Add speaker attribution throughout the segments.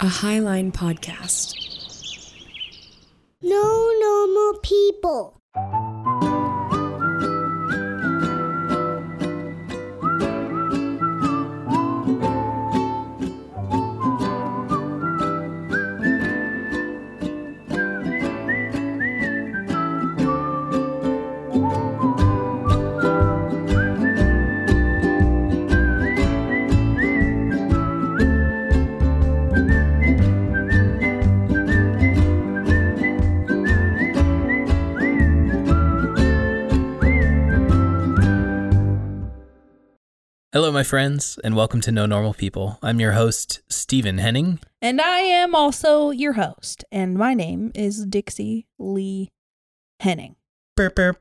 Speaker 1: a Highline podcast.
Speaker 2: No normal people.
Speaker 3: Hello, my friends, and welcome to No Normal People. I'm your host, Stephen Henning.
Speaker 4: And I am also your host, and my name is Dixie Lee Henning.
Speaker 3: Burp, burp,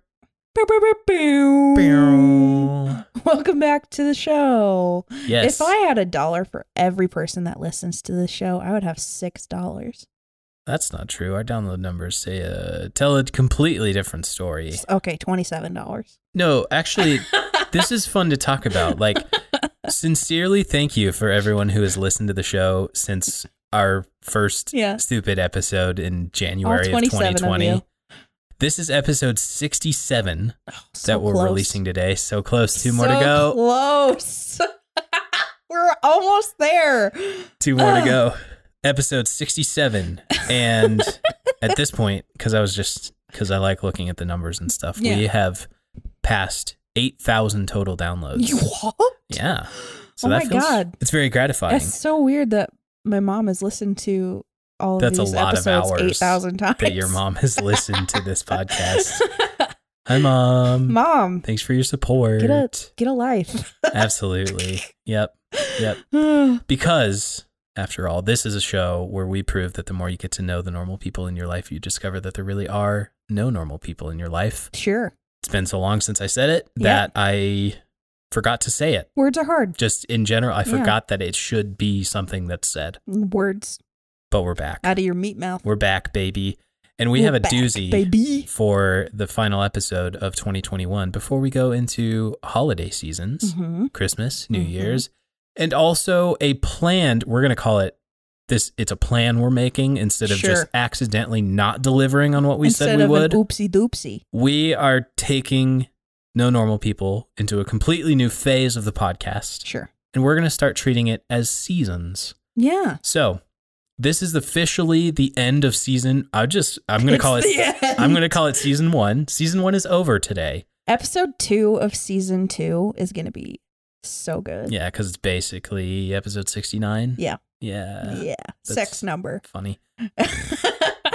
Speaker 4: Bow, bow, bow, bow.
Speaker 3: bow.
Speaker 4: Welcome back to the show.
Speaker 3: Yes.
Speaker 4: If I had a dollar for every person that listens to this show, I would have six dollars.
Speaker 3: That's not true. Our download numbers say uh, tell a completely different story.
Speaker 4: Okay, twenty-seven dollars.
Speaker 3: No, actually, this is fun to talk about. Like, sincerely, thank you for everyone who has listened to the show since our first
Speaker 4: Yeah.
Speaker 3: stupid episode in
Speaker 4: All
Speaker 3: January of
Speaker 4: twenty-seven of
Speaker 3: 2020.
Speaker 4: you.
Speaker 3: This is episode 67
Speaker 4: So
Speaker 3: that we're
Speaker 4: close.
Speaker 3: releasing today. So close. Two more to
Speaker 4: So
Speaker 3: go.
Speaker 4: Close. we're almost there.
Speaker 3: Two more to
Speaker 4: Ugh.
Speaker 3: go. Episode 67. And at this point, because I was just, because I like looking at the numbers and stuff, we
Speaker 4: Yeah.
Speaker 3: have passed 8,000 total downloads.
Speaker 4: You what?
Speaker 3: Yeah.
Speaker 4: Oh my God.
Speaker 3: It's very gratifying.
Speaker 4: That's so weird that my mom has listened to all of
Speaker 3: That's a
Speaker 4: these
Speaker 3: lot of
Speaker 4: episodes
Speaker 3: hours
Speaker 4: eight thousand times.
Speaker 3: That your mom has listened to this podcast. Hi, mom.
Speaker 4: mom,
Speaker 3: Thanks for your support.
Speaker 4: get a get a life.
Speaker 3: Absolutely. Yep. Yep. Because, after all, this is a show where we prove that the more you get to know the normal people in your life, you discover that there really are no normal people in your life.
Speaker 4: sure,
Speaker 3: It's been so long since I said it
Speaker 4: Yeah.
Speaker 3: that I forgot to say it.
Speaker 4: words are hard.
Speaker 3: Just in general, I
Speaker 4: Yeah.
Speaker 3: forgot that it should be something that's said,
Speaker 4: Words
Speaker 3: but we're back.
Speaker 4: out of your meat mouth.
Speaker 3: We're back, baby. And we
Speaker 4: We're
Speaker 3: have a
Speaker 4: back,
Speaker 3: doozy
Speaker 4: baby.
Speaker 3: for the final episode of 2021 before we go into holiday seasons.
Speaker 4: Mhm.
Speaker 3: Christmas, New
Speaker 4: Mhm.
Speaker 3: Year's, and also a planned, we're going to call it this, it's a plan we're making instead of just
Speaker 4: Sure.
Speaker 3: accidentally not delivering on what we
Speaker 4: Instead
Speaker 3: said we
Speaker 4: of
Speaker 3: would.
Speaker 4: an oopsie doopsie.
Speaker 3: we are taking No Normal People into a completely new phase of the podcast,
Speaker 4: Sure.
Speaker 3: and we're going to start treating it as seasons.
Speaker 4: Yeah.
Speaker 3: So, this is officially the end of season. I just, I'm going to call
Speaker 4: It's
Speaker 3: it.
Speaker 4: the end.
Speaker 3: I'm going to call it season one. Season one is over today.
Speaker 4: Episode two of season two is gonna be so good.
Speaker 3: Yeah, because it's basically episode 69.
Speaker 4: Yeah.
Speaker 3: Yeah.
Speaker 4: yeah.
Speaker 3: that's-
Speaker 4: Sex number.
Speaker 3: funny.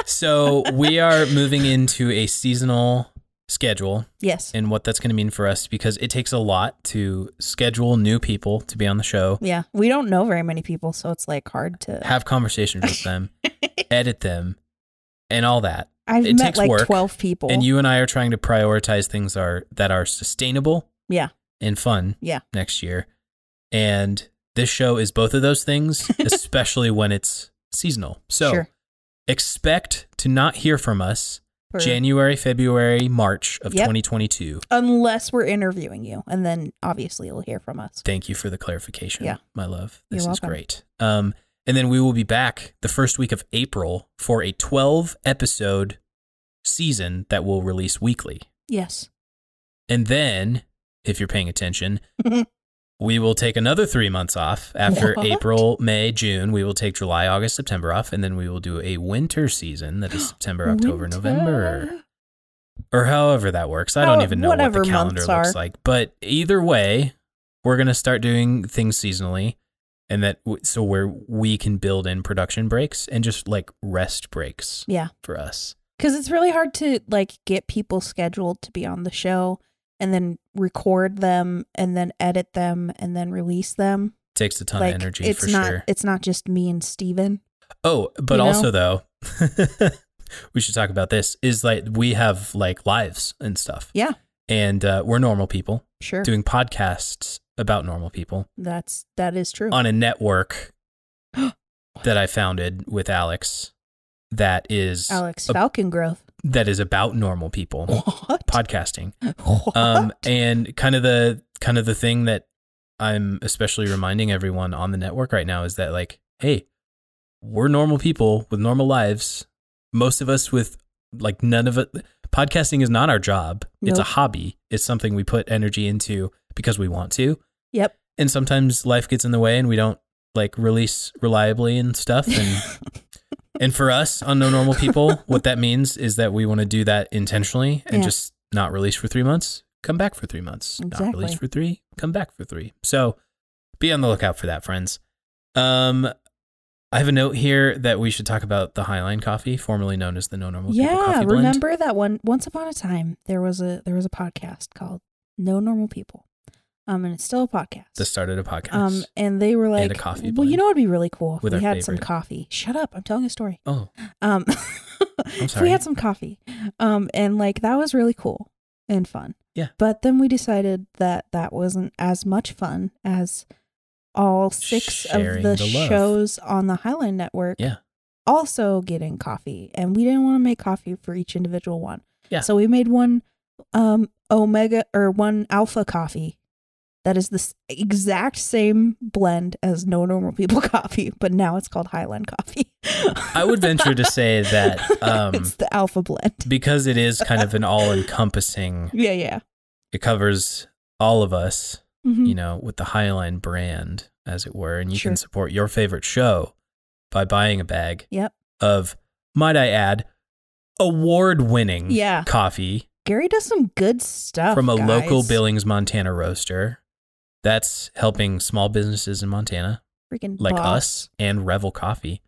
Speaker 3: So we are moving into a seasonal schedule
Speaker 4: yes.
Speaker 3: and what that's going to mean for us because it takes a lot to schedule new people to be on the show,
Speaker 4: Yeah. We don't know very many people, so it's like hard to
Speaker 3: have conversations with them, edit them, and all that.
Speaker 4: I've
Speaker 3: It
Speaker 4: met
Speaker 3: takes
Speaker 4: like
Speaker 3: work,
Speaker 4: 12 people.
Speaker 3: And you and I are trying to prioritize things are that are sustainable
Speaker 4: Yeah.
Speaker 3: and fun
Speaker 4: Yeah.
Speaker 3: next year. And this show is both of those things, especially when it's seasonal. So
Speaker 4: sure.
Speaker 3: expect to not hear from us
Speaker 4: For-
Speaker 3: January, February, March of
Speaker 4: Yep.
Speaker 3: 2022.
Speaker 4: Unless we're interviewing you, and then obviously you'll hear from us.
Speaker 3: Thank you for the clarification,
Speaker 4: Yeah.
Speaker 3: my love.
Speaker 4: You're
Speaker 3: This is
Speaker 4: welcome.
Speaker 3: great. Um, and then we will be back the first week of April for a 12 episode season that will release weekly.
Speaker 4: Yes.
Speaker 3: And then, if you're paying attention, we will take another three months off after
Speaker 4: What?
Speaker 3: April, May, June. We will take July, August, September off, and then we will do a winter season that is September, October, November.
Speaker 4: Winter.
Speaker 3: or however that works. I don't
Speaker 4: How-
Speaker 3: even know
Speaker 4: whatever
Speaker 3: what the calendar
Speaker 4: months
Speaker 3: looks
Speaker 4: are.
Speaker 3: like. But either way, we're going to start doing things seasonally and that w- so where we can build in production breaks and just like rest breaks
Speaker 4: Yeah.
Speaker 3: for us.
Speaker 4: Because it's really hard to like get people scheduled to be on the show and then record them and then edit them and then release them.
Speaker 3: Takes a ton
Speaker 4: like
Speaker 3: of energy
Speaker 4: it's
Speaker 3: for
Speaker 4: not
Speaker 3: sure.
Speaker 4: it's not just me and Steven.
Speaker 3: Oh, but
Speaker 4: you know?
Speaker 3: also though, we should talk about this is like we have like lives and stuff.
Speaker 4: Yeah.
Speaker 3: And uh, we're normal people
Speaker 4: Sure.
Speaker 3: doing podcasts about normal people.
Speaker 4: That's that is true.
Speaker 3: on a network that I founded with Alex that is
Speaker 4: Alex
Speaker 3: a-
Speaker 4: Falcon Growth.
Speaker 3: that is about normal people
Speaker 4: What?
Speaker 3: podcasting.
Speaker 4: What?
Speaker 3: Um and kind of the kind of the thing that I'm especially reminding everyone on the network right now is that like hey, we're normal people with normal lives. Most of us with like none of it. Podcasting is not our job. It's a
Speaker 4: Nope.
Speaker 3: hobby. It's something we put energy into because we want to.
Speaker 4: Yep.
Speaker 3: And sometimes life gets in the way and we don't like release reliably and stuff. And and for us on No Normal People, what that means is that we want to do that intentionally and
Speaker 4: Yeah.
Speaker 3: just not release for three months, come back for three months. Not
Speaker 4: Exactly.
Speaker 3: release for three, come back for three. So be on the lookout for that, friends. Um, I have a note here that we should talk about the Highline coffee, formerly known as the No Normal People
Speaker 4: yeah,
Speaker 3: Coffee Blend.
Speaker 4: remember that one? Once upon a time, there was a there was a podcast called No Normal People, um, and it's still a podcast.
Speaker 3: That started a podcast.
Speaker 4: um, and they were like,
Speaker 3: And a coffee
Speaker 4: well,
Speaker 3: blend
Speaker 4: you know what'd be really cool? If
Speaker 3: with
Speaker 4: we
Speaker 3: our
Speaker 4: had some
Speaker 3: favorite.
Speaker 4: coffee. Shut up! I'm telling a story.
Speaker 3: oh,
Speaker 4: Um,
Speaker 3: sorry.
Speaker 4: we had some coffee. Um, and like that was really cool and fun.
Speaker 3: Yeah.
Speaker 4: But then we decided that that wasn't as much fun as all six
Speaker 3: Sharing
Speaker 4: of the,
Speaker 3: the love.
Speaker 4: shows on the Highline Network.
Speaker 3: Yeah.
Speaker 4: Also getting coffee, and we didn't want to make coffee for each individual one.
Speaker 3: Yeah.
Speaker 4: So we made one, um, omega or one alpha coffee. That is the s- exact same blend as no normal people coffee, but now it's called Highland coffee.
Speaker 3: I would venture to say that um,
Speaker 4: it's the alpha blend.
Speaker 3: because it is kind of an all encompassing,
Speaker 4: Yeah, yeah.
Speaker 3: it covers all of us.
Speaker 4: Mhm.
Speaker 3: you know, with the Highline brand, as it were. And you
Speaker 4: Sure.
Speaker 3: can support your favorite show by buying a bag
Speaker 4: Yep.
Speaker 3: of, might I add, award winning
Speaker 4: Yeah.
Speaker 3: coffee
Speaker 4: Gary does some good stuff
Speaker 3: from a local
Speaker 4: guys.
Speaker 3: Billings, Montana roaster. That's helping small businesses in Montana,
Speaker 4: freaking
Speaker 3: like
Speaker 4: boss.
Speaker 3: us and Revel Coffee.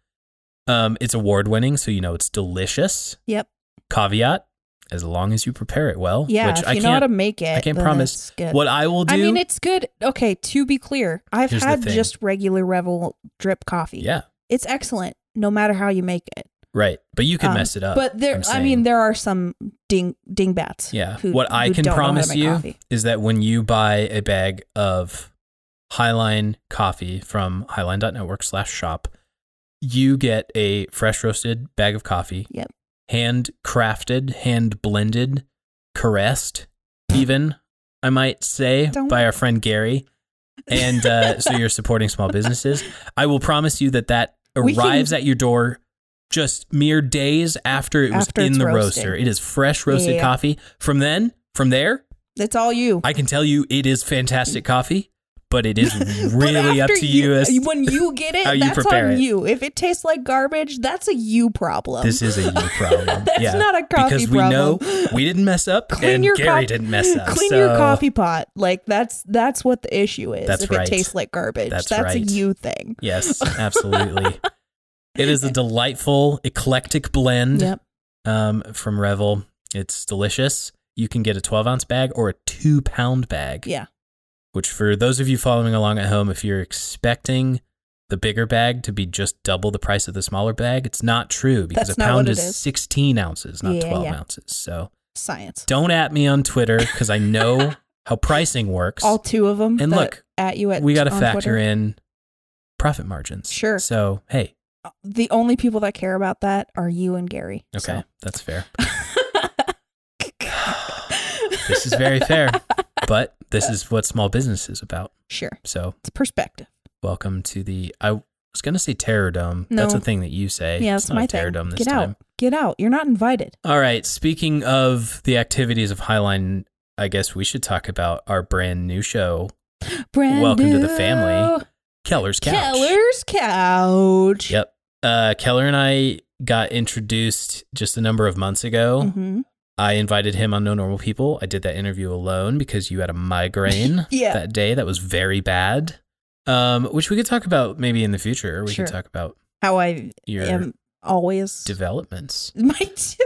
Speaker 3: Um, it's award winning, so you know it's delicious.
Speaker 4: Yep.
Speaker 3: Caveat, as long as you prepare it well.
Speaker 4: Yeah,
Speaker 3: which
Speaker 4: if
Speaker 3: I
Speaker 4: you
Speaker 3: can't,
Speaker 4: know how to make it,
Speaker 3: I can't
Speaker 4: then
Speaker 3: promise
Speaker 4: it's good.
Speaker 3: What I will do.
Speaker 4: I mean, it's good. Okay, to be clear, I've
Speaker 3: Here's the
Speaker 4: had
Speaker 3: thing.
Speaker 4: just regular Revel drip coffee.
Speaker 3: yeah,
Speaker 4: it's excellent, no matter how you make it.
Speaker 3: right. But you can
Speaker 4: Um,
Speaker 3: mess it up.
Speaker 4: But there,
Speaker 3: I'm
Speaker 4: I
Speaker 3: saying.
Speaker 4: mean, there are some ding dingbats.
Speaker 3: Yeah.
Speaker 4: who-
Speaker 3: what I
Speaker 4: who
Speaker 3: can
Speaker 4: don't know how to
Speaker 3: promise
Speaker 4: make
Speaker 3: you
Speaker 4: coffee.
Speaker 3: is that when you buy a bag of Highline coffee from highline.network slash shop, you get a fresh roasted bag of coffee.
Speaker 4: Yep.
Speaker 3: Hand crafted, hand blended, caressed, even, I might say,
Speaker 4: Don't-
Speaker 3: by our friend Gary. And uh, so you're supporting small businesses. I will promise you that that
Speaker 4: We can-
Speaker 3: arrives at your door just mere days after it was
Speaker 4: After
Speaker 3: in
Speaker 4: it's
Speaker 3: the
Speaker 4: roasted.
Speaker 3: roaster. It is fresh roasted
Speaker 4: Yeah.
Speaker 3: coffee. From then, from there,
Speaker 4: It's all you.
Speaker 3: I can tell you it is fantastic coffee, but it is
Speaker 4: But
Speaker 3: really up
Speaker 4: after
Speaker 3: to you. as,
Speaker 4: when you get it,
Speaker 3: how you
Speaker 4: that's
Speaker 3: prepare
Speaker 4: on
Speaker 3: it.
Speaker 4: you. If it tastes like garbage, that's a you problem.
Speaker 3: this is a you problem.
Speaker 4: That's
Speaker 3: yeah,
Speaker 4: not a coffee
Speaker 3: because we know
Speaker 4: problem.
Speaker 3: we didn't mess up,
Speaker 4: Clean
Speaker 3: and
Speaker 4: your
Speaker 3: Gary
Speaker 4: coff-
Speaker 3: didn't mess up.
Speaker 4: Clean
Speaker 3: so
Speaker 4: your coffee pot. Like that's that's what the issue is.
Speaker 3: That's
Speaker 4: if
Speaker 3: right.
Speaker 4: it tastes like garbage,
Speaker 3: That's
Speaker 4: that's,
Speaker 3: right.
Speaker 4: a you thing.
Speaker 3: Yes, absolutely. it is a delightful, eclectic blend
Speaker 4: Yep.
Speaker 3: um, from Revel. It's delicious. You can get a 12 ounce bag or a two pound bag.
Speaker 4: Yeah.
Speaker 3: Which, for those of you following along at home, if you're expecting the bigger bag to be just double the price of the smaller bag, it's not true because
Speaker 4: That's
Speaker 3: a
Speaker 4: not
Speaker 3: pound
Speaker 4: what it
Speaker 3: is,
Speaker 4: is.
Speaker 3: 16 ounces, not
Speaker 4: Yeah,
Speaker 3: 12
Speaker 4: yeah.
Speaker 3: ounces. So
Speaker 4: Science.
Speaker 3: don't at me on Twitter because I know how pricing works.
Speaker 4: All two of them.
Speaker 3: And
Speaker 4: that
Speaker 3: look,
Speaker 4: at you at
Speaker 3: we got to
Speaker 4: on
Speaker 3: factor
Speaker 4: Twitter.
Speaker 3: in profit margins.
Speaker 4: Sure.
Speaker 3: So, hey,
Speaker 4: The only people that care about that are you and Gary.
Speaker 3: okay,
Speaker 4: so.
Speaker 3: that's fair. This is very fair, but this is what small business is about.
Speaker 4: sure.
Speaker 3: So,
Speaker 4: It's perspective.
Speaker 3: welcome to the. I was going to say Terror Dome.
Speaker 4: No.
Speaker 3: That's a thing that you say.
Speaker 4: yeah,
Speaker 3: it's
Speaker 4: that's
Speaker 3: not
Speaker 4: my
Speaker 3: a Terror
Speaker 4: thing.
Speaker 3: Dome this
Speaker 4: Get
Speaker 3: time.
Speaker 4: out. Get out. You're not invited.
Speaker 3: All right. Speaking of the activities of Highline, I guess we should talk about our brand new show,
Speaker 4: Brand
Speaker 3: Welcome to
Speaker 4: new
Speaker 3: the family. Keller's Couch.
Speaker 4: Keller's couch.
Speaker 3: Yep. Uh, Keller and I got introduced just a number of months ago.
Speaker 4: hmm
Speaker 3: I invited him on No Normal People. I did that interview alone because you had a migraine
Speaker 4: Yeah.
Speaker 3: that day. That was very bad. Um, which we could talk about maybe in the future. We
Speaker 4: Sure.
Speaker 3: could talk about
Speaker 4: How I
Speaker 3: your
Speaker 4: am always
Speaker 3: developments.
Speaker 4: my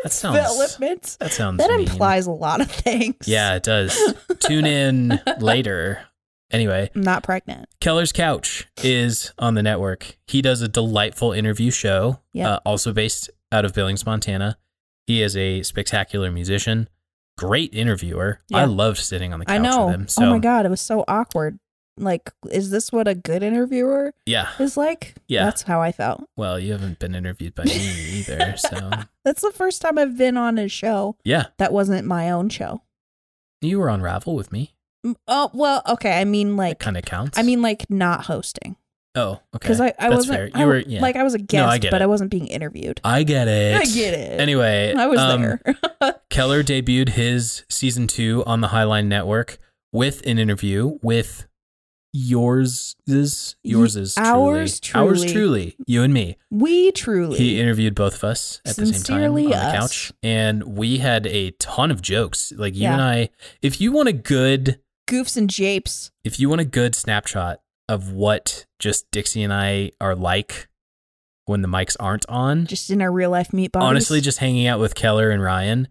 Speaker 3: That sounds-
Speaker 4: developments.
Speaker 3: That sounds
Speaker 4: That
Speaker 3: mean.
Speaker 4: implies a lot of things.
Speaker 3: Yeah, it does. Tune in later. Anyway,
Speaker 4: I'm not pregnant.
Speaker 3: Keller's Couch is on the network. He does a delightful interview show,
Speaker 4: Yeah.
Speaker 3: uh, also based out of Billings, Montana. He is a spectacular musician, great interviewer. I
Speaker 4: Yeah.
Speaker 3: loved sitting on the couch
Speaker 4: I know.
Speaker 3: with him. So,
Speaker 4: oh my god, it was so awkward. Like, is this what a good interviewer
Speaker 3: yeah.
Speaker 4: is like?
Speaker 3: Yeah.
Speaker 4: That's how I felt.
Speaker 3: Well, you haven't been interviewed by me either. So,
Speaker 4: That's the first time I've been on a show
Speaker 3: yeah,
Speaker 4: that wasn't my own show.
Speaker 3: you were on Ravel with me.
Speaker 4: Mm, Oh well, okay. I
Speaker 3: That
Speaker 4: mean, like,
Speaker 3: kind of counts.
Speaker 4: I mean, like, not hosting.
Speaker 3: Oh, okay.
Speaker 4: because I, I
Speaker 3: That's
Speaker 4: wasn't
Speaker 3: fair.
Speaker 4: I
Speaker 3: You were
Speaker 4: w-
Speaker 3: yeah.
Speaker 4: like I was a
Speaker 3: No,
Speaker 4: guest,
Speaker 3: I get
Speaker 4: but
Speaker 3: it.
Speaker 4: I wasn't being interviewed.
Speaker 3: I get it.
Speaker 4: I get it.
Speaker 3: Anyway,
Speaker 4: I was
Speaker 3: um,
Speaker 4: there.
Speaker 3: Keller debuted his season two on the Highline Network with an interview with yours is yours is
Speaker 4: Ours
Speaker 3: ours
Speaker 4: truly.
Speaker 3: truly you and me.
Speaker 4: we truly.
Speaker 3: He interviewed both of us at the same time on
Speaker 4: Sincerely
Speaker 3: the
Speaker 4: us.
Speaker 3: couch, and we had a ton of jokes. Like you
Speaker 4: Yeah.
Speaker 3: and I, if you want a good,
Speaker 4: goofs and japes.
Speaker 3: if you want a good snapshot of what just Dixie and I are like when the mics aren't on,
Speaker 4: just in our real life meat bodies.
Speaker 3: honestly, just hanging out with Keller and Ryan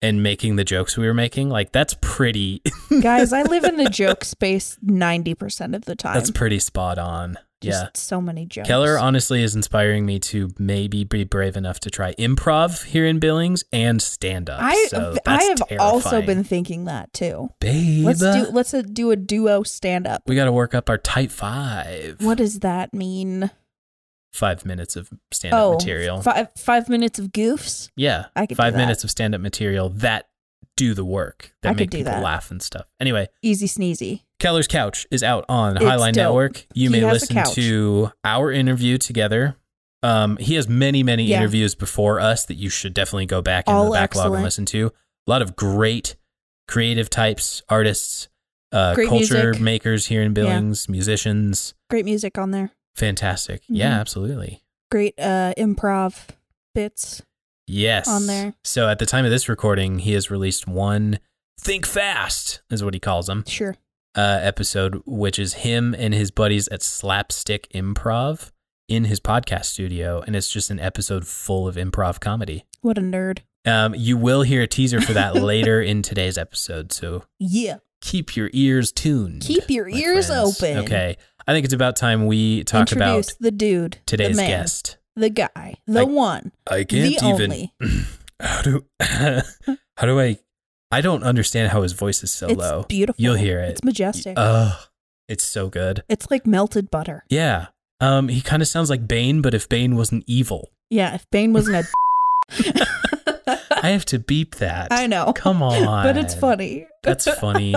Speaker 3: and making the jokes we were making, like that's pretty.
Speaker 4: guys, I live in the joke space ninety percent of the time.
Speaker 3: That's pretty spot on.
Speaker 4: just
Speaker 3: yeah.
Speaker 4: so many jokes.
Speaker 3: Keller honestly is inspiring me to maybe be brave enough to try improv here in Billings and stand up.
Speaker 4: I
Speaker 3: so
Speaker 4: I
Speaker 3: that's
Speaker 4: have also
Speaker 3: terrifying.
Speaker 4: been thinking that too.
Speaker 3: babe.
Speaker 4: Let's do let's uh, do a duo stand up.
Speaker 3: we got to work up our type five.
Speaker 4: What does that mean?
Speaker 3: Five minutes of stand up material.
Speaker 4: five five minutes of goofs.
Speaker 3: yeah,
Speaker 4: Oh, I could do
Speaker 3: five
Speaker 4: that.
Speaker 3: minutes of stand up material that do the work that
Speaker 4: I could
Speaker 3: make
Speaker 4: do
Speaker 3: people
Speaker 4: that.
Speaker 3: laugh and stuff. Anyway,
Speaker 4: Easy sneezy.
Speaker 3: Keller's Couch is out on
Speaker 4: It's
Speaker 3: Highline
Speaker 4: dope.
Speaker 3: Network. You
Speaker 4: He
Speaker 3: may
Speaker 4: has a
Speaker 3: listen
Speaker 4: couch.
Speaker 3: to our interview together. Um, he has many, many
Speaker 4: Yeah.
Speaker 3: interviews before us that you should definitely go back into
Speaker 4: All
Speaker 3: the backlog and
Speaker 4: excellent.
Speaker 3: listen to. A lot of great creative types, artists, uh,
Speaker 4: Great
Speaker 3: culture
Speaker 4: music.
Speaker 3: makers here in Billings, musicians.
Speaker 4: Great music on there.
Speaker 3: Fantastic. Yeah,
Speaker 4: Mhm.
Speaker 3: absolutely.
Speaker 4: Great uh improv bits.
Speaker 3: Yes.
Speaker 4: On there.
Speaker 3: So at the time of this recording, he has released one Think Fast, is what he calls them.
Speaker 4: Sure.
Speaker 3: uh, episode, which is him and his buddies at Slapstick Improv in his podcast studio, and it's just an episode full of improv comedy.
Speaker 4: What a nerd.
Speaker 3: Um, you will hear a teaser for that later in today's episode, so
Speaker 4: Yeah.
Speaker 3: keep your ears tuned.
Speaker 4: Keep your
Speaker 3: my
Speaker 4: ears open.
Speaker 3: Okay, I think it's about time we talk
Speaker 4: Introduce
Speaker 3: about
Speaker 4: the dude, the
Speaker 3: today's
Speaker 4: man,
Speaker 3: guest.
Speaker 4: the guy, the
Speaker 3: I-
Speaker 4: one.
Speaker 3: I
Speaker 4: can't The even- only.
Speaker 3: how do how do I? I don't understand how his voice is so
Speaker 4: it's
Speaker 3: low.
Speaker 4: beautiful.
Speaker 3: You'll hear it. uh,
Speaker 4: It's majestic.
Speaker 3: Ugh, it's so good.
Speaker 4: it's like melted butter.
Speaker 3: Yeah. Um, he kind of sounds like Bane, but if Bane wasn't evil,
Speaker 4: Yeah, if Bane wasn't a
Speaker 3: I have to beep that.
Speaker 4: I know.
Speaker 3: Come on.
Speaker 4: But it's funny.
Speaker 3: That's funny.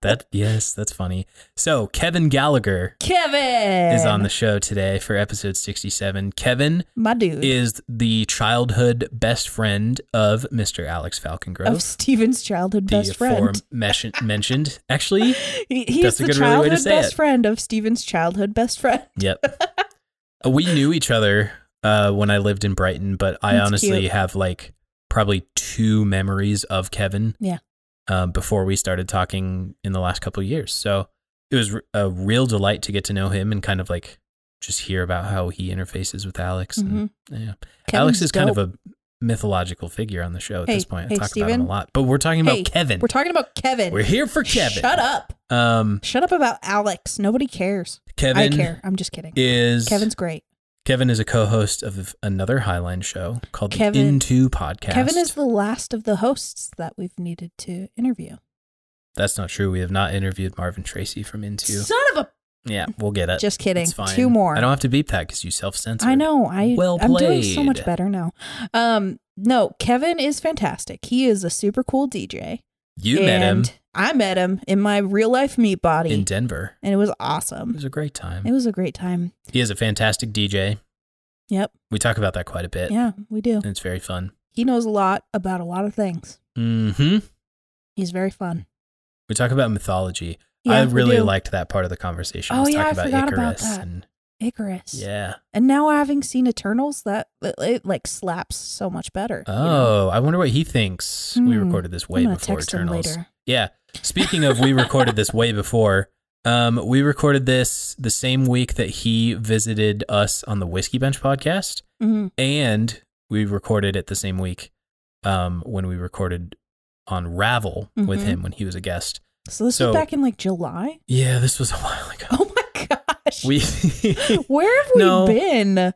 Speaker 3: that yes, that's funny. So Kevin Gallagher
Speaker 4: Kevin
Speaker 3: is on the show today for episode sixty-seven. Kevin
Speaker 4: my dude
Speaker 3: is the childhood best friend of Mr. Alex Falcongrove,
Speaker 4: of Steven's childhood
Speaker 3: the
Speaker 4: best friend.
Speaker 3: aforementioned. Actually,
Speaker 4: He, he's
Speaker 3: That's a
Speaker 4: the
Speaker 3: good really way to
Speaker 4: childhood
Speaker 3: say
Speaker 4: best
Speaker 3: it.
Speaker 4: friend of Steven's childhood best friend.
Speaker 3: Yep. Uh, we knew each other uh, when I lived in Brighton, but I
Speaker 4: That's
Speaker 3: honestly
Speaker 4: cute.
Speaker 3: have like probably two memories of Kevin.
Speaker 4: Yeah.
Speaker 3: Um, before we started talking in the last couple of years, so it was r- a real delight to get to know him and kind of like just hear about how he interfaces with Alex. and- yeah. Alex
Speaker 4: Mm-hmm. Kevin's
Speaker 3: is kind of
Speaker 4: dope.
Speaker 3: a mythological figure on the show at
Speaker 4: Hey,
Speaker 3: this point. I
Speaker 4: hey,
Speaker 3: talk about him
Speaker 4: Steven.
Speaker 3: a lot, but we're talking about
Speaker 4: Hey,
Speaker 3: Kevin.
Speaker 4: We're talking about Kevin.
Speaker 3: We're here for Kevin.
Speaker 4: Shut up.
Speaker 3: Um,
Speaker 4: Shut up about Alex. Nobody cares.
Speaker 3: Kevin
Speaker 4: I care. I'm just kidding.
Speaker 3: is
Speaker 4: Kevin's great.
Speaker 3: Kevin is a co-host of another Highline show called the
Speaker 4: Kevin-
Speaker 3: Into Podcast.
Speaker 4: Kevin is the last of the hosts that we've needed to interview.
Speaker 3: That's not true. We have not interviewed Marvin Tracy from Into.
Speaker 4: Son of a
Speaker 3: yeah, we'll get it.
Speaker 4: Just kidding.
Speaker 3: Uh, It's fine.
Speaker 4: Two more.
Speaker 3: I don't have to beep that because you self-censor.
Speaker 4: I know. I
Speaker 3: Well
Speaker 4: I'm doing so much
Speaker 3: played.
Speaker 4: better now. Um, no, Kevin is fantastic. He is a super cool DJ.
Speaker 3: You
Speaker 4: and
Speaker 3: met him
Speaker 4: I met him in my real life meat body,
Speaker 3: in Denver.
Speaker 4: and it was
Speaker 3: It
Speaker 4: awesome.
Speaker 3: was a great time.
Speaker 4: It was a great time.
Speaker 3: he is a fantastic DJ.
Speaker 4: Yep.
Speaker 3: We talk about that quite a bit.
Speaker 4: Yeah, we do.
Speaker 3: And it's very fun.
Speaker 4: He knows a lot about a lot of things.
Speaker 3: Mm-hmm.
Speaker 4: He's very fun.
Speaker 3: We talk about mythology.
Speaker 4: Yeah,
Speaker 3: I
Speaker 4: we
Speaker 3: really
Speaker 4: do.
Speaker 3: liked that part of the conversation.
Speaker 4: Oh,
Speaker 3: was
Speaker 4: yeah,
Speaker 3: talking about
Speaker 4: I forgot about
Speaker 3: Icarus
Speaker 4: that.
Speaker 3: and
Speaker 4: Icarus.
Speaker 3: yeah.
Speaker 4: And now having seen Eternals, that it, it, like slaps so much better. you
Speaker 3: Oh,
Speaker 4: know?
Speaker 3: I wonder what he thinks. We
Speaker 4: Hmm.
Speaker 3: recorded this
Speaker 4: I'm
Speaker 3: way
Speaker 4: gonna
Speaker 3: before
Speaker 4: text him
Speaker 3: Eternals.
Speaker 4: later.
Speaker 3: Yeah. Speaking of, we recorded this way before. Um, we recorded this the same week that he visited us on the Whiskey Bench podcast,
Speaker 4: Mhm.
Speaker 3: and we recorded it the same week um, when we recorded on Ravel with
Speaker 4: Mhm.
Speaker 3: him when he was a guest.
Speaker 4: So this
Speaker 3: So-
Speaker 4: was back in like July.
Speaker 3: Yeah, this was a while ago.
Speaker 4: Oh my gosh.
Speaker 3: We,
Speaker 4: Where have we
Speaker 3: No.
Speaker 4: been?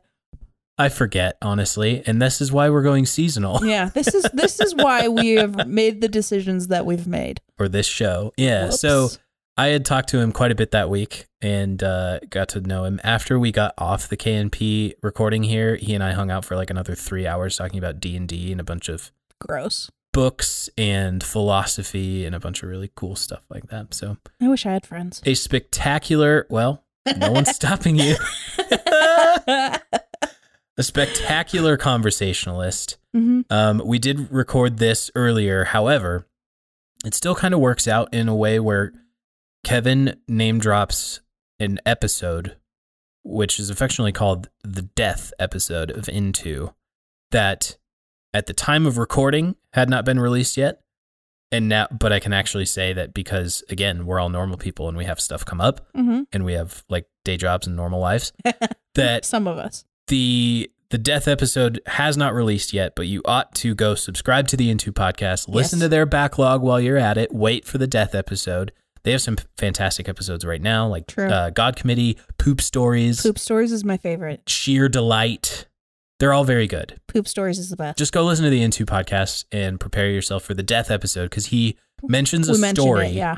Speaker 3: I forget honestly, and this is why we're going seasonal
Speaker 4: Yeah, this is this is why we have made the decisions that we've made.
Speaker 3: for this show. Yeah, so
Speaker 4: Whoops.
Speaker 3: I had talked to him quite a bit that week and uh, got to know him. After we got off the KNP recording here, he and I hung out for like another three hours talking about D and D and a bunch of
Speaker 4: gross.
Speaker 3: books and philosophy and a bunch of really cool stuff like that. So
Speaker 4: I wish I had friends.
Speaker 3: a spectacular, well, No one's stopping you. A spectacular conversationalist.
Speaker 4: hmm
Speaker 3: Um, we did record this earlier. However, it still kind of works out in a way where Kevin name drops an episode, which is affectionately called the death episode of Into, that at the time of recording had not been released yet. And now, but I can actually say that because, again, we're all normal people and we have stuff come up
Speaker 4: hmm
Speaker 3: and we have like day jobs and normal lives, that
Speaker 4: Some of us.
Speaker 3: the the death episode has not released yet, but you ought to go subscribe to the Into podcast, listen
Speaker 4: Yes.
Speaker 3: to their backlog while you're at it, wait for the death episode. They have some fantastic episodes right now, like
Speaker 4: True.
Speaker 3: Uh, God Committee, Poop Stories,
Speaker 4: Poop Stories is my favorite.
Speaker 3: Sheer Delight. They're all very good.
Speaker 4: Poop Stories is the best.
Speaker 3: Just go listen to the Into podcast and prepare yourself for the death episode because he mentions a
Speaker 4: we mentioned
Speaker 3: story
Speaker 4: it. Yeah.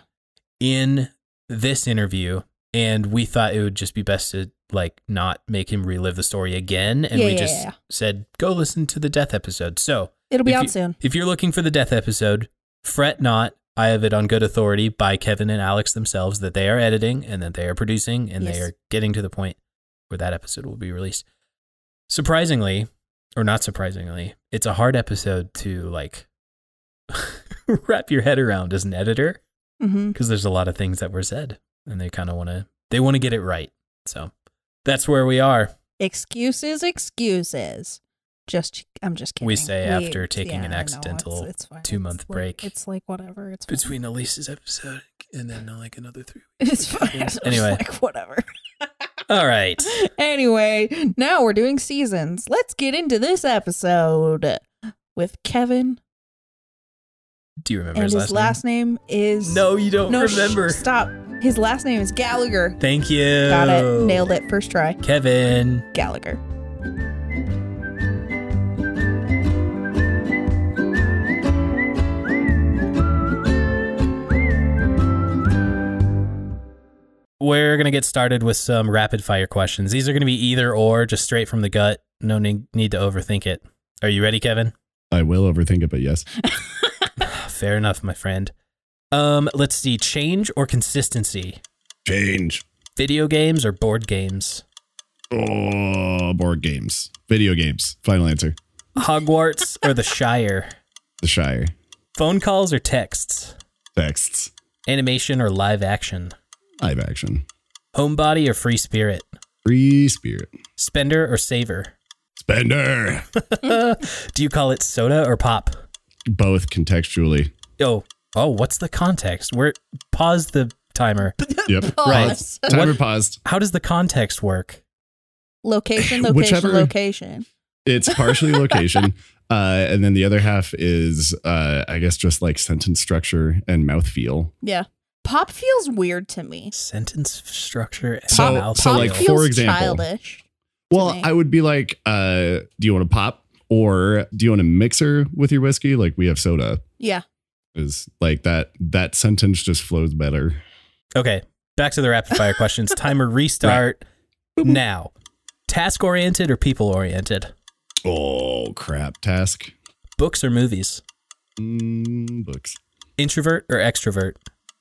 Speaker 3: in this interview and we thought it would just be best to like not make him relive the story again and
Speaker 4: Yeah,
Speaker 3: we
Speaker 4: yeah,
Speaker 3: just
Speaker 4: yeah.
Speaker 3: said go listen to the death episode so
Speaker 4: It'll be
Speaker 3: if
Speaker 4: out
Speaker 3: you-
Speaker 4: soon.
Speaker 3: if you're looking for the death episode fret not i have it on good authority by kevin and alex themselves that they are editing and that they are producing and they
Speaker 4: Yes.
Speaker 3: are getting to the point where that episode will be released surprisingly or not surprisingly it's a hard episode to like wrap your head around as an editor
Speaker 4: hmm
Speaker 3: because there's a lot of things that were said and they kind of want to they want to get it right so that's where we are
Speaker 4: Excuses, excuses. Just, I'm just kidding.
Speaker 3: We say after taking an
Speaker 4: I know,
Speaker 3: accidental
Speaker 4: fine.
Speaker 3: two-month
Speaker 4: It's like-
Speaker 3: break.
Speaker 4: it's like whatever. It's fine.
Speaker 3: between elise's episode and then uh, like another three
Speaker 4: It's fine. It's
Speaker 3: Anyway.
Speaker 4: like whatever.
Speaker 3: all right
Speaker 4: anyway, now we're doing seasons. Let's get into this episode with Kevin,
Speaker 3: do you remember
Speaker 4: and
Speaker 3: his,
Speaker 4: his last name, is
Speaker 3: no you don't
Speaker 4: No, sh-
Speaker 3: remember
Speaker 4: stop. His last name is Gallagher.
Speaker 3: thank you
Speaker 4: Got it. Nailed it. First try.
Speaker 3: kevin
Speaker 4: Gallagher.
Speaker 3: we're going to get started with some rapid fire questions these are going to be either or just straight from the gut no ne- need to overthink it are you ready kevin
Speaker 5: I will overthink it, but yes.
Speaker 3: fair enough my friend um let's see change or consistency
Speaker 5: Change.
Speaker 3: video games or board games
Speaker 5: Oh, board games, video games. Final answer.
Speaker 3: Hogwarts or the Shire?
Speaker 5: The Shire.
Speaker 3: Phone calls or texts?
Speaker 5: Texts.
Speaker 3: Animation or live action?
Speaker 5: Live action.
Speaker 3: Homebody or free spirit?
Speaker 5: Free spirit.
Speaker 3: Spender or saver?
Speaker 5: Spender.
Speaker 3: Do you call it soda or pop?
Speaker 5: Both contextually.
Speaker 3: Oh, oh, what's the context? Where pause the timer.
Speaker 5: Yep.
Speaker 4: Pause.
Speaker 5: Right. Timer paused.
Speaker 3: How does the context work?
Speaker 4: Location, location,
Speaker 5: Whichever-
Speaker 4: location.
Speaker 5: It's partially location. Uh, and then the other half is, uh, I guess, just like sentence structure and mouthfeel.
Speaker 4: Yeah. Pop feels weird to me.
Speaker 3: Sentence structure and
Speaker 5: So-
Speaker 3: mouth
Speaker 5: so,
Speaker 4: Pop
Speaker 5: like,
Speaker 3: feel.
Speaker 4: feels
Speaker 5: for example-
Speaker 4: childish.
Speaker 5: Well,
Speaker 4: me.
Speaker 5: I would be like, uh, do you want a pop or do you want a mixer with your whiskey? Like we have soda.
Speaker 4: Yeah.
Speaker 5: Is like that. That sentence just flows better.
Speaker 3: okay, back to the rapid fire questions. Timer restart now. Task oriented or people oriented?
Speaker 5: Oh crap! Task
Speaker 3: Books or movies?
Speaker 5: mm, books.
Speaker 3: Introvert or extrovert?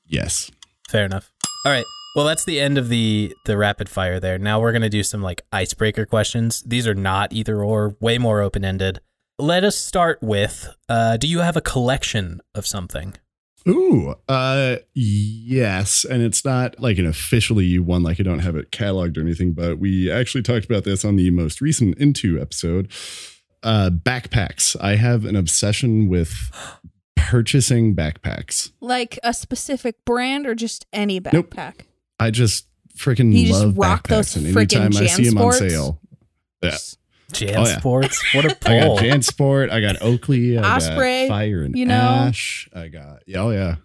Speaker 5: Yes.
Speaker 3: Fair enough. All right. Well, that's the end of the the rapid fire there. Now we're going to do some like icebreaker questions. These are not either or, way more open-ended. Let us start with uh do you have a collection of something?
Speaker 5: Ooh. Uh. Yes. And it's not like an officially one. Like I don't have it cataloged or anything. But we actually talked about this on the most recent Into episode. Uh, backpacks. I have an obsession with purchasing backpacks.
Speaker 4: Like a specific brand or just any
Speaker 5: Nope.
Speaker 4: backpack.
Speaker 5: I just freaking
Speaker 4: You just
Speaker 5: love
Speaker 4: rock
Speaker 5: backpacks,
Speaker 4: those
Speaker 5: and
Speaker 4: frickin'
Speaker 5: anytime I see them on
Speaker 4: Jansports?
Speaker 5: sale, yeah.
Speaker 3: Jan
Speaker 5: Oh, yeah.
Speaker 3: Sports. What a
Speaker 5: I got
Speaker 3: poll.
Speaker 5: Jansport, I got Oakley, I
Speaker 4: Osprey,
Speaker 5: got Fire and
Speaker 4: you know?
Speaker 5: Ash, I got yeah, oh yeah,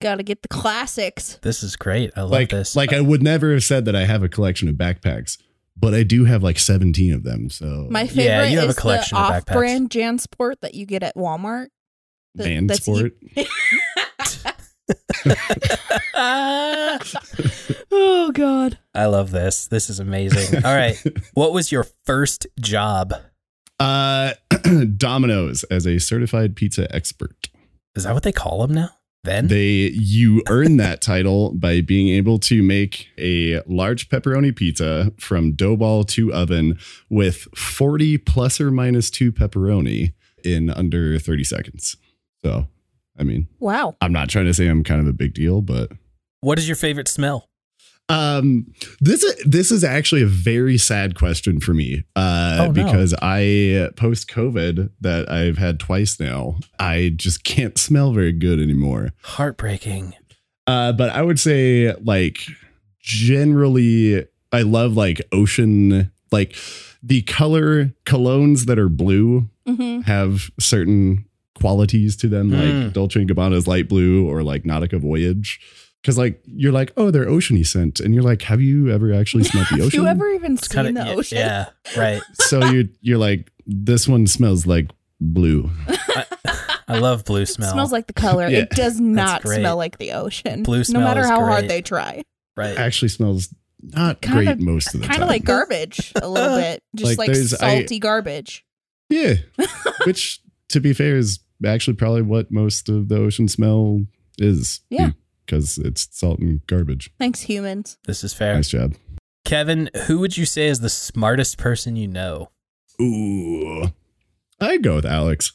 Speaker 4: Gotta get the classics.
Speaker 3: This is great. I love
Speaker 5: like
Speaker 3: this.
Speaker 5: like I would never have said that I have a collection of backpacks, but I do have like seventeen of them. So
Speaker 4: My favorite
Speaker 3: Yeah, you have a
Speaker 4: is
Speaker 3: collection
Speaker 4: the
Speaker 3: of backpacks.
Speaker 4: off-brand JanSport that you get at Walmart. that- that's
Speaker 5: Jansport, Ah.
Speaker 4: oh God!
Speaker 3: I love this. This is amazing. All right. What was your first job?
Speaker 5: uh, Domino's as a certified pizza expert.
Speaker 3: Is that what they call them now? Then
Speaker 5: They you earn that title by being able to make a large pepperoni pizza from dough ball to oven with 40 plus or minus 2 pepperoni in under 30 seconds. So, I mean,
Speaker 4: Wow.
Speaker 5: I'm not trying to say I'm kind of a big deal, but
Speaker 3: what is your favorite smell?
Speaker 5: um this is this is actually a very sad question for me uh
Speaker 3: Oh, no.
Speaker 5: because i post covid that i've had twice now i just can't smell very good anymore
Speaker 3: Heartbreaking.
Speaker 5: uh, but I would say like generally, I love like ocean, like the color colognes that are blue
Speaker 4: Mm-hmm.
Speaker 5: have certain qualities to them,
Speaker 3: Mm.
Speaker 4: Hmm.
Speaker 5: like Dolce and Gabbana's light blue or like Nautica Voyage. Cause like you're like, oh, they're oceany scent. And you're like, have you ever actually smelled the
Speaker 4: Have
Speaker 5: ocean?
Speaker 4: you ever even
Speaker 3: It's
Speaker 4: seen
Speaker 3: kind
Speaker 4: the
Speaker 3: of
Speaker 4: ocean?
Speaker 3: yeah, right.
Speaker 5: so you're you're like, this one smells like blue.
Speaker 3: I love blue
Speaker 4: It
Speaker 3: smell.
Speaker 4: smells like the color.
Speaker 5: Yeah.
Speaker 4: It does not
Speaker 3: great.
Speaker 4: smell like the ocean.
Speaker 3: Blue smell
Speaker 4: No matter
Speaker 3: is
Speaker 4: how
Speaker 3: great.
Speaker 4: hard they try.
Speaker 3: right.
Speaker 5: Actually smells not
Speaker 4: Kinda-
Speaker 5: great most of the time.
Speaker 4: Kind of like garbage a little bit. Just
Speaker 5: Like,
Speaker 4: like,
Speaker 5: there's- I-
Speaker 4: salty garbage.
Speaker 5: Yeah. Which, to be fair, is actually probably what most of the ocean smell is.
Speaker 4: Yeah.
Speaker 5: Because it's salt and garbage.
Speaker 4: Thanks, humans.
Speaker 3: This is fair.
Speaker 5: Nice job.
Speaker 3: Kevin, who would you say is the smartest person you know?
Speaker 5: Ooh. I'd go with Alex.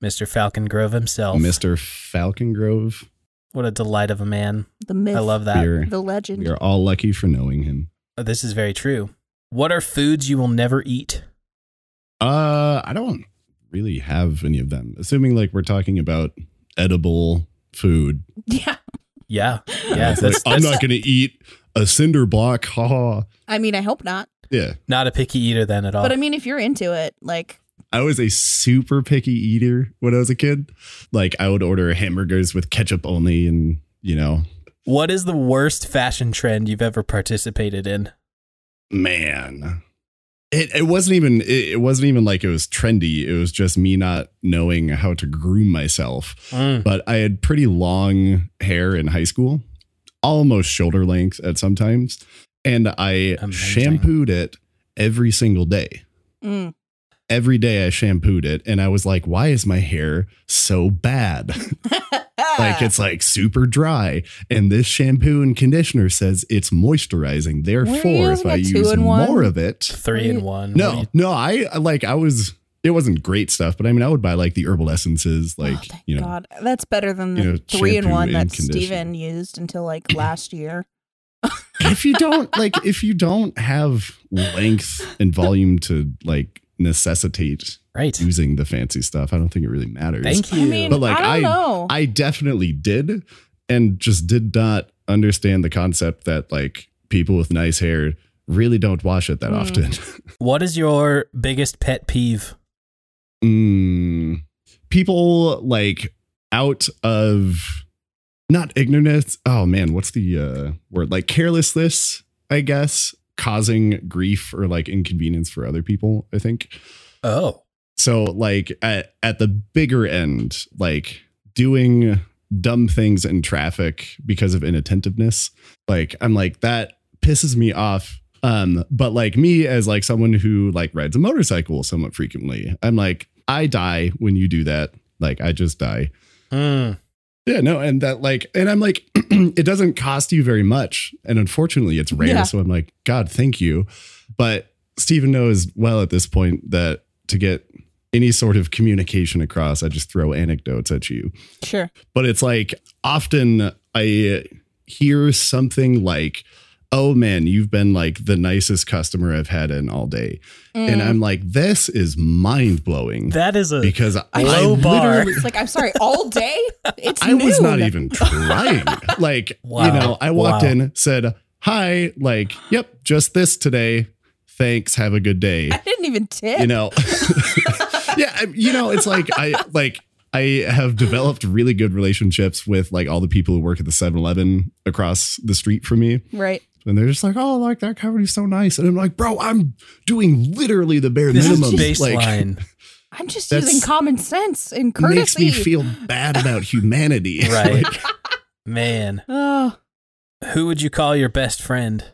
Speaker 3: Mr. Falcon Grove himself.
Speaker 5: Mr. Falcon Grove.
Speaker 3: What a delight of a man.
Speaker 4: The myth.
Speaker 3: I love that.
Speaker 5: We are,
Speaker 4: The legend.
Speaker 5: we are all lucky for knowing him.
Speaker 3: Uh, This is very true. What are foods you will never eat?
Speaker 5: Uh, I don't really have any of them. Assuming like we're talking about edible food.
Speaker 4: Yeah.
Speaker 3: Yeah. Yeah.
Speaker 5: Like,
Speaker 3: That's,
Speaker 5: I'm
Speaker 3: that's
Speaker 5: not
Speaker 3: not,
Speaker 5: gonna eat a cinder block. Ha ha.
Speaker 4: I mean, I hope not.
Speaker 5: Yeah.
Speaker 3: a picky eater then
Speaker 5: Oh.
Speaker 3: at all.
Speaker 4: But I mean, if you're into it, like,
Speaker 5: I was a super picky eater when I was a kid. Like I would order hamburgers with ketchup only and you know,
Speaker 3: what is the worst fashion trend you've ever participated in?
Speaker 5: man. It it wasn't even it, it wasn't even like it was trendy. It was just me not knowing how to groom myself.
Speaker 3: Mm.
Speaker 5: But I had pretty long hair in high school, almost shoulder length at sometimes, and I
Speaker 3: Amazing.
Speaker 5: shampooed it every single day.
Speaker 4: mm,
Speaker 5: Every day I shampooed it and I was like, why is my hair so bad? like it's like super dry and this shampoo and conditioner says it's moisturizing therefore if
Speaker 4: using
Speaker 5: i
Speaker 4: a
Speaker 5: use
Speaker 4: two-in-one?
Speaker 5: more of it
Speaker 3: Three in one.
Speaker 5: no no i I- like i was it wasn't great stuff but i mean i would buy like the herbal essences
Speaker 4: Oh,
Speaker 5: like
Speaker 4: thank
Speaker 5: you know
Speaker 4: God. That's better than the
Speaker 5: you know,
Speaker 4: three in
Speaker 5: shampoo
Speaker 4: one
Speaker 5: and
Speaker 4: that
Speaker 5: conditioner.
Speaker 4: Steven used until like last year.
Speaker 5: if you don't like if you don't have length and volume to like necessitate
Speaker 3: Right.
Speaker 5: using the fancy stuff i don't think it really matters
Speaker 3: Thank you.
Speaker 4: I mean,
Speaker 5: But, like,
Speaker 4: I don't
Speaker 5: I-
Speaker 4: know.
Speaker 5: I definitely did and just did not understand the concept that like people with nice hair really don't wash it that
Speaker 4: Hmm.
Speaker 5: often.
Speaker 3: what is your biggest pet peeve?
Speaker 5: Mm. People like out of not ignorance. Oh man, what's the uh, word? Like carelessness, I guess, causing grief or like inconvenience for other people, I think.
Speaker 3: Oh.
Speaker 5: So like at, at the bigger end, like doing dumb things in traffic because of inattentiveness, like I'm like that pisses me off. Um, but like me as like someone who like rides a motorcycle somewhat frequently, I'm like, I die when you do that. Like I just die.
Speaker 3: Mm.
Speaker 5: Yeah, no, and that like, and I'm like, it doesn't cost you very much, and unfortunately, it's rare.
Speaker 4: Yeah.
Speaker 5: So I'm like, God, thank you. But Stephen knows well at this point that to get any sort of communication across, I just throw anecdotes at you.
Speaker 4: sure.
Speaker 5: But it's like often I hear something like, "Oh man, you've been like the nicest customer I've had in all day," and
Speaker 4: Mm.
Speaker 5: I'm like, "This is mind blowing."
Speaker 3: That is a
Speaker 5: Because I
Speaker 3: low bar.
Speaker 5: literally
Speaker 4: It's like, I'm sorry, all day? It's
Speaker 5: I was not
Speaker 4: noon.
Speaker 5: even trying. like,
Speaker 3: Wow.
Speaker 5: you know, I walked
Speaker 3: Wow.
Speaker 5: in, said, hi, like, yep, just this today. Thanks. Have a good day.
Speaker 4: I didn't even tip.
Speaker 5: You know, yeah, I, you know, it's like, I, like, I have developed really good relationships with like all the people who work at the 7 Eleven across the street from me.
Speaker 4: Right.
Speaker 5: And they're just like, oh, like that comedy's so nice. And I'm like, bro, I'm doing literally the bare
Speaker 3: this is
Speaker 5: minimum. Like,
Speaker 3: baseline.
Speaker 4: I'm just
Speaker 5: That's-
Speaker 4: using common sense and courtesy.
Speaker 5: makes me feel bad about humanity.
Speaker 3: right. Man.
Speaker 4: oh,
Speaker 3: Who would you call your best friend?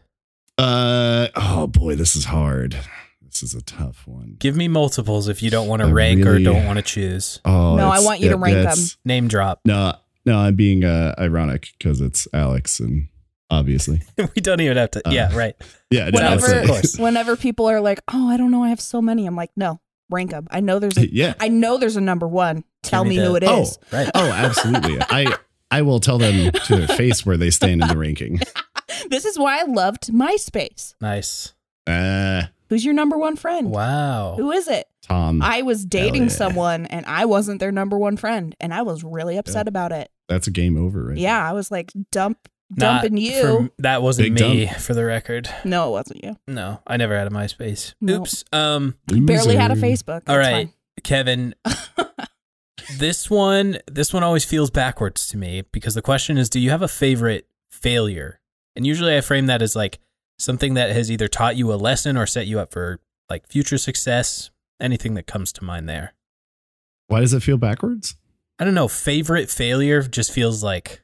Speaker 5: Uh oh boy, this is hard. This is a tough one.
Speaker 3: Give me multiples if you don't want to
Speaker 5: I
Speaker 3: rank or
Speaker 5: really-
Speaker 3: don't want to choose.
Speaker 5: Oh
Speaker 4: No, I
Speaker 5: it's-
Speaker 4: want you to rank
Speaker 5: that's-
Speaker 3: Name drop.
Speaker 5: No, No, I'm being uh, ironic because it's Alex, and obviously,
Speaker 3: we don't even have to. yeah,
Speaker 5: Uh,
Speaker 3: right.
Speaker 5: yeah, no,
Speaker 3: Alex,
Speaker 5: it's
Speaker 3: of
Speaker 5: like-
Speaker 3: course.
Speaker 4: whenever people are like, "Oh, I don't know, I have so many," I'm like, "No, rank them. I know there's a,
Speaker 5: yeah.
Speaker 4: I know there's a number one. Tell
Speaker 3: me
Speaker 4: me
Speaker 3: the-
Speaker 4: who it
Speaker 5: Oh.
Speaker 4: is."
Speaker 3: Right.
Speaker 5: Oh, absolutely. I I will tell them to their face where they stand in the ranking.
Speaker 4: This is why I loved MySpace.
Speaker 3: Nice.
Speaker 5: Uh,
Speaker 4: Who's your number one friend?
Speaker 3: Wow.
Speaker 4: Who is it?
Speaker 5: Tom,
Speaker 4: I was dating
Speaker 5: yeah.
Speaker 4: someone and I wasn't their number one friend, and I was really upset about it.
Speaker 5: that's a game over, right?
Speaker 4: Yeah, I was like, dump,
Speaker 3: Not
Speaker 4: dumping you.
Speaker 3: for- that wasn't
Speaker 5: Big
Speaker 3: me, for the record.
Speaker 4: no, it wasn't you.
Speaker 3: No, I never had a MySpace.
Speaker 4: No.
Speaker 3: Oops. Um,
Speaker 5: Loser.
Speaker 4: Barely had a Facebook.
Speaker 3: all
Speaker 4: It's
Speaker 3: right, Kevin.
Speaker 4: fine.
Speaker 3: This one, this one always feels backwards to me because the question is, do you have a favorite failure? And usually, I frame that as like something that has either taught you a lesson or set you up for like future success. Anything that comes to mind there.
Speaker 5: Why does it feel backwards?
Speaker 3: I don't know. Favorite failure just feels like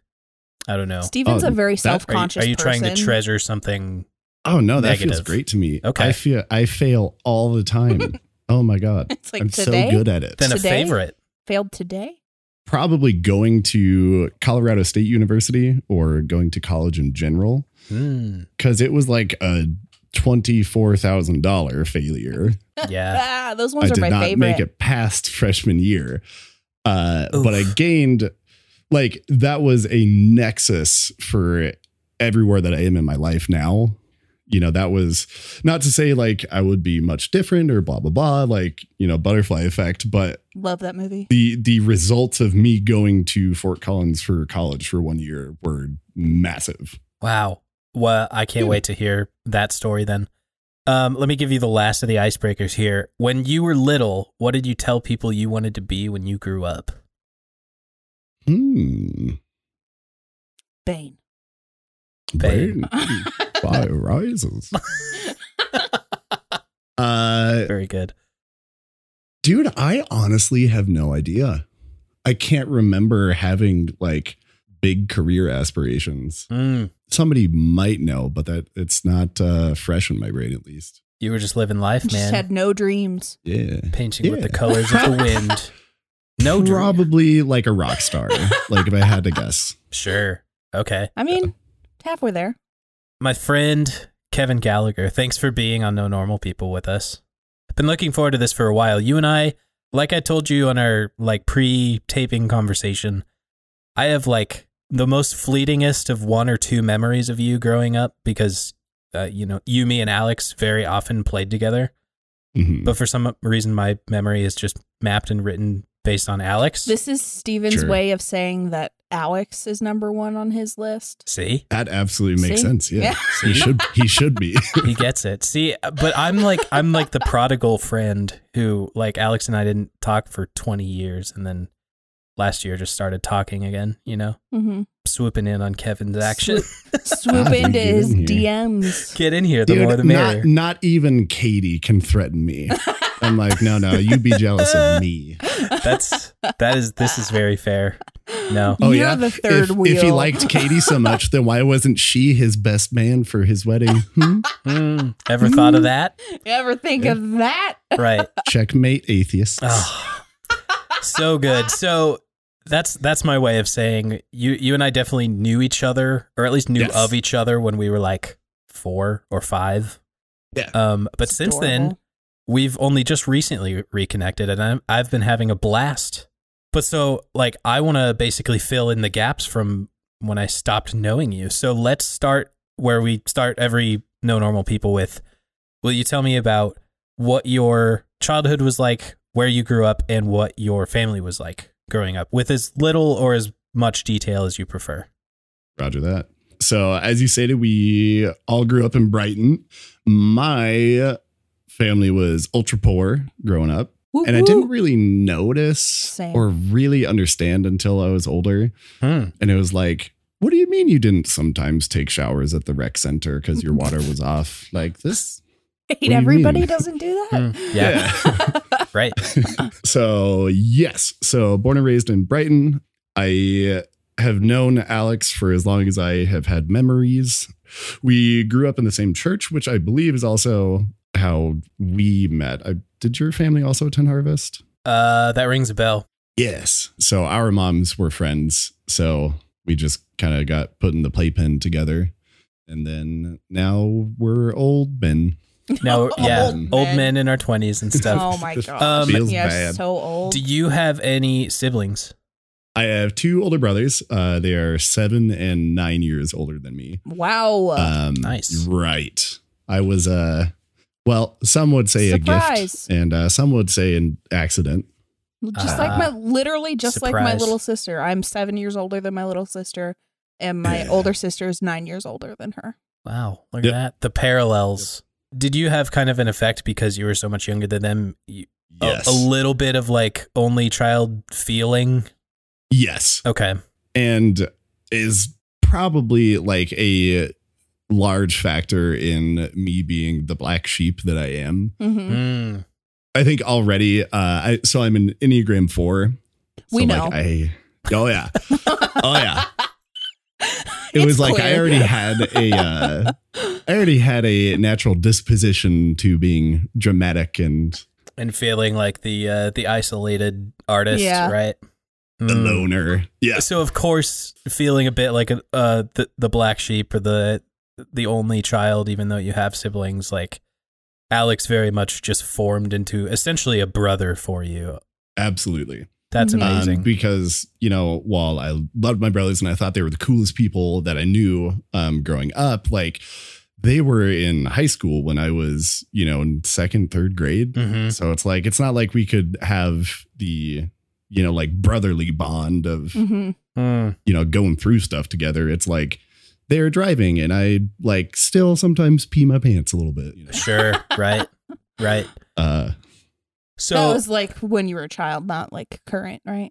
Speaker 3: I don't know.
Speaker 4: Steven's
Speaker 5: Oh,
Speaker 4: a very
Speaker 5: that- are you-
Speaker 4: self
Speaker 3: Are you,
Speaker 4: conscious
Speaker 3: are you trying to
Speaker 4: person.
Speaker 3: treasure something?
Speaker 5: Oh no, that feels
Speaker 3: Negative.
Speaker 5: great to me.
Speaker 3: Okay.
Speaker 5: I feel I fail all the time. oh my god,
Speaker 4: It's like
Speaker 5: I'm
Speaker 4: today
Speaker 5: so good at it.
Speaker 3: Then a
Speaker 4: Today?
Speaker 3: favorite.
Speaker 4: failed today.
Speaker 5: Probably going to Colorado State University or going to college in general
Speaker 3: Hmm.
Speaker 5: because it was like a twenty four thousand dollar failure.
Speaker 3: yeah.
Speaker 4: Ah, those
Speaker 5: I
Speaker 4: ones
Speaker 5: did
Speaker 4: are my
Speaker 5: not
Speaker 4: favorite.
Speaker 5: make it past freshman year. Uh,
Speaker 3: Oof.
Speaker 5: but I gained like that was a nexus for everywhere that I am in my life now. You know, that was not to say like I would be much different or blah blah blah, like, you know, butterfly effect, but
Speaker 4: Love that movie.
Speaker 5: the the results of me going to Fort Collins for college for one year were massive.
Speaker 3: Wow. Well, I can't wait to hear that story then. Um, let me give you the last of the icebreakers here. When you were little, what did you tell people you wanted to be when you grew up?
Speaker 5: Hmm.
Speaker 4: Bane.
Speaker 3: Babe.
Speaker 5: Very- fire rises. uh
Speaker 3: Very good.
Speaker 5: Dude, I honestly have no idea. I can't remember having like big career aspirations.
Speaker 3: Mm,
Speaker 5: Somebody might know, but that it's not uh, fresh in my brain at least.
Speaker 3: you were just living life,
Speaker 4: Just
Speaker 3: man.
Speaker 4: had no dreams.
Speaker 5: Yeah.
Speaker 3: Painting with the
Speaker 5: Yeah.
Speaker 3: colors of the wind. No dream.
Speaker 5: Probably like a rock star, like if I had to guess.
Speaker 3: Sure. Okay.
Speaker 4: I mean, halfway there.
Speaker 3: my friend Kevin Gallagher, thanks for being on No Normal People with us. I've been looking forward to this for a while. You and I, like I told you on our like pre-taping conversation, I have like the most fleetingest of one or two memories of you growing up because uh, you know you, me, and Alex very often played together.
Speaker 5: Mhm.
Speaker 3: But for some reason, my memory is just mapped and written based on Alex.
Speaker 4: This is Steven's
Speaker 5: Sure.
Speaker 4: way of saying that Alex is number one on his list.
Speaker 3: See,
Speaker 5: That absolutely makes
Speaker 4: See?
Speaker 5: sense. Yeah.
Speaker 4: Yeah.
Speaker 5: He should he should be.
Speaker 3: he gets it. See, but I'm like I'm like the prodigal friend who like Alex and I didn't talk for 20 years and then last year just started talking again, you know,
Speaker 4: Mm-hmm.
Speaker 3: swooping in on Kevin's action.
Speaker 4: Swoop
Speaker 5: Ah,
Speaker 4: into
Speaker 5: you
Speaker 4: his
Speaker 5: didn't hear.
Speaker 4: DMs.
Speaker 3: Get in here, the more the
Speaker 5: Dude,
Speaker 3: merrier.
Speaker 5: not, not even Katie can threaten me. I'm like, no, no, you be jealous of me.
Speaker 3: That's that is this is very fair. No.
Speaker 5: Oh,
Speaker 4: You're
Speaker 5: yeah?
Speaker 4: the third
Speaker 5: if,
Speaker 4: wheel.
Speaker 5: If he liked Katie so much, then why wasn't she his best man for his wedding? Hmm?
Speaker 3: Hmm. ever thought of that?
Speaker 4: You ever think of that?
Speaker 3: Right.
Speaker 5: Checkmate, atheists.
Speaker 3: Oh, so good. So that's that's my way of saying you you and I definitely knew each other, or at least knew
Speaker 5: Yes.
Speaker 3: of each other when we were like four or five.
Speaker 5: Yeah.
Speaker 3: Um, but
Speaker 4: It's
Speaker 3: since then,
Speaker 4: adorable.
Speaker 3: we've only just recently reconnected, and I'm, I've been having a blast. But so, like, I want to basically fill in the gaps from when I stopped knowing you. So let's start where we start every no normal people with. Will you tell me about what your childhood was like, where you grew up, and what your family was like growing up with as little or as much detail as you prefer?
Speaker 5: Roger that. So, as you stated, we all grew up in Brighton. My family was ultra poor growing up,
Speaker 4: Woo,
Speaker 5: and I
Speaker 4: woo.
Speaker 5: didn't really notice
Speaker 4: Same.
Speaker 5: or really understand until I was older.
Speaker 3: Hmm.
Speaker 5: And it was like, what do you mean you didn't sometimes take showers at the rec center because your water was off? Like this do
Speaker 4: Wait,
Speaker 5: you
Speaker 4: everybody
Speaker 5: mean?
Speaker 4: doesn't do that.
Speaker 3: Mm, yeah. Right.
Speaker 5: So, yes. So, born and raised in Brighton, I have known Alex for as long as I have had memories. We grew up in the same church, which I believe is also how we met. I, did your family also attend Harvest?
Speaker 3: Uh, that rings a bell.
Speaker 5: Yes. So, our moms were friends. So we just kind of got put in the playpen together. And then now we're old men.
Speaker 3: Now, yeah,
Speaker 5: Old
Speaker 3: old
Speaker 5: men.
Speaker 3: men. in our 20s and stuff.
Speaker 4: Oh my god.
Speaker 3: Um,
Speaker 5: Feels
Speaker 4: yeah,
Speaker 5: bad.
Speaker 4: so old.
Speaker 3: Do you have any siblings?
Speaker 5: I have two older brothers. Uh, they are seven and nine years older than me.
Speaker 4: wow.
Speaker 5: Um,
Speaker 3: nice.
Speaker 5: Right. I was, uh, well, some would say a
Speaker 4: Surprise.
Speaker 5: gift, and uh, some would say an accident.
Speaker 4: just like
Speaker 3: Ah.
Speaker 4: my literally just like my
Speaker 3: Surprise.
Speaker 4: little sister. I'm 7 years older than my little sister and my
Speaker 5: Yeah.
Speaker 4: older sister is 9 years older than her.
Speaker 3: Wow, look
Speaker 5: Yep.
Speaker 3: at that. The parallels. Did you have kind of an effect because you were so much younger than them? You, a- a, little bit of like only child feeling.
Speaker 5: yes.
Speaker 3: Okay.
Speaker 5: and is probably like a large factor in me being the black sheep that I am.
Speaker 4: Mhm.
Speaker 3: Mm.
Speaker 5: I think already uh I so I'm an Enneagram 4. So
Speaker 4: We know.
Speaker 5: like I Oh yeah. Oh yeah. It
Speaker 4: It's
Speaker 5: was like I
Speaker 4: clear.
Speaker 5: already had a uh I already had a natural disposition to being dramatic and
Speaker 3: And feeling like the uh, the isolated artist,
Speaker 4: Yeah.
Speaker 3: right?
Speaker 5: a
Speaker 3: Mm.
Speaker 5: loner. Yes.
Speaker 3: So of course, feeling a bit like a, uh, the the black sheep or the the only child, even though you have siblings, like Alex, very much just formed into essentially a brother for you.
Speaker 5: Absolutely.
Speaker 3: That's
Speaker 4: Mhm.
Speaker 3: amazing.
Speaker 5: Um, because you know, while I loved my brothers and I thought they were the coolest people that I knew um, growing up, like they were in high school when I was, you know, in second, third grade.
Speaker 3: Mhm.
Speaker 5: So it's like it's not like we could have the, you know, like brotherly bond of
Speaker 4: Mhm.
Speaker 3: Mm.
Speaker 5: you know going through stuff together. It's like they're driving and I like still sometimes pee my pants a little bit. You know?
Speaker 3: Sure. right. Right.
Speaker 5: Uh,
Speaker 3: So
Speaker 4: that was like when you were a child, not like current, right?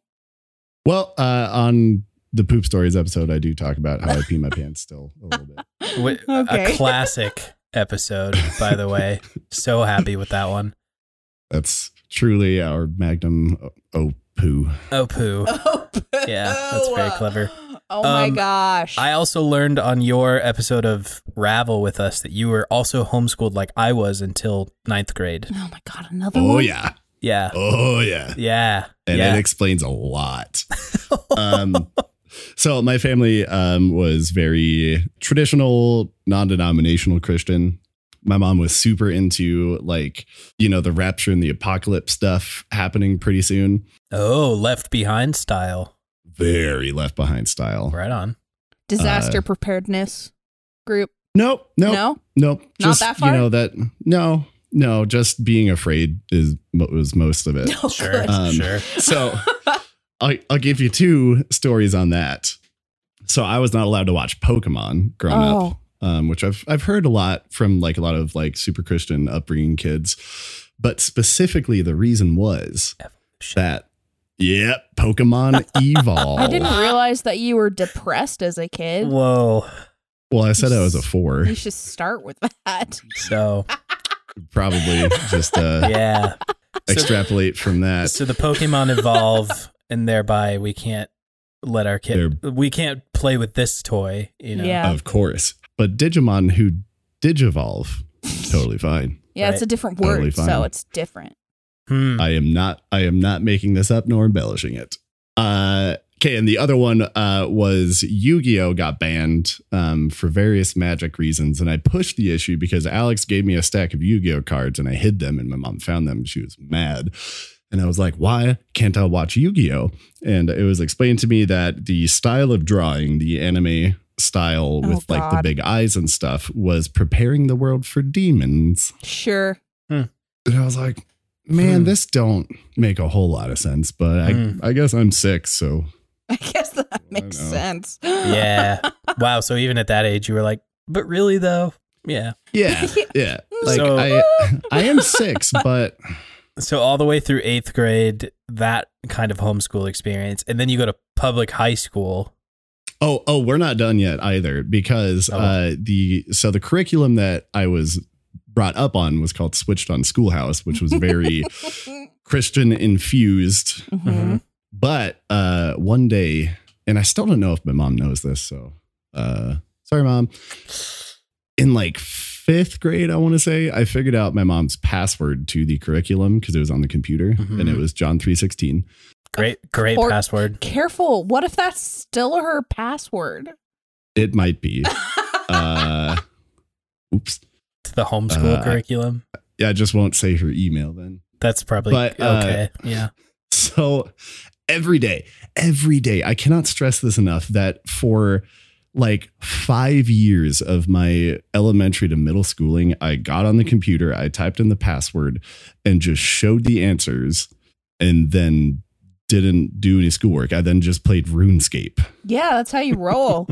Speaker 5: well, uh, on the poop stories episode, I do talk about how I pee my pants still a little bit.
Speaker 3: Wi- a classic episode, by the way. So happy with that one.
Speaker 5: That's truly our magnum o- opoo.
Speaker 3: Oh poo.
Speaker 4: Oh,
Speaker 3: Yeah, that's very
Speaker 4: boo.
Speaker 3: clever.
Speaker 4: Oh my
Speaker 3: Um,
Speaker 4: gosh.
Speaker 3: I also learned on your episode of Ravel with us that you were also homeschooled like I was until ninth grade.
Speaker 4: oh my god, another one.
Speaker 5: Oh yeah,
Speaker 3: Yeah.
Speaker 5: oh yeah,
Speaker 3: Yeah.
Speaker 5: and
Speaker 3: yeah.
Speaker 5: it explains a lot. Um, so my family um, was very traditional, non-denominational Christian. My mom was super into like you know the rapture and the apocalypse stuff happening pretty soon.
Speaker 3: oh, left behind style.
Speaker 5: Very left behind style.
Speaker 3: Right on.
Speaker 4: Disaster preparedness group.
Speaker 5: Nope, Uh, nope,
Speaker 4: No?
Speaker 5: nope.
Speaker 4: Not
Speaker 5: Just
Speaker 4: that far?
Speaker 5: you know that no, no. Just being afraid is was most of it.
Speaker 4: No,
Speaker 3: Sure.
Speaker 4: Oh, good.
Speaker 5: Um,
Speaker 3: sure.
Speaker 5: So I'll, I'll give you two stories on that. So I was not allowed to watch Pokemon growing up,
Speaker 4: oh,
Speaker 5: um, which I've I've heard a lot from like a lot of like super Christian upbringing kids, but specifically the reason was that yep, Pokemon evolve.
Speaker 4: I
Speaker 3: Oh,
Speaker 4: didn't realize that you were depressed as a kid.
Speaker 3: Whoa.
Speaker 5: Well, I said I was a four,
Speaker 4: You should start with that.
Speaker 3: So
Speaker 5: probably just uh,
Speaker 3: yeah.
Speaker 5: extrapolate from that.
Speaker 3: So the Pokemon evolve, and thereby we can't let our kid. We can't play with this toy. You know.
Speaker 4: Yeah.
Speaker 5: Of course, but Digimon who digivolve, totally fine.
Speaker 4: Yeah, it's
Speaker 3: Right.
Speaker 4: a different
Speaker 5: Totally
Speaker 4: word, so
Speaker 5: fine.
Speaker 4: it's different. Mm.
Speaker 3: Hmm.
Speaker 5: I am not I am not making this up nor embellishing it. Uh okay, and the other one uh was Yu-Gi-Oh got banned um for various magic reasons and I pushed the issue because Alex gave me a stack of Yu-Gi-Oh cards and I hid them and my mom found them and she was mad. And I was like, why can't I watch Yu Gi Oh? And it was explained to me that the style of drawing, the anime style
Speaker 4: Oh,
Speaker 5: with like the
Speaker 4: God.
Speaker 5: big eyes and stuff, was preparing the world for demons.
Speaker 4: Sure.
Speaker 5: And I was like, man,
Speaker 3: Hmm.
Speaker 5: this don't make a whole lot of sense, but I,
Speaker 3: Hmm.
Speaker 5: I guess I'm six, so
Speaker 4: I guess that makes
Speaker 5: know.
Speaker 4: sense.
Speaker 3: Yeah. wow. So even at that age, you were like, but really though, yeah.
Speaker 5: yeah, yeah. Like
Speaker 3: So-
Speaker 5: I, I am six, but
Speaker 3: So all the way through eighth grade, that kind of homeschool experience, and then you go to public high school.
Speaker 5: oh, oh, we're not done yet either because
Speaker 3: Oh.
Speaker 5: uh, the so the curriculum that I was brought up on was called Switched on Schoolhouse, which was very Christian infused.
Speaker 4: Mhm.
Speaker 5: But uh, one day, and I still don't know if my mom knows this, so uh, sorry, mom. In like fifth grade, I want to say, I figured out my mom's password to the curriculum because it was on the computer
Speaker 3: Mhm.
Speaker 5: and it was John three sixteen.
Speaker 3: Great, great
Speaker 4: Or-
Speaker 3: password.
Speaker 4: Careful. What if that's still her password?
Speaker 5: It might be. Uh, oops.
Speaker 3: To the homeschool
Speaker 5: Uh,
Speaker 3: curriculum.
Speaker 5: Yeah, I just won't say her email then.
Speaker 3: That's probably
Speaker 5: but, uh,
Speaker 3: okay. Yeah.
Speaker 5: So every day, every day, I cannot stress this enough that for like five years of my elementary to middle schooling, I got on the computer, I typed in the password and just showed the answers and then didn't do any schoolwork. I then just played RuneScape.
Speaker 4: Yeah, that's how you roll.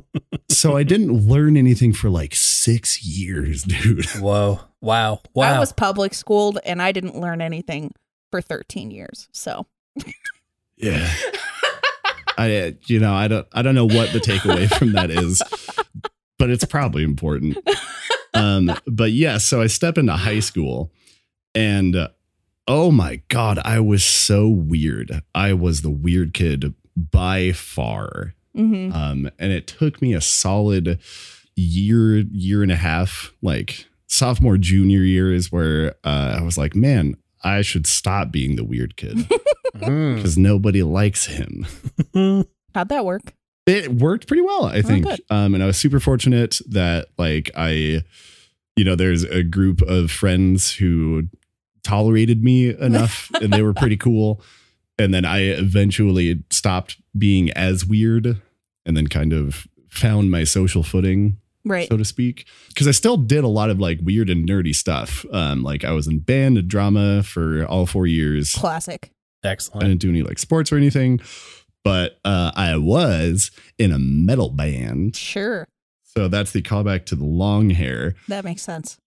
Speaker 5: So I didn't learn anything for like six years, dude.
Speaker 3: Whoa. Wow. Wow.
Speaker 4: I was public schooled and I didn't learn anything for 13 years. So
Speaker 5: Yeah. I uh, you know, I don't I don't know what the takeaway from that is, but it's probably important. Um but yeah, so I step into high school and uh, oh my god, I was so weird. I was the weird kid by far.
Speaker 4: Mhm.
Speaker 5: Um and it took me a solid year year and a half like sophomore junior year is where uh, I was like, man, I should stop being the weird kid
Speaker 3: Mm.
Speaker 5: because nobody likes him.
Speaker 3: Hmm.
Speaker 4: how'd that work?
Speaker 5: it worked pretty well i think
Speaker 4: Oh, good.
Speaker 5: um and i was super fortunate that like i you know there's a group of friends who tolerated me enough and they were pretty cool and then i eventually stopped being as weird and then kind of found my social footing
Speaker 4: Right.
Speaker 5: so to speak because i still did a lot of like weird and nerdy stuff um like i was in band and drama for all four years
Speaker 4: Classic.
Speaker 3: Excellent.
Speaker 5: I didn't do any like sports or anything, but uh, I was in a metal band.
Speaker 4: Sure.
Speaker 5: So that's the callback to the long hair.
Speaker 4: That makes sense.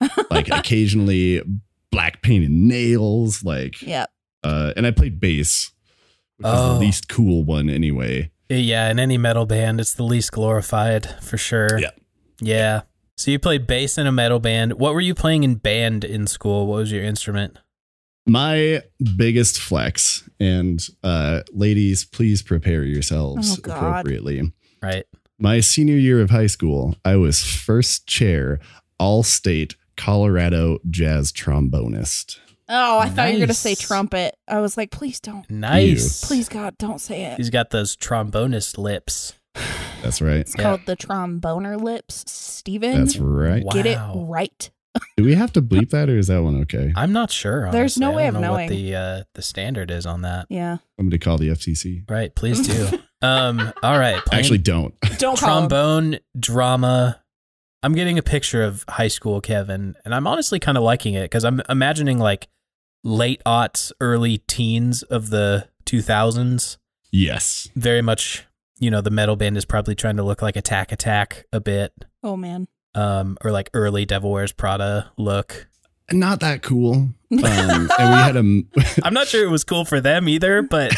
Speaker 5: Like occasionally black painted nails, like,
Speaker 4: Yeah.
Speaker 5: uh, and I played bass, which is
Speaker 3: Oh.
Speaker 5: the least cool one anyway.
Speaker 3: Yeah, in any metal band, it's the least glorified for sure.
Speaker 5: Yeah.
Speaker 3: Yeah. So you played bass in a metal band. What were you playing in band in school? What was your instrument?
Speaker 5: My biggest flex, and uh, ladies, please prepare yourselves
Speaker 4: Oh, God.
Speaker 5: appropriately.
Speaker 3: Right.
Speaker 5: My senior year of high school, I was first chair, all state Colorado jazz trombonist.
Speaker 4: Oh, I thought you were going to
Speaker 3: Nice.
Speaker 4: say trumpet. I was like, please don't.
Speaker 3: Nice.
Speaker 4: Please, God, don't say it.
Speaker 3: He's got those trombonist lips.
Speaker 5: That's right.
Speaker 4: It's
Speaker 3: Yeah.
Speaker 4: called the tromboner lips, Steven.
Speaker 5: That's right.
Speaker 3: Wow.
Speaker 4: Get it right.
Speaker 5: Do we have to bleep that or is that one okay?
Speaker 3: I'm not sure.
Speaker 4: There's
Speaker 3: honestly.
Speaker 4: no
Speaker 3: I
Speaker 4: way
Speaker 3: don't
Speaker 4: of
Speaker 3: know
Speaker 4: knowing.
Speaker 3: what the uh, the standard is on that.
Speaker 4: Yeah.
Speaker 5: Somebody call the FCC.
Speaker 3: Right. Please do. um. All right. playing
Speaker 5: Actually, don't.
Speaker 4: Don't call 'em.
Speaker 3: trombone drama. I'm getting a picture of high school Kevin, and I'm honestly kind of liking it because I'm imagining like late aughts, early teens of the 2000s.
Speaker 5: Yes.
Speaker 3: Very much, you know, the metal band is probably trying to look like Attack Attack a bit,
Speaker 4: Oh, man.
Speaker 3: um, or like early Devil Wears Prada look.
Speaker 5: Not that cool. Um, and we had a
Speaker 3: I'm not sure it was cool for them either, but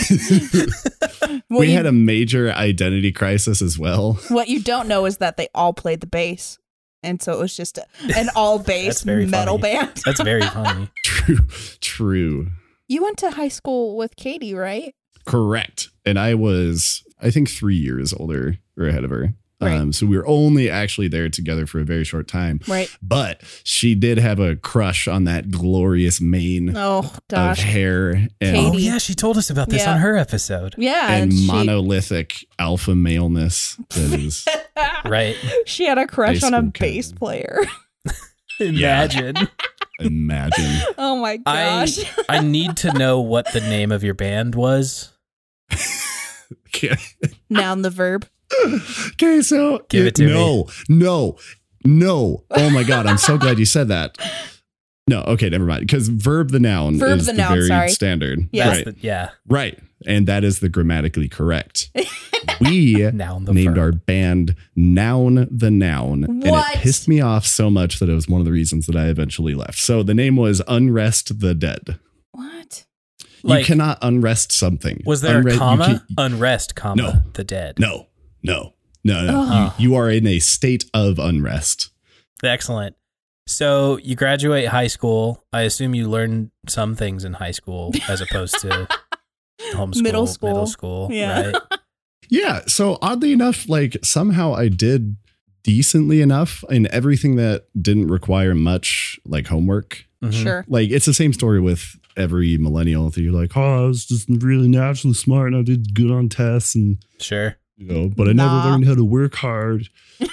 Speaker 4: What,
Speaker 5: we
Speaker 4: you,
Speaker 5: had a major identity crisis as well.
Speaker 4: what you don't know is that they all played the bass. And so it was just a, an all
Speaker 3: That's
Speaker 4: bass
Speaker 3: very
Speaker 4: metal
Speaker 3: funny.
Speaker 4: band.
Speaker 3: that's very funny.
Speaker 5: True. True.
Speaker 4: You went to high school with Katie, right?
Speaker 5: Correct. And I was, I think, three years older or ahead of her.
Speaker 4: Right.
Speaker 5: Um, so we were only actually there together for a very short time.
Speaker 4: Right.
Speaker 5: But she did have a crush on that glorious mane
Speaker 4: Oh,
Speaker 5: of
Speaker 4: gosh.
Speaker 5: hair and
Speaker 4: Katie.
Speaker 3: Oh yeah, she told us about this
Speaker 4: Yeah.
Speaker 3: on her episode.
Speaker 4: Yeah.
Speaker 5: and
Speaker 4: she-
Speaker 5: monolithic alpha maleness that is
Speaker 3: Right.
Speaker 4: she had a crush
Speaker 5: High
Speaker 4: on a
Speaker 5: school
Speaker 4: bass
Speaker 5: Kevin.
Speaker 4: player.
Speaker 3: Imagine.
Speaker 5: imagine
Speaker 4: Oh my
Speaker 3: I-
Speaker 4: gosh.
Speaker 3: I need to know what the name of your band was.
Speaker 5: okay,
Speaker 4: Noun the verb.
Speaker 5: okay, so
Speaker 3: Give it to
Speaker 5: no no no oh my god i'm so glad you said that no okay never mind because verb the noun
Speaker 4: Verb
Speaker 5: is
Speaker 4: the
Speaker 5: the,
Speaker 4: noun,
Speaker 5: very
Speaker 4: sorry.
Speaker 5: standard
Speaker 4: Yes.
Speaker 5: right
Speaker 3: That's the- yeah.
Speaker 5: right and that is the grammatically correct we
Speaker 3: Noun the
Speaker 5: named
Speaker 3: verb.
Speaker 5: our band Noun the Noun. And
Speaker 4: What?
Speaker 5: it pissed me off so much that it was one of the reasons that I eventually left. So the name was Unrest the Dead.
Speaker 4: What?
Speaker 3: Like,
Speaker 5: you cannot unrest something.
Speaker 3: Was there
Speaker 5: Unre-
Speaker 3: a
Speaker 5: you
Speaker 3: comma?
Speaker 5: can't-
Speaker 3: Unrest, comma.
Speaker 5: No.
Speaker 3: The dead.
Speaker 5: no, no, no, no.
Speaker 3: Ugh.
Speaker 5: You, you are in a state of unrest.
Speaker 3: Excellent. So you graduate high school. I assume you learn some things in high school as opposed to homeschool,
Speaker 4: Middle school.
Speaker 3: middle school,
Speaker 4: Yeah.
Speaker 3: right?
Speaker 5: Yeah. So oddly enough, like somehow I did decently enough in everything that didn't require much like homework.
Speaker 3: Mhm.
Speaker 4: Sure.
Speaker 5: Like it's the same story with every millennial that you're like, oh, I was just really naturally smart and I did good on tests and
Speaker 3: Sure.
Speaker 5: you know, but I
Speaker 4: Nah.
Speaker 5: never learned how to work hard.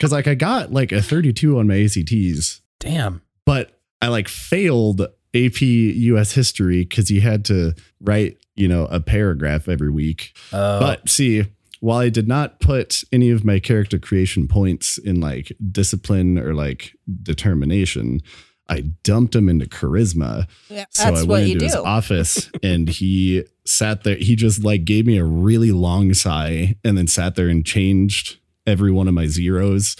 Speaker 5: Cause like I got like a 32 on my ACTs,
Speaker 3: Damn.
Speaker 5: but I like failed AP US history because you had to write, you know, a paragraph every week.
Speaker 3: Uh,
Speaker 5: But see, while I did not put any of my character creation points in like discipline or like determination, I dumped them into charisma.
Speaker 4: Yeah,
Speaker 5: So I went into his office and he sat there. He just like gave me a really long sigh and then sat there and changed every one of my zeros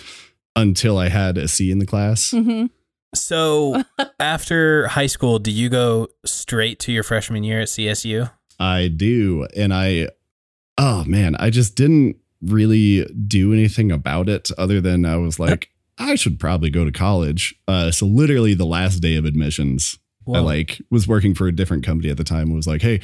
Speaker 5: until I had a C in the class.
Speaker 4: hmm
Speaker 3: so after high school, do you go straight to your freshman year at CSU?
Speaker 5: I do. And I, oh man, I just didn't really do anything about it other than I was like, I should probably go to college. Uh, so literally the last day of admissions, I
Speaker 3: Whoa.
Speaker 5: like was working for a different company at the time. and Was like, hey,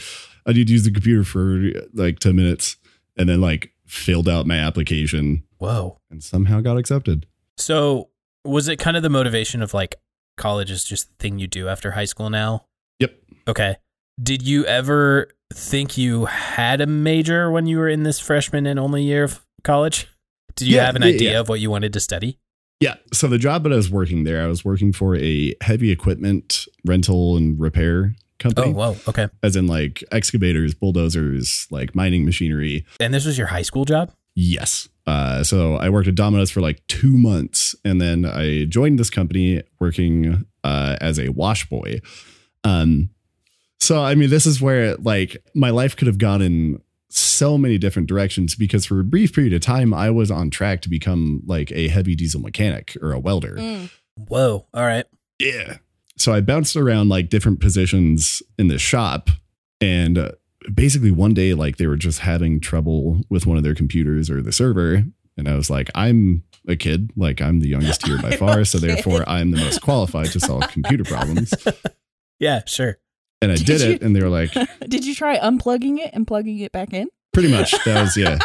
Speaker 5: I need to use the computer for like ten minutes, and then like filled out my application
Speaker 3: Whoa.
Speaker 5: and somehow got accepted.
Speaker 3: So was it kind of the motivation of like college is just the thing you do after high school now?
Speaker 5: Yep.
Speaker 3: Okay. Did you ever think you had a major when you were in this freshman and only year of college? Did you
Speaker 5: Yeah,
Speaker 3: have an
Speaker 5: yeah,
Speaker 3: idea
Speaker 5: yeah.
Speaker 3: of what you wanted to study?
Speaker 5: Yeah. So the job that I was working there, I was working for a heavy equipment rental and repair
Speaker 3: Oh,
Speaker 5: company,
Speaker 3: whoa. Okay.
Speaker 5: as in like excavators, bulldozers, like mining machinery.
Speaker 3: And this was your high school job?
Speaker 5: Yes. Uh, so I worked at Domino's for like two months, and then I joined this company working uh, as a wash boy. Um, so I mean, this is where like my life could have gone in so many different directions because for a brief period of time, I was on track to become like a heavy diesel mechanic or a welder.
Speaker 3: Whoa. All right.
Speaker 5: Yeah. So I bounced around like different positions in the shop. And uh, basically, one day, like they were just having trouble with one of their computers or the server. And I was like, I'm a kid. Like, I'm the youngest here by
Speaker 4: I'm
Speaker 5: far.
Speaker 4: a
Speaker 5: So,
Speaker 4: kid.
Speaker 5: therefore, I'm the most qualified to solve computer problems.
Speaker 3: Yeah, sure.
Speaker 5: And I did,
Speaker 4: Did
Speaker 5: it. And they were like,
Speaker 4: Mm. Did you try unplugging it and plugging it back in?
Speaker 5: pretty much, that was, yeah.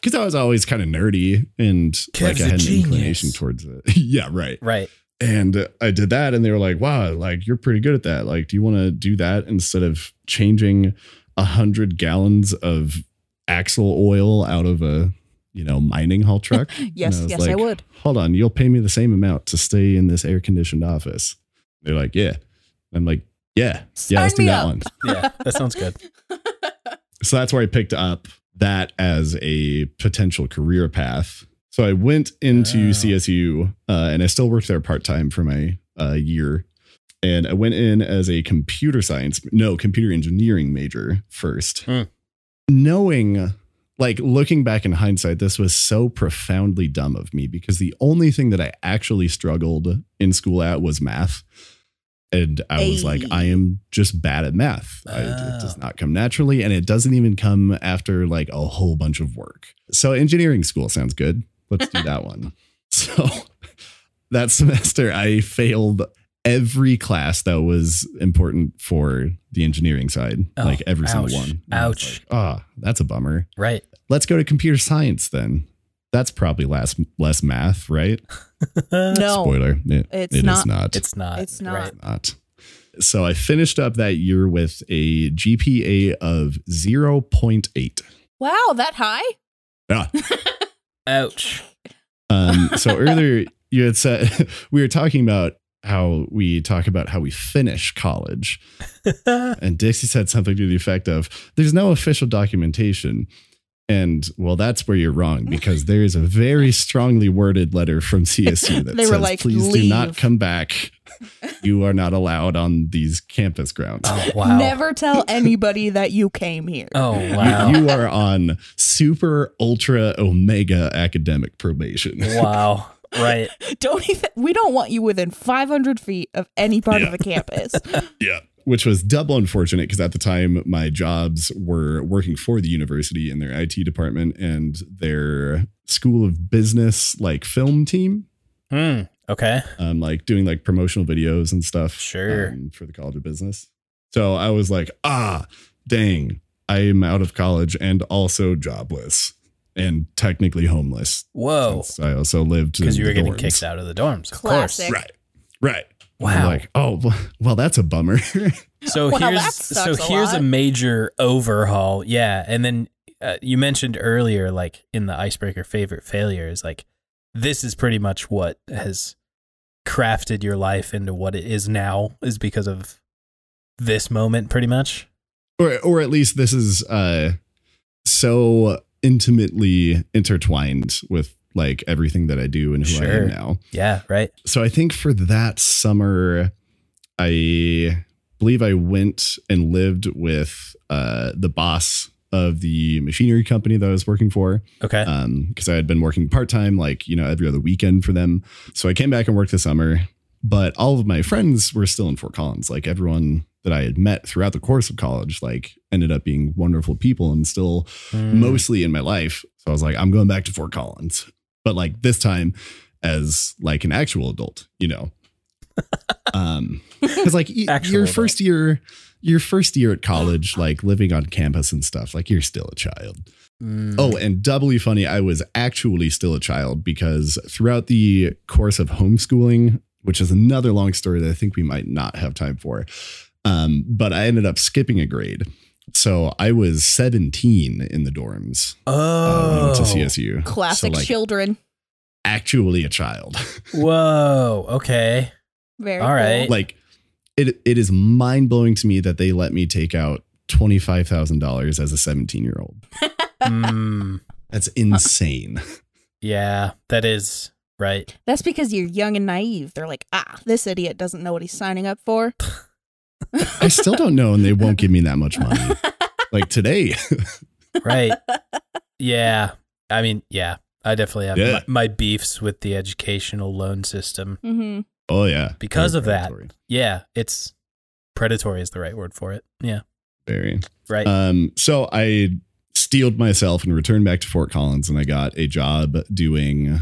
Speaker 5: Because I was always kind of nerdy and
Speaker 3: Kev's
Speaker 5: like
Speaker 3: a
Speaker 5: I had an
Speaker 3: genius.
Speaker 5: inclination towards it. yeah, right.
Speaker 3: Right.
Speaker 5: And I did that, and they were like, wow, like you're pretty good at that. Like, do you want to do that instead of changing a hundred gallons of axle oil out of a, you know, mining
Speaker 4: Oh,
Speaker 5: haul truck?
Speaker 4: Yes,
Speaker 5: And I was
Speaker 4: yes, I
Speaker 5: like,
Speaker 4: would.
Speaker 5: Hold on, you'll pay me the same amount to stay in this air conditioned office. They're like, yeah. I'm like, yeah, yeah, let's
Speaker 4: Sign
Speaker 5: do
Speaker 4: me
Speaker 5: that
Speaker 4: up.
Speaker 5: one.
Speaker 3: Yeah, that sounds good.
Speaker 5: So that's where I picked up that as a potential career path. So I went into
Speaker 3: Oh.
Speaker 5: CSU uh, and I still worked there part time for my uh, year. And I went in as a computer science, no, computer engineering major first.
Speaker 3: Hmm.
Speaker 5: Knowing, like looking back in hindsight, this was so profoundly dumb of me because the only thing that I actually struggled in school at was math. And I was like,
Speaker 4: Ayy.
Speaker 5: I am just bad at math. I, it
Speaker 3: Oh.
Speaker 5: does not come naturally, and it doesn't even come after like a whole bunch of work. So engineering school sounds good. Let's do that one. So that semester, I failed every class that was important for the engineering side,
Speaker 3: Oh,
Speaker 5: like every
Speaker 3: ouch,
Speaker 5: single one. And I was
Speaker 3: ouch.
Speaker 5: like, Ah, that's a bummer.
Speaker 3: Right.
Speaker 5: Let's go to computer science then. That's probably less less math, right?
Speaker 4: No,
Speaker 5: Spoiler: it,
Speaker 4: it's
Speaker 5: it is
Speaker 4: not-
Speaker 5: not
Speaker 3: It's not.
Speaker 4: It's not.
Speaker 3: Right.
Speaker 5: not. So I finished up that year with a GPA of 0.8.
Speaker 4: wow, that high?
Speaker 5: Yeah.
Speaker 3: Ouch.
Speaker 5: Um, so earlier you had said we were talking about how we talk about how we finish college.
Speaker 3: Oh,
Speaker 5: And Dixie said something to the effect of there's no official documentation. And well, that's where you're wrong because there is a very strongly worded letter from CSU that
Speaker 4: They were
Speaker 5: says,
Speaker 4: like,
Speaker 5: please do
Speaker 4: "Leave."
Speaker 5: not come back. You are not allowed on these campus grounds.
Speaker 3: oh, wow.
Speaker 4: Never tell anybody that you came here.
Speaker 3: Oh,
Speaker 5: You-
Speaker 3: wow.
Speaker 5: You, are on super ultra omega academic probation.
Speaker 3: wow. Right.
Speaker 4: Don't even. We don't want you within 500 feet of any part of
Speaker 5: Yeah.
Speaker 4: a campus.
Speaker 5: Yeah. Which was double unfortunate because at the time my jobs were working for the university in their IT department and their school of business like film team.
Speaker 3: Hmm. Okay.
Speaker 5: um, like doing like promotional videos and stuff.
Speaker 3: Sure.
Speaker 5: um, for the College of Business. So I was like, ah, dang, I am out of college and also jobless and technically homeless.
Speaker 3: Whoa.
Speaker 5: since I also lived
Speaker 3: Oh. Because you were
Speaker 5: in the
Speaker 3: getting
Speaker 5: dorms.
Speaker 3: kicked out of the dorms. Of course.
Speaker 4: Classic.
Speaker 5: Right. Right. And I'm
Speaker 3: Wow.
Speaker 5: like, oh, well- well, that's a bummer.
Speaker 3: So
Speaker 4: Wow, that
Speaker 3: here's so
Speaker 4: sucks a
Speaker 3: here's a
Speaker 4: lot.
Speaker 3: major overhaul. Yeah, and then uh, you mentioned earlier, like in the icebreaker, favorite failures. Like this is pretty much what has crafted your life into what it is now is because of this moment, pretty much.
Speaker 5: or, or at least this is uh, so intimately intertwined with like everything that I do and who I
Speaker 3: Sure.
Speaker 5: am now.
Speaker 3: Yeah, right.
Speaker 5: so I think for that summer, I believe I went and lived with uh, the boss of the machinery company that I was working for
Speaker 3: Okay.
Speaker 5: because um, I had been working part time, like you know, every other weekend for them. So I came back and worked the summer, but all of my friends were still in Fort Collins. Like everyone that I had met throughout the course of college, like ended up being wonderful people and still
Speaker 3: Mm.
Speaker 5: mostly in my life. So I was like, I'm going back to Fort Collins, but like this time as like an actual adult, you know. um, because like y-
Speaker 3: Actual
Speaker 5: your
Speaker 3: adult.
Speaker 5: first year, your first year at college, like living on campus and stuff, like you're still a child.
Speaker 3: Mm.
Speaker 5: Oh, and doubly funny, I was actually still a child because throughout the course of homeschooling, which is another long story that I think we might not have time for, um, but I ended up skipping a grade. So I was 17 in the dorms uh, when I
Speaker 3: oh,
Speaker 5: went to CSU.
Speaker 4: Classic
Speaker 5: so like,
Speaker 4: children.
Speaker 5: Actually, a child.
Speaker 3: whoa, okay,
Speaker 4: Very
Speaker 3: All right.
Speaker 5: like it. It is mind blowing to me that they let me take out twenty five thousand dollars as a seventeen year old.
Speaker 3: Mm.
Speaker 5: That's insane.
Speaker 3: yeah, that is right.
Speaker 4: That's because you're young and naive. They're like, ah, this idiot doesn't know what he's signing up for.
Speaker 5: I still don't know, and they won't give me that much money. Like today,
Speaker 3: right. Yeah. I mean, yeah. I definitely have
Speaker 5: Yeah.
Speaker 3: my, my beefs with the educational loan system.
Speaker 4: hmm
Speaker 5: Oh yeah,
Speaker 3: Because
Speaker 5: Very
Speaker 3: of that.
Speaker 5: predatory.
Speaker 3: Yeah, it's predatory is the right word for it. Yeah.
Speaker 5: Very.
Speaker 3: Right.
Speaker 5: Um. So I steeled myself and returned back to Fort Collins, and I got a job doing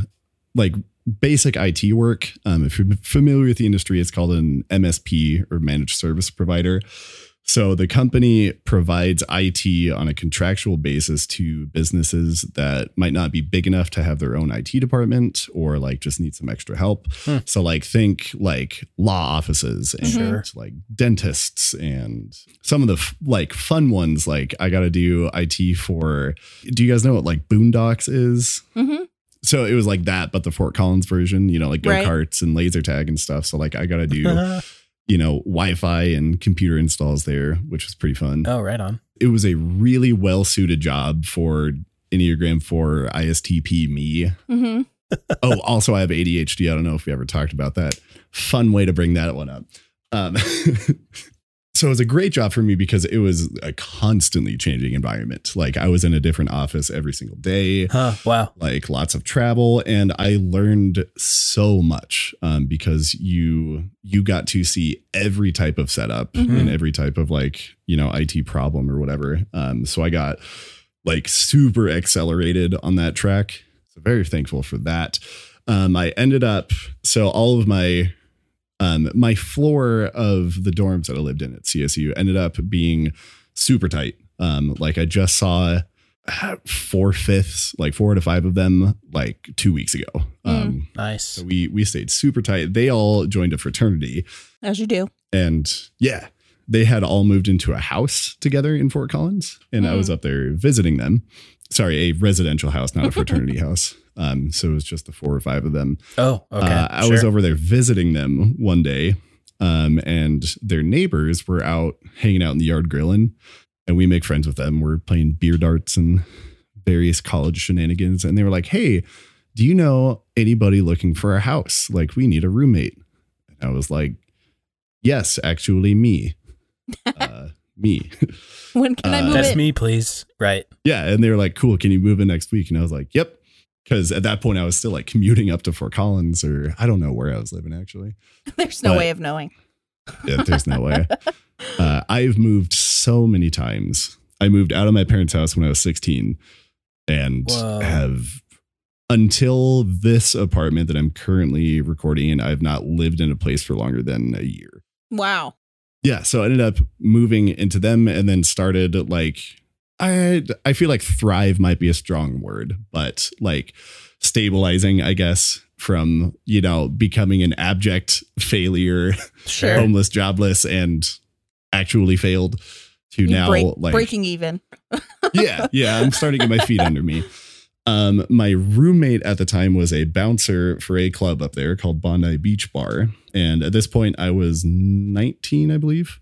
Speaker 5: like basic IT work. Um, if you're familiar with the industry, it's called an MSP or managed service provider. So the company provides IT on a contractual basis to businesses that might not be big enough to have their own IT department or like just need some extra help.
Speaker 3: Hmm.
Speaker 5: So like think like law offices and
Speaker 3: Sure.
Speaker 5: like dentists and some of the f- like fun ones like I got to do IT for do you guys know what like Boondocks is?
Speaker 4: hmm
Speaker 5: so it was like that, but the Fort Collins version, you know, like go
Speaker 4: Right.
Speaker 5: karts and laser tag and stuff. So like I gotta
Speaker 3: Uh-huh.
Speaker 5: do, you know, Wi-Fi and computer installs there, which was pretty fun.
Speaker 3: oh, right on.
Speaker 5: It was a really well suited job for Enneagram for ISTP me.
Speaker 4: hmm
Speaker 5: oh, also I have ADHD. I don't know if we ever talked about that. Fun way to bring that one up. Um, so it was a great job for me because it was a constantly changing environment. Like I was in a different office every single day
Speaker 3: Huh. Wow.
Speaker 5: like lots of travel and i learned so much um, because you you got to see every type of setup
Speaker 4: Mhm.
Speaker 5: and every type of like you know it problem or whatever um, so i got like super accelerated on that track so very thankful for that um, i ended up so all of my um, my floor of the dorms that i lived in at csu ended up being super tight um, like i just saw uh, four fifths, like four to five of them, like two weeks ago. Um,
Speaker 3: Nice.
Speaker 5: so we we stayed super tight. They all joined a fraternity,
Speaker 4: As you do.
Speaker 5: and yeah, they had all moved into a house together in Fort Collins, and I was up there visiting them. Sorry, a residential house, not a fraternity house. Um, so it was just the four or five of them.
Speaker 3: Oh, okay.
Speaker 5: Uh, I was
Speaker 3: sure.
Speaker 5: over there visiting them one day, um, and their neighbors were out hanging out in the yard grilling, and we make friends with them. We're playing beer darts and various college shenanigans, and they were like, "Hey, do you know anybody looking for a house? Like, we need a roommate." And I was like, "Yes, actually, me, uh, me."
Speaker 4: When can I
Speaker 5: Uh,
Speaker 4: move
Speaker 3: That's
Speaker 4: it?
Speaker 3: me, please. Right.
Speaker 5: Yeah. And they were like, cool, can you move in next week? And I was like, yep. Because at that point, I was still like commuting up to Fort Collins or I don't know where I was living actually.
Speaker 4: There's no
Speaker 5: but-
Speaker 4: way of knowing.
Speaker 5: Yeah, there's no way. Uh, I've moved so many times. I moved out of my parents' house when I was 16 and
Speaker 3: Whoa.
Speaker 5: have until this apartment that I'm currently recording in, I've not lived in a place for longer than a year.
Speaker 4: Wow.
Speaker 5: Yeah, so I ended up moving into them and then started like I I feel like thrive might be a strong word, but like stabilizing, I guess, from you know becoming an abject failure,
Speaker 4: Sure.
Speaker 5: homeless, jobless, and actually failed to now
Speaker 4: Break-
Speaker 5: like
Speaker 4: breaking even.
Speaker 5: yeah, yeah. I'm starting to get my feet under me. Um, my roommate at the time was a bouncer for a club up there called Bondi Beach Bar. And at this point, I was 19, I believe.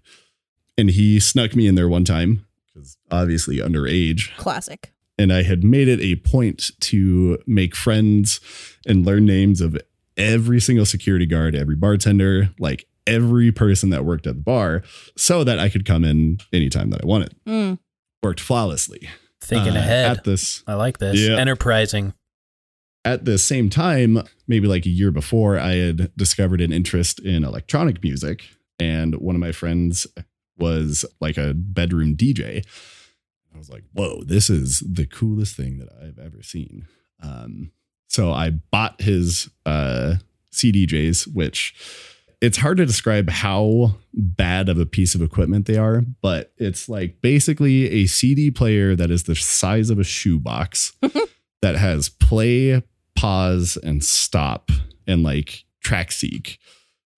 Speaker 5: And he snuck me in there one time because obviously underage.
Speaker 4: Classic.
Speaker 5: And I had made it a point to make friends and learn names of every single security guard, every bartender, like every person that worked at the bar so that I could come in anytime that I wanted.
Speaker 4: Mm.
Speaker 5: Worked flawlessly
Speaker 3: Thinking
Speaker 5: uh,
Speaker 3: ahead.
Speaker 5: at this
Speaker 3: I like this.
Speaker 5: Yeah.
Speaker 3: Enterprising.
Speaker 5: at the same time maybe like a year before i had discovered an interest in electronic music and one of my friends was like a bedroom dj i was like whoa this is the coolest thing that i've ever seen um, so i bought his uh, cdjs which it's hard to describe how bad of a piece of equipment they are but it's like basically a cd player that is the size of a shoebox that has play, pause, and stop, and like track seek,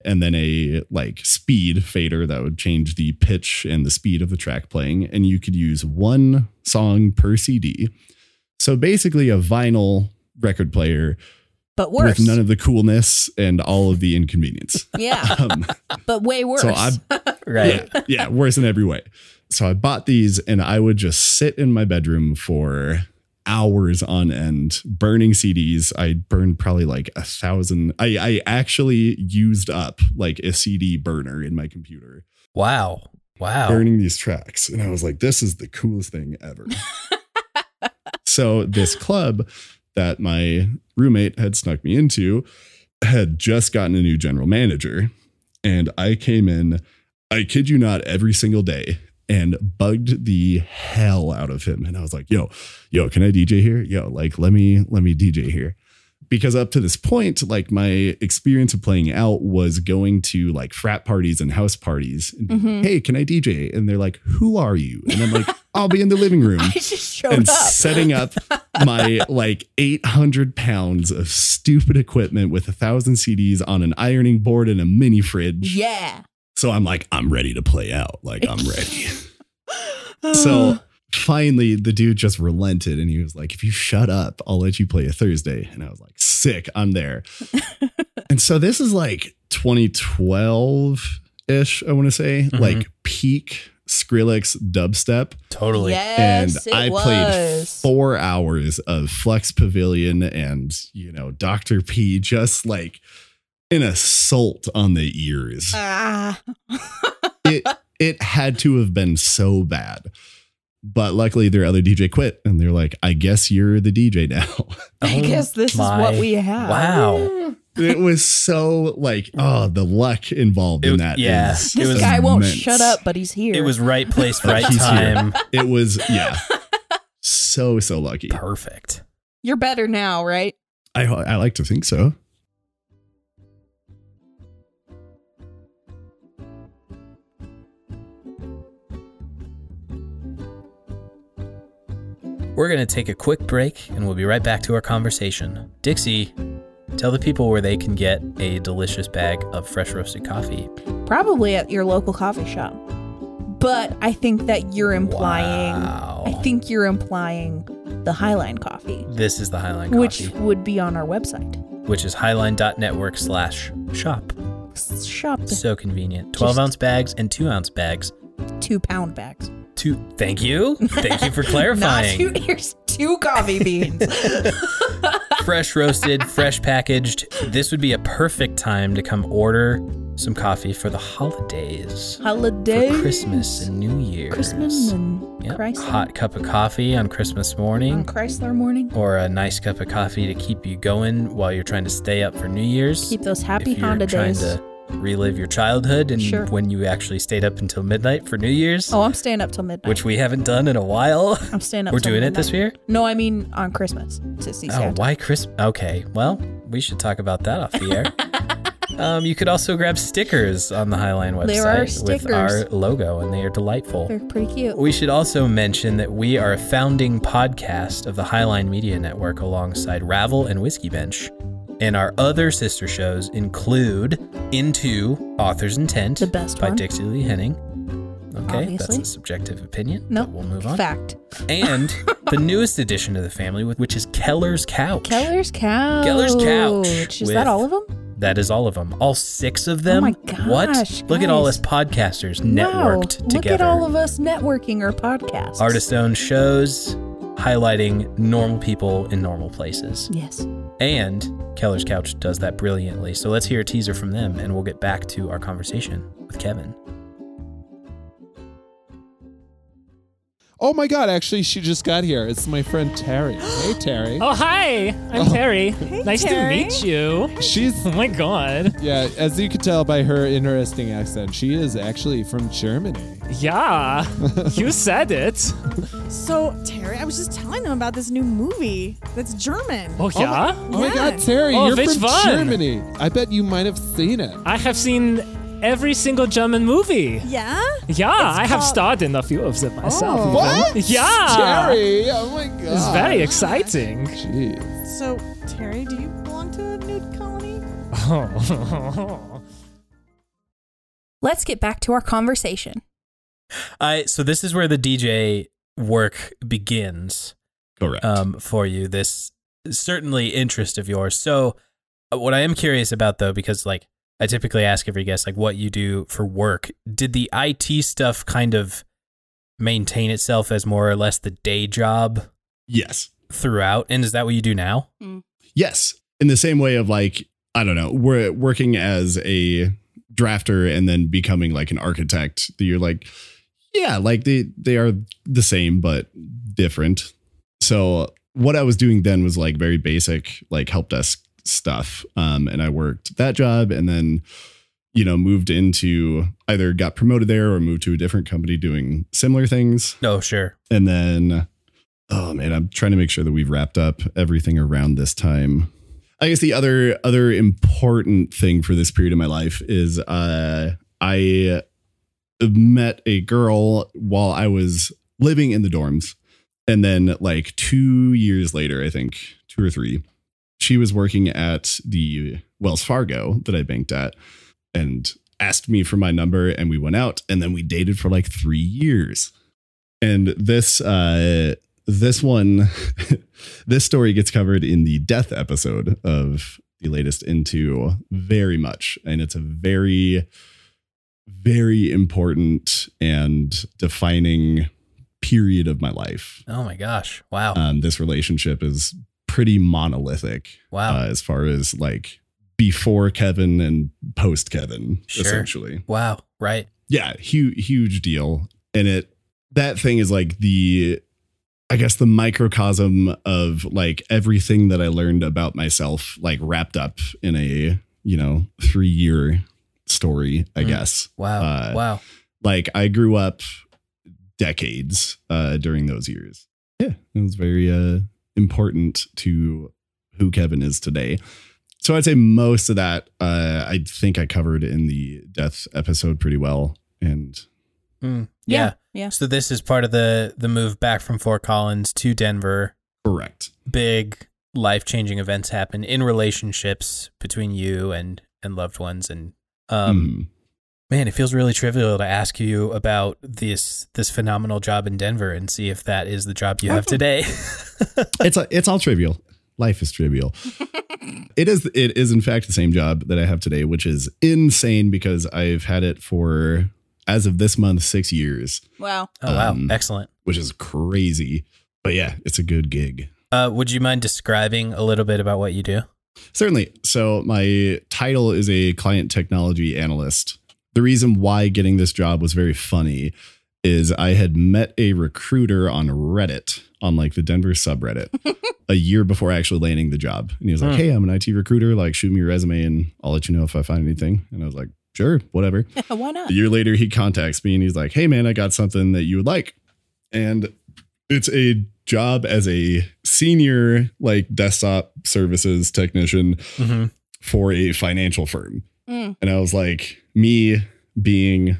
Speaker 5: and then a like speed fader that would change the pitch and the speed of the track playing. And you could use one song per CD. So basically, a vinyl record player
Speaker 4: But worse.
Speaker 5: with none of the coolness and all of the inconvenience.
Speaker 4: yeah.
Speaker 5: Um,
Speaker 4: But way worse.
Speaker 5: I-
Speaker 3: Right.
Speaker 5: yeah, yeah, worse in every way. So I bought these and I would just sit in my bedroom for hours on end burning CDs. I burned probably like a thousand. I, I actually used up like a CD burner in my computer
Speaker 3: Wow. Wow.
Speaker 5: burning these tracks. And I was like, this is the coolest thing ever. so this club that my roommate had snuck me into had just gotten a new general manager. And I came in, I kid you not, every single day and bugged the hell out of him. And I was like, yo, yo, can I DJ here? Yo, like, let me, let me DJ here. Because up to this point, like my experience of playing out was going to like frat parties and house parties. And being,
Speaker 4: Mhm.
Speaker 5: Hey, can I DJ? And they're like, who are you? And I'm like, I'll be in the living room
Speaker 4: I just showed
Speaker 5: and
Speaker 4: up.
Speaker 5: setting up my like 800 pounds of stupid equipment with a thousand CDs on an ironing board and a mini fridge.
Speaker 4: yeah.
Speaker 5: So I'm like, I'm ready to play out. Like, I'm ready. so finally, the dude just relented and he was like, If you shut up, I'll let you play a Thursday. And I was like, Sick, I'm there. and so this is like 2012 ish, I want to say,
Speaker 4: Mm-hmm.
Speaker 3: Mhm.
Speaker 5: like peak Skrillex dubstep
Speaker 3: Totally.
Speaker 5: and
Speaker 4: Yes, it
Speaker 5: I
Speaker 4: was.
Speaker 5: played four hours of Flex Pavilion and you know Doctor P, just like an assault on the ears.
Speaker 4: Ah.
Speaker 5: It it had to have been so bad, but luckily their other DJ quit, and they're like, "I guess you're the DJ now."
Speaker 4: I
Speaker 3: Oh
Speaker 4: guess this is what
Speaker 3: my-
Speaker 4: we have. Hmm.
Speaker 3: Wow.
Speaker 5: it was so like, oh, the luck involved in
Speaker 3: It-
Speaker 5: that.
Speaker 3: yeah.
Speaker 5: is
Speaker 4: This
Speaker 3: It was
Speaker 4: guy won't
Speaker 5: immense.
Speaker 4: shut up, but he's here.
Speaker 3: It was right place, right
Speaker 5: He's here.
Speaker 3: time.
Speaker 5: It was yeah, so so lucky.
Speaker 3: Perfect.
Speaker 4: You're better now, right?
Speaker 5: I I like to think so.
Speaker 3: We're going to take a quick break and we'll be right back to our conversation. Dixie, tell the people where they can get a delicious bag of fresh roasted coffee.
Speaker 4: Probably at your local coffee shop. But I think that you're implying.
Speaker 3: Wow.
Speaker 4: I think you're implying the Highline coffee,
Speaker 3: this is the Highline
Speaker 4: which
Speaker 3: Coffee,
Speaker 4: would be on our website.
Speaker 3: which is highline.network slash shop.
Speaker 4: Shop
Speaker 3: So convenient. 12 ounce bags and 2 ounce bags.
Speaker 4: two pound bags.
Speaker 3: Two. Thank you. Thank you for
Speaker 4: Not
Speaker 3: clarifying.
Speaker 4: two, here's two coffee beans.
Speaker 3: fresh roasted, fresh packaged. This would be a perfect time to come order some coffee for the holidays.
Speaker 4: Holiday.
Speaker 3: For Christmas and New Year's.
Speaker 4: Christmas and
Speaker 3: Yep.
Speaker 4: Chrysler.
Speaker 3: Hot cup of coffee on Christmas
Speaker 4: on
Speaker 3: morning
Speaker 4: Chrysler morning.
Speaker 3: or a nice cup of coffee to keep you going while you're trying to stay up for New Year's.
Speaker 4: Keep those happy
Speaker 3: if you're
Speaker 4: Honda
Speaker 3: trying
Speaker 4: days.
Speaker 3: to relive your childhood and
Speaker 4: Sure.
Speaker 3: when you actually stayed up until midnight for New Year's,
Speaker 4: Oh, I'm staying up till midnight.
Speaker 3: which we haven't done in a while.
Speaker 4: I'm staying up.
Speaker 3: We're
Speaker 4: till
Speaker 3: doing it this
Speaker 4: midnight.
Speaker 3: year?
Speaker 4: No, I mean on Christmas to see
Speaker 3: Oh,
Speaker 4: Santa.
Speaker 3: why Chris? Okay, well, we should talk about that off the air. Um, you could also grab stickers on the Highline website
Speaker 4: There are
Speaker 3: with our
Speaker 4: stickers.
Speaker 3: logo, and they are delightful.
Speaker 4: They're pretty cute.
Speaker 3: We should also mention that we are a founding podcast of the Highline Media Network alongside Ravel and Whiskey Bench. And our other sister shows include Into Author's Intent
Speaker 4: The best
Speaker 3: by
Speaker 4: one.
Speaker 3: Dixie Lee Henning. Okay, that's
Speaker 4: Obviously.
Speaker 3: a subjective opinion.
Speaker 4: no,
Speaker 3: but we'll move on.
Speaker 4: Fact.
Speaker 3: And the newest addition to the family, which is Keller's Couch.
Speaker 4: Keller's couch.
Speaker 3: Keller's Couch
Speaker 4: Is
Speaker 3: with-
Speaker 4: that all of them?
Speaker 3: That is all of them. All six of them.
Speaker 4: Oh my
Speaker 3: What?
Speaker 4: gosh,
Speaker 3: Look at all us
Speaker 4: guys.
Speaker 3: podcasters networked
Speaker 4: wow.
Speaker 3: together.
Speaker 4: Look at all of us networking our podcasts.
Speaker 3: artist owned shows highlighting normal people in normal places.
Speaker 4: Yes.
Speaker 3: And Keller's Couch does that brilliantly. So let's hear a teaser from them and we'll get back to our conversation with Kevin.
Speaker 6: Oh my God! Actually, she just got here. It's my friend Terry. Hey Terry.
Speaker 7: Oh, hi. I'm Terry. nice
Speaker 8: Terry.
Speaker 7: to meet you.
Speaker 6: She's
Speaker 7: Oh my god.
Speaker 6: yeah. As you can tell by her interesting accent, she is actually from Germany.
Speaker 7: Yeah. you said it.
Speaker 8: So, Terry, I was just telling them about this new movie that's German.
Speaker 7: Oh, yeah?
Speaker 6: Oh my
Speaker 8: Yeah.
Speaker 6: God, Terry!
Speaker 7: Oh,
Speaker 6: you're
Speaker 7: which
Speaker 6: from
Speaker 7: one?
Speaker 6: Germany. I bet you might have seen it.
Speaker 7: I have seen every single German movie.
Speaker 8: Yeah?
Speaker 7: Yeah, I have
Speaker 8: called-
Speaker 7: starred in a few of them myself.
Speaker 8: Oh.
Speaker 7: even.
Speaker 6: What?
Speaker 7: Yeah.
Speaker 6: Terry! Oh my God.
Speaker 7: It's very exciting.
Speaker 6: Jeez.
Speaker 8: So, Terry, do you belong to a nude colony?
Speaker 7: Oh.
Speaker 4: Let's get back to our conversation.
Speaker 3: I so this is where the DJ work begins
Speaker 5: Correct.
Speaker 3: um, for you. This certainly interest of yours. So uh, what I am curious about though, because like I typically ask every guest like what you do for work. Did the IT stuff kind of maintain itself as more or less the day job
Speaker 5: yes.
Speaker 3: throughout? And is that what you do now?
Speaker 5: Yes. In the same way of like, I don't know, we're working as a drafter and then becoming like an architect. You're like, yeah, like they they are the same but different. So what I was doing then was like very basic, like help desk stuff. Um, and I worked that job and then, you know, moved into either got promoted there or moved to a different company doing similar things.
Speaker 3: Oh, sure.
Speaker 5: And then, oh man, I'm trying to make sure that we've wrapped up everything around this time. I guess the other other important thing for this period of my life is uh, I met a girl while I was living in the dorms, and then like two years later, I think two or three, she was working at the Wells Fargo that I banked at, and asked me for my number, and we went out, and then we dated for like three years and this uh this one this story gets covered in the death episode of the latest into very much and it's a very very important and defining period of my life
Speaker 3: Oh my gosh. Wow.
Speaker 5: um this relationship is pretty monolithic
Speaker 3: wow.
Speaker 5: uh, as far as like before kevin and post kevin
Speaker 3: Sure.
Speaker 5: essentially
Speaker 3: wow. Right.
Speaker 5: yeah huge huge deal and it that thing is like the i guess the microcosm of like everything that i learned about myself like wrapped up in a you know three year story i
Speaker 3: Mm.
Speaker 5: guess
Speaker 3: Wow.
Speaker 5: Uh,
Speaker 3: wow.
Speaker 5: like i grew up decades uh during those years yeah it was very uh important to who kevin is today so i'd say most of that uh i think i covered in the death episode pretty well and
Speaker 3: Mm.
Speaker 4: Yeah,
Speaker 3: Yeah.
Speaker 4: yeah.
Speaker 3: So this is part of the the move back from Fort Collins to Denver.
Speaker 5: Correct.
Speaker 3: Big life changing events happen in relationships between you and and loved ones. And um,
Speaker 5: Um,
Speaker 3: man, it feels really trivial to ask you about this this phenomenal job in Denver and see if that is the job you
Speaker 5: Hmm.
Speaker 3: have today.
Speaker 5: Mm-hmm. it's a, it's all trivial. Life is trivial. it is it is in fact the same job that I have today, which is insane because I've had it for as of this month six years,
Speaker 4: Wow.
Speaker 3: oh wow,
Speaker 5: Um,
Speaker 3: excellent.
Speaker 5: which is crazy. But yeah, it's a good gig.
Speaker 3: Uh, would you mind describing a little bit about what you do?
Speaker 5: Certainly. So my title is a client technology analyst. The reason why getting this job was very funny is I had met a recruiter on Reddit on like the Denver subreddit a year before actually landing the job. And he was like,
Speaker 3: Hmm.
Speaker 5: "Hey, I'm an IT recruiter, like shoot me your resume and I'll let you know if I find anything." And I was like, "Sure, whatever."
Speaker 4: Why not?
Speaker 5: A year later, he contacts me and he's like, "Hey, man, I got something that you would like," and it's a job as a senior like desktop services technician
Speaker 3: Mm-hmm.
Speaker 5: for a financial firm.
Speaker 4: Mm.
Speaker 5: And I was like, me being,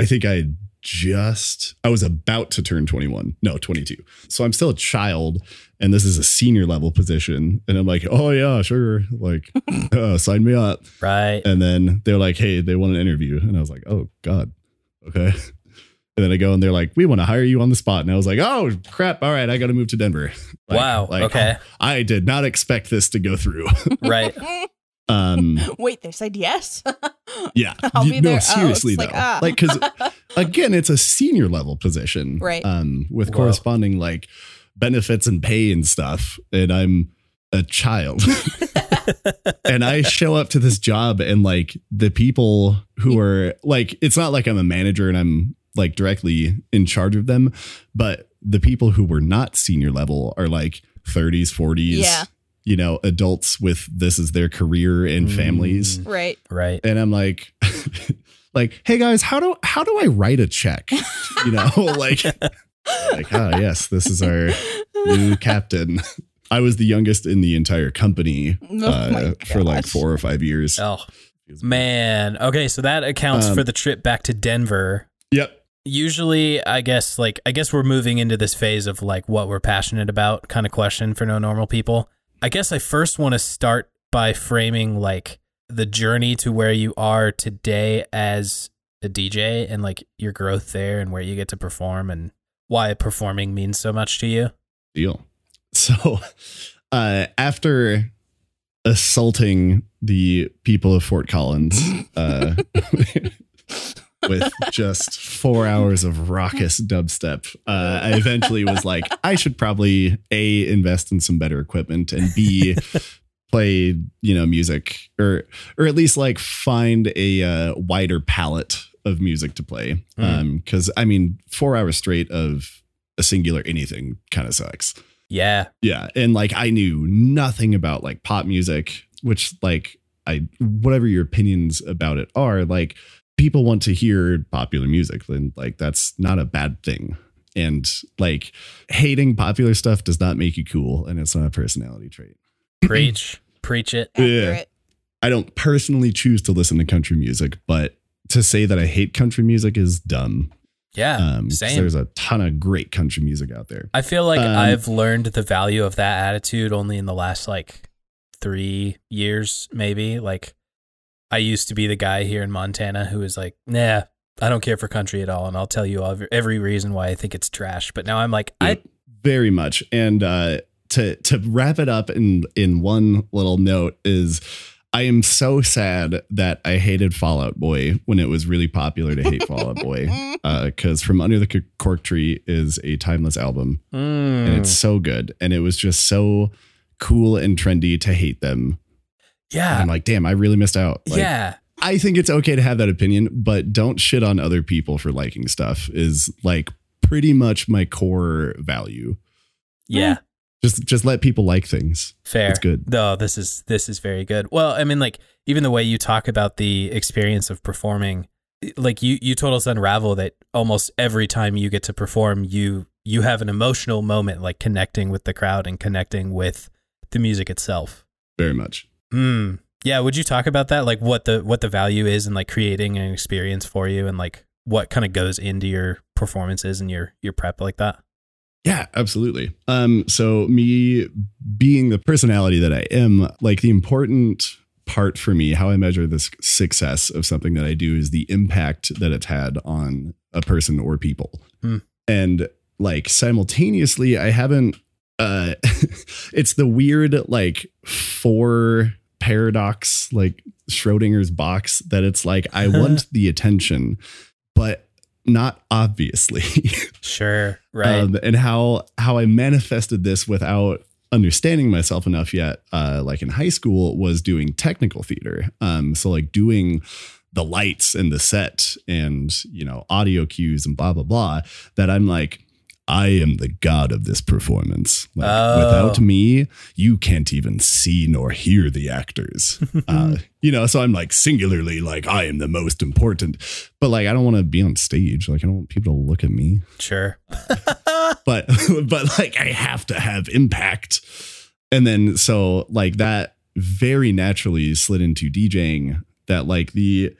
Speaker 5: I think I had just, I was about to turn 21, no, 22. So I'm still a child and this is a senior level position. And I'm like, oh yeah, sure. Like, uh, sign me up.
Speaker 3: Right.
Speaker 5: And then they're like, hey, they want an interview. And I was like, oh God. Okay. And then I go and they're like, we want to hire you on the spot. And I was like, oh crap. All right. I got to move to Denver. Like-
Speaker 3: wow.
Speaker 5: like,
Speaker 3: okay.
Speaker 5: I did not expect this to go through.
Speaker 3: right.
Speaker 4: Mm.
Speaker 5: Um,
Speaker 4: Wait, they said yes.
Speaker 5: yeah.
Speaker 4: I'll
Speaker 5: You-
Speaker 4: be
Speaker 5: no,
Speaker 4: there. Oh,
Speaker 5: seriously
Speaker 4: it's like,
Speaker 5: though.
Speaker 4: ah.
Speaker 5: Like, cause again, it's a senior level position.
Speaker 4: Right.
Speaker 5: Um, with
Speaker 3: Wow.
Speaker 5: corresponding like benefits and pay and stuff. And I'm a child. and I show up to this job and like the people who are like, it's not like I'm a manager and I'm like directly in charge of them, but the people who were not senior level are like 30s, 40s.
Speaker 4: Yeah.
Speaker 5: You know, adults with this is their career and families.
Speaker 3: Mm,
Speaker 4: right.
Speaker 3: right.
Speaker 5: And I'm like, like, hey guys, how do how do I write a check? You know, like, like, oh yes, this is our new captain. I was the youngest in the entire company
Speaker 4: Oh
Speaker 5: uh,
Speaker 4: my
Speaker 5: for like
Speaker 4: gosh.
Speaker 5: four or five years.
Speaker 3: Oh man. Okay, so that accounts
Speaker 5: Um,
Speaker 3: for the trip back to Denver.
Speaker 5: Yep.
Speaker 3: Usually, I guess like I guess we're moving into this phase of like what we're passionate about kind of question for no normal people. I guess I first want to start by framing like the journey to where you are today as a DJ and like your growth there and where you get to perform and why performing means so much to you.
Speaker 5: deal. So, uh, after assaulting the people of Fort Collins uh, with just four hours of raucous dubstep, uh, I eventually was like, I should probably a invest in some better equipment and b play you know music or or at least like find a uh, wider palette of music to play
Speaker 3: Mm.
Speaker 5: um because i mean four hours straight of a singular anything kind of sucks
Speaker 3: Yeah.
Speaker 5: yeah. And like I knew nothing about like pop music, which like I whatever your opinions about it are, like people want to hear popular music. And like that's not a bad thing. And like hating popular stuff does not make you cool and it's not a personality trait.
Speaker 3: Preach. Preach it.
Speaker 4: Accurate.
Speaker 5: I don't personally choose to listen to country music, but to say that I hate country music is dumb.
Speaker 3: Yeah.
Speaker 5: Um 'cause
Speaker 3: same.
Speaker 5: there's a ton of great country music out there.
Speaker 3: I feel like
Speaker 5: Um,
Speaker 3: I've learned the value of that attitude only in the last like three years, maybe. Like, I used to be the guy here in Montana who was like, nah, I don't care for country at all. And I'll tell you all, every reason why I think it's trash. But now I'm like, I,
Speaker 5: very much and uh to to wrap it up in in one little note is i am so sad that i hated fallout boy when it was really popular to hate fallout boy because from under the C- cork tree is a timeless album and it's
Speaker 3: Mm.
Speaker 5: so good and it was just so cool and trendy to hate them And
Speaker 3: yeah,
Speaker 5: i'm like damn i really missed out Like,
Speaker 3: Uh, yeah,
Speaker 5: I think it's okay to have that opinion, but don't shit on other people for liking stuff is like pretty much my core value.
Speaker 3: yeah.
Speaker 5: Just just let people like things.
Speaker 3: Fair.
Speaker 5: It's good.
Speaker 3: No, this is this is very good. Well, I mean, like even the way you talk about the experience of performing, like you you told us unravel that almost every time you get to perform, you you have an emotional moment, like connecting with the crowd and connecting with the music itself.
Speaker 5: Very much.
Speaker 3: Hmm. Yeah. Would you talk about that? Like what the what the value is in like creating an experience for you, and like what kind of goes into your performances and your your prep like that.
Speaker 5: Yeah, absolutely. Um, so me being the personality that I am, like the important part for me, how I measure this success of something that I do is the impact that it's had on a person or people.
Speaker 3: Hmm.
Speaker 5: And like simultaneously, I haven't uh it's the weird like four paradox, like Schrodinger's box that it's like I want the attention, but not obviously.
Speaker 3: Sure. Right.
Speaker 5: um, and how how I manifested this without understanding myself enough yet. Uh, like in high school, was doing technical theater. Um, so like doing the lights and the set and you know audio cues and blah blah blah. That I'm like. I am the god of this performance. Like,
Speaker 3: Oh.
Speaker 5: Without me, you can't even see nor hear the actors. uh, you know, so I'm like singularly like I am the most important. But like I don't want to be on stage. Like I don't want people to look at me
Speaker 3: sure.
Speaker 5: but but like I have to have impact. And then so like that very naturally slid into DJing that like the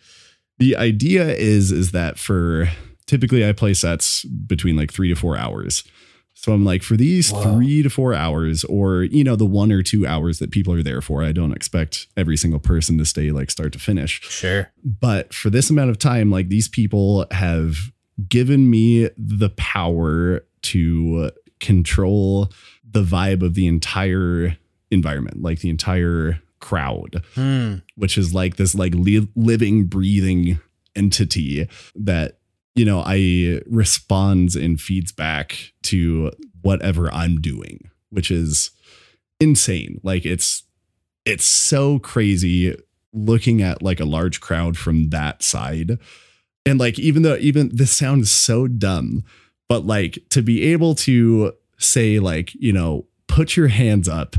Speaker 5: the idea is is that for typically I play sets between like three to four hours. So I'm like, for these
Speaker 3: Whoa.
Speaker 5: three to four hours, or you know, the one or two hours that people are there for, I don't expect every single person to stay like start to finish
Speaker 3: Sure.
Speaker 5: but for this amount of time like these people have given me the power to control the vibe of the entire environment like the entire crowd
Speaker 3: Hmm.
Speaker 5: which is like this like li- living breathing entity that you know i responds and feeds back to whatever i'm doing which is insane like it's it's so crazy looking at like a large crowd from that side and like even though even this sounds so dumb but like to be able to say like you know put your hands up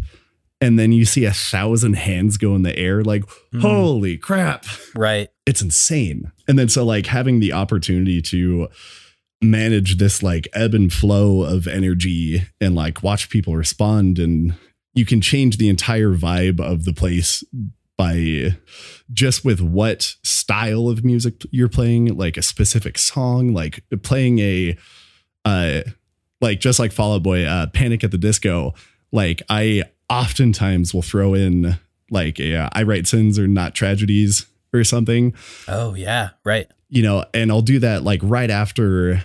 Speaker 5: and then you see a thousand hands go in the air like
Speaker 3: Mhm.
Speaker 5: holy crap
Speaker 3: Right.
Speaker 5: it's insane and then so like having the opportunity to manage this like ebb and flow of energy and like watch people respond and you can change the entire vibe of the place by just with what style of music you're playing like a specific song like playing a uh like just like Fall Out Boy uh Panic at the Disco like I oftentimes will throw in like a, uh, I write sins or not tragedies or something
Speaker 3: Oh yeah. Right.
Speaker 5: you know, and I'll do that like right after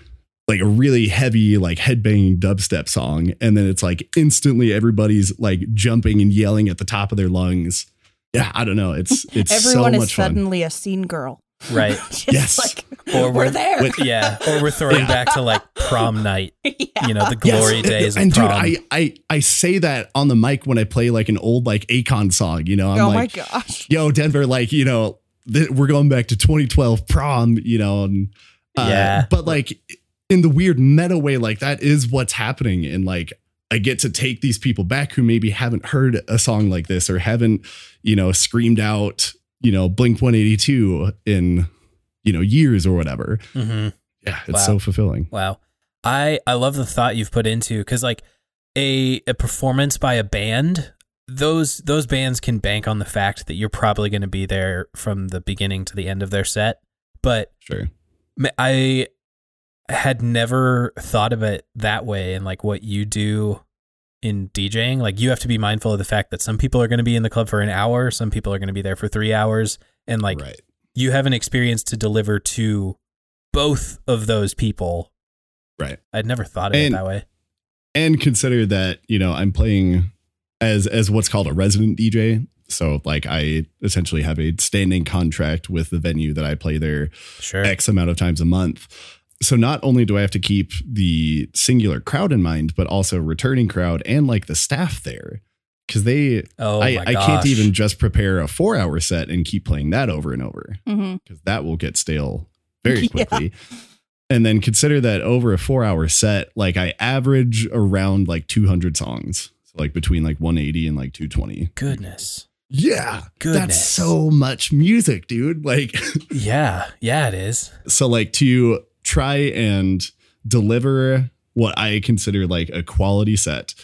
Speaker 5: like a really heavy like headbanging dubstep song and then it's like instantly everybody's like jumping and yelling at the top of their lungs. Yeah, I don't know. It's it's
Speaker 4: Everyone
Speaker 5: so
Speaker 4: is
Speaker 5: much fun.
Speaker 4: suddenly a scene girl.
Speaker 3: Right.
Speaker 4: Just
Speaker 5: Yes.
Speaker 4: like,
Speaker 3: Or
Speaker 4: we're,
Speaker 3: we're-
Speaker 4: there.
Speaker 5: with-
Speaker 3: Yeah. Or we're throwing
Speaker 5: Yeah.
Speaker 3: back to like prom night.
Speaker 4: Yeah.
Speaker 3: You know, the
Speaker 5: Yes,
Speaker 3: glory days of
Speaker 5: and dude,
Speaker 3: prom.
Speaker 5: I, I I say that on the mic when I play like an old like Akon song, you know. I'm
Speaker 4: oh
Speaker 5: like,
Speaker 4: my gosh.
Speaker 5: yo denver like you know th- we're going back to 2012 prom you know and uh,
Speaker 3: Yeah.
Speaker 5: but like in the weird meta way like that is what's happening and like i get to take these people back who maybe haven't heard a song like this or haven't you know screamed out you know blink 182 in you know years or whatever
Speaker 3: Mhm.
Speaker 5: yeah it's
Speaker 3: Wow.
Speaker 5: so fulfilling
Speaker 3: Wow. I I love the thought you've put into cuz like a a performance by a band, those those bands can bank on the fact that you're probably going to be there from the beginning to the end of their set. But
Speaker 5: sure
Speaker 3: ma- I had never thought of it that way and like what you do in DJing, like you have to be mindful of the fact that some people are going to be in the club for an hour, some people are going to be there for 3 hours and like
Speaker 5: right
Speaker 3: you have an experience to deliver to both of those people
Speaker 5: right
Speaker 3: I'd never thought of
Speaker 5: And-
Speaker 3: it that way.
Speaker 5: and consider that you know i'm playing as as what's called a resident dj so like i essentially have a standing contract with the venue that i play there
Speaker 3: Sure.
Speaker 5: x amount of times a month so not only do i have to keep the singular crowd in mind but also returning crowd and like the staff there because they
Speaker 3: oh
Speaker 5: I,
Speaker 3: my
Speaker 5: I
Speaker 3: gosh.
Speaker 5: can't even just prepare a four hour set and keep playing that over and over
Speaker 4: hmm
Speaker 5: because that will get stale very
Speaker 4: Yeah.
Speaker 5: quickly. And then consider that over a four hour set, like I average around like 200 songs. So like between like 180 and like 220.
Speaker 3: Goodness.
Speaker 5: Yeah. That's
Speaker 3: Goodness.
Speaker 5: so much music, dude. Like,
Speaker 3: Yeah. Yeah, it is.
Speaker 5: so like to try and deliver what I consider like a quality set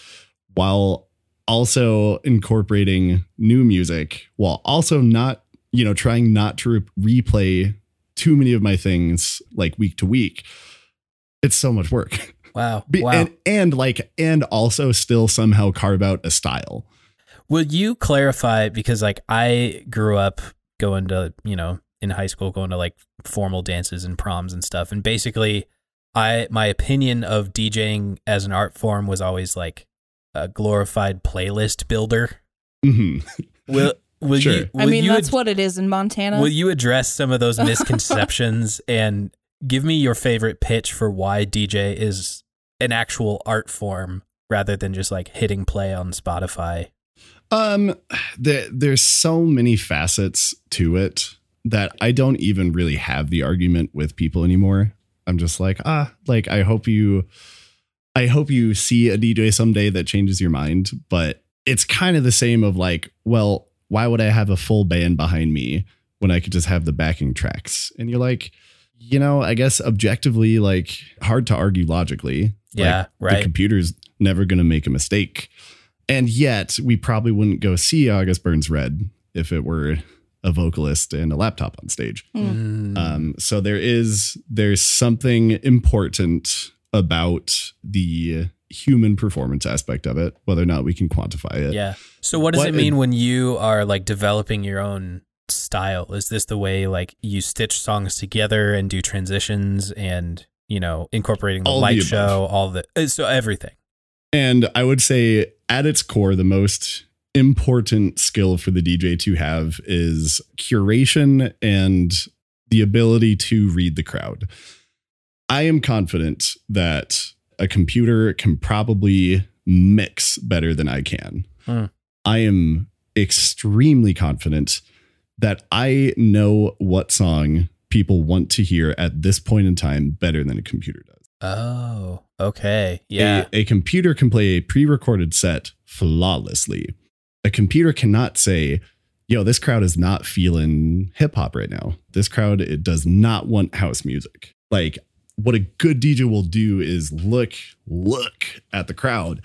Speaker 5: while also incorporating new music while also not, you know, trying not to re- replay too many of my things like week to week. It's so much work.
Speaker 3: Wow.
Speaker 5: Be-
Speaker 3: wow.
Speaker 5: And and like and also still somehow carve out a style.
Speaker 3: Will you clarify because like I grew up going to, you know, in high school going to like formal dances and proms and stuff and basically I my opinion of DJing as an art form was always like a glorified playlist builder.
Speaker 5: Mhm.
Speaker 3: Will will
Speaker 5: Sure.
Speaker 3: you will
Speaker 4: I mean,
Speaker 3: you
Speaker 4: that's
Speaker 3: ad-
Speaker 4: what it is in Montana.
Speaker 3: Will you address some of those misconceptions and give me your favorite pitch for why DJ is an actual art form rather than just like hitting play on Spotify?
Speaker 5: Um, there, there's so many facets to it that I don't even really have the argument with people anymore. I'm just like, ah, like I hope you, I hope you see a DJ someday that changes your mind. But it's kind of the same of like, well, why would I have a full band behind me when I could just have the backing tracks? And you're like, you know, I guess objectively, like hard to argue logically.
Speaker 3: Yeah,
Speaker 5: Like, The
Speaker 3: right.
Speaker 5: computer's never going to make a mistake. And yet, we probably wouldn't go see August Burns Red if it were a vocalist and a laptop on stage.
Speaker 3: Mm.
Speaker 5: Um, so there is there's something important about the human performance aspect of it, whether or not we can quantify it.
Speaker 3: yeah. So what does
Speaker 5: What
Speaker 3: it mean
Speaker 5: a-
Speaker 3: when you are like developing your own style? Is this the way like you stitch songs together and do transitions and you know incorporating the
Speaker 5: All the
Speaker 3: light
Speaker 5: above.
Speaker 3: show, all the uh, so everything?
Speaker 5: And I would say at its core, the most important skill for the DJ to have is curation and the ability to read the crowd. I am confident that a computer can probably mix better than I can.
Speaker 3: Hmm.
Speaker 5: I am extremely confident that I know what song people want to hear at this point in time better than a computer does.
Speaker 3: Oh, okay, yeah.
Speaker 5: A, a computer can play a pre recorded set flawlessly. A computer cannot say, yo, this crowd is not feeling hip hop right now. This crowd it does not want house music. Like, what a good DJ will do is look, look at the crowd.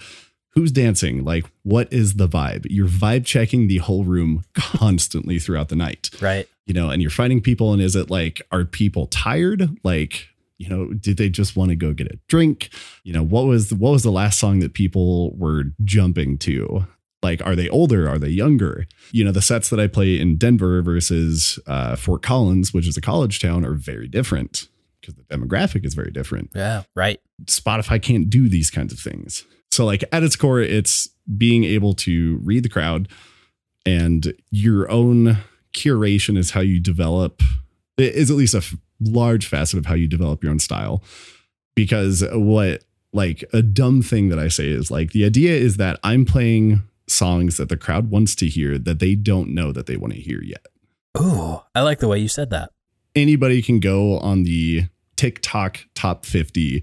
Speaker 5: Who's dancing? Like, what is the vibe? You're vibe checking the whole room constantly throughout the night
Speaker 3: Right.
Speaker 5: you know, and you're finding people. And is it like, are people tired? Like, you know, did they just want to go get a drink? You know, what was what was the last song that people were jumping to? Like, are they older? Are they younger? You know, the sets that I play in Denver versus uh, Fort Collins, which is a college town, are very different because the demographic is very different.
Speaker 3: Yeah. Right.
Speaker 5: Spotify can't do these kinds of things. So, like at its core, it's being able to read the crowd and your own curation is how you develop, it is at least a f- large facet of how you develop your own style. Because what, like, a dumb thing that I say is like the idea is that I'm playing songs that the crowd wants to hear that they don't know that they want to hear yet
Speaker 3: Ooh, I like the way you said that.
Speaker 5: anybody can go on the TikTok top 50,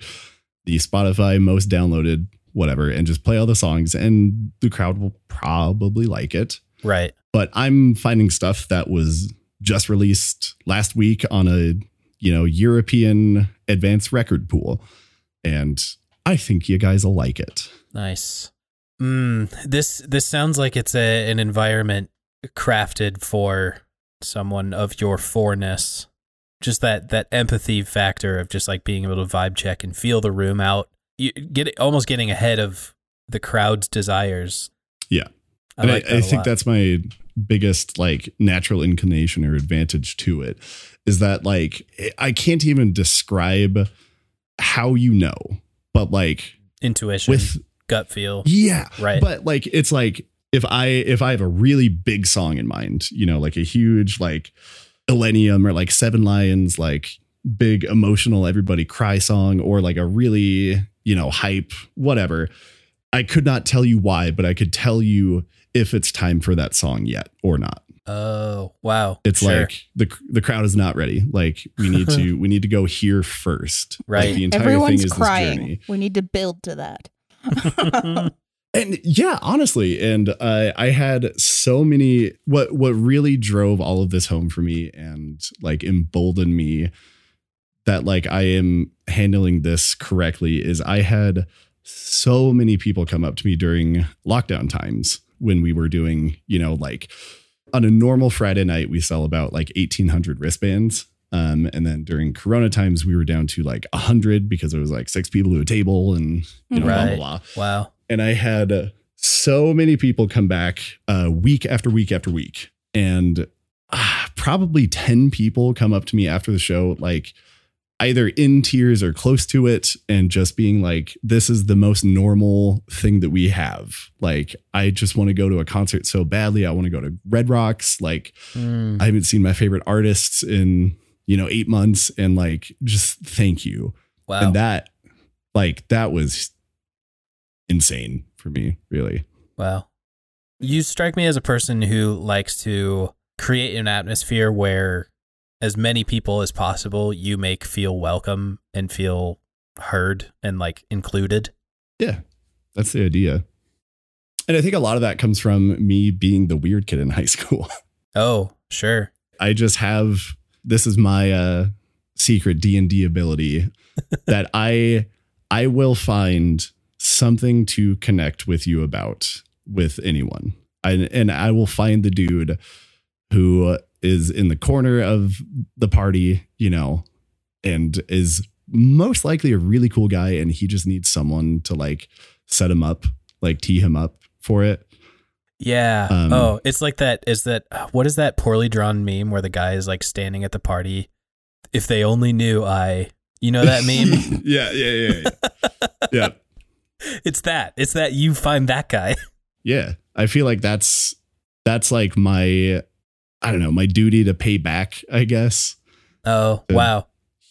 Speaker 5: the Spotify most downloaded, whatever, and just play all the songs, and the crowd will probably like it.
Speaker 3: Right.
Speaker 5: But I'm finding stuff that was just released last week on a you know European advanced record pool, and I think you guys will like it.
Speaker 3: Nice. Mm, this this sounds like it's a an environment crafted for someone of your fourness. Just that that empathy factor of just like being able to vibe check and feel the room out. You get almost getting ahead of the crowd's desires.
Speaker 5: Yeah.
Speaker 3: I
Speaker 5: And I,
Speaker 3: like that
Speaker 5: I
Speaker 3: a
Speaker 5: think
Speaker 3: lot.
Speaker 5: that's my biggest like natural inclination or advantage to it is that like I can't even describe how you know, but like
Speaker 3: intuition,
Speaker 5: with
Speaker 3: gut feel.
Speaker 5: yeah,
Speaker 3: Right.
Speaker 5: But like it's like if I if I have a really big song in mind, you know, like a huge like Illenium or like Seven Lions, like big emotional everybody cry song, or like a really you know hype whatever. I could not tell you why, but I could tell you if it's time for that song yet or not.
Speaker 3: Oh wow!
Speaker 5: It's
Speaker 3: Sure.
Speaker 5: like the the crowd is not ready. Like we need to we need to go here first.
Speaker 3: Right.
Speaker 5: Like, the entire
Speaker 4: Everyone's
Speaker 5: thing is this journey.
Speaker 4: crying. We need to build to that.
Speaker 5: And yeah, honestly, and uh, I had so many. What what really drove all of this home for me and like emboldened me that like I am handling this correctly is I had so many people come up to me during lockdown times when we were doing you know like on a normal Friday night we sell about like eighteen hundred wristbands. Um, and then during Corona times, we were down to like a hundred because it was like six people to a table and you know, blah, blah,
Speaker 3: Right.
Speaker 5: blah
Speaker 3: wow.
Speaker 5: and I had uh, so many people come back uh, week after week after week, and ah, probably ten people come up to me after the show, like either in tears or close to it, and just being like, "This is the most normal thing that we have." Like, I just want to go to a concert so badly. I want to go to Red Rocks. Like,
Speaker 3: Mm.
Speaker 5: I haven't seen my favorite artists in you know eight months, and like, just thank you
Speaker 3: wow.
Speaker 5: and that like that was insane for me really
Speaker 3: Wow. You strike me as a person who likes to create an atmosphere where as many people as possible you make feel welcome and feel heard and like included.
Speaker 5: yeah that's the idea and i think a lot of that comes from me being the weird kid in high school
Speaker 3: Oh, sure.
Speaker 5: i just have this is my uh secret d&d ability that i i will find something to connect with you about with anyone I, and i will find the dude who is in the corner of the party, you know, and is most likely a really cool guy and he just needs someone to like set him up, like tee him up for it.
Speaker 3: Yeah.
Speaker 5: Um,
Speaker 3: oh, it's like that. Is that what is that poorly drawn meme where the guy is like standing at the party? If they only knew I, you know that meme.
Speaker 5: yeah, yeah, yeah. Yeah. yeah.
Speaker 3: it's that. It's that you find that guy.
Speaker 5: Yeah. I feel like that's that's like my I don't know, my duty to pay back, I guess.
Speaker 3: Oh
Speaker 5: Yeah.
Speaker 3: wow.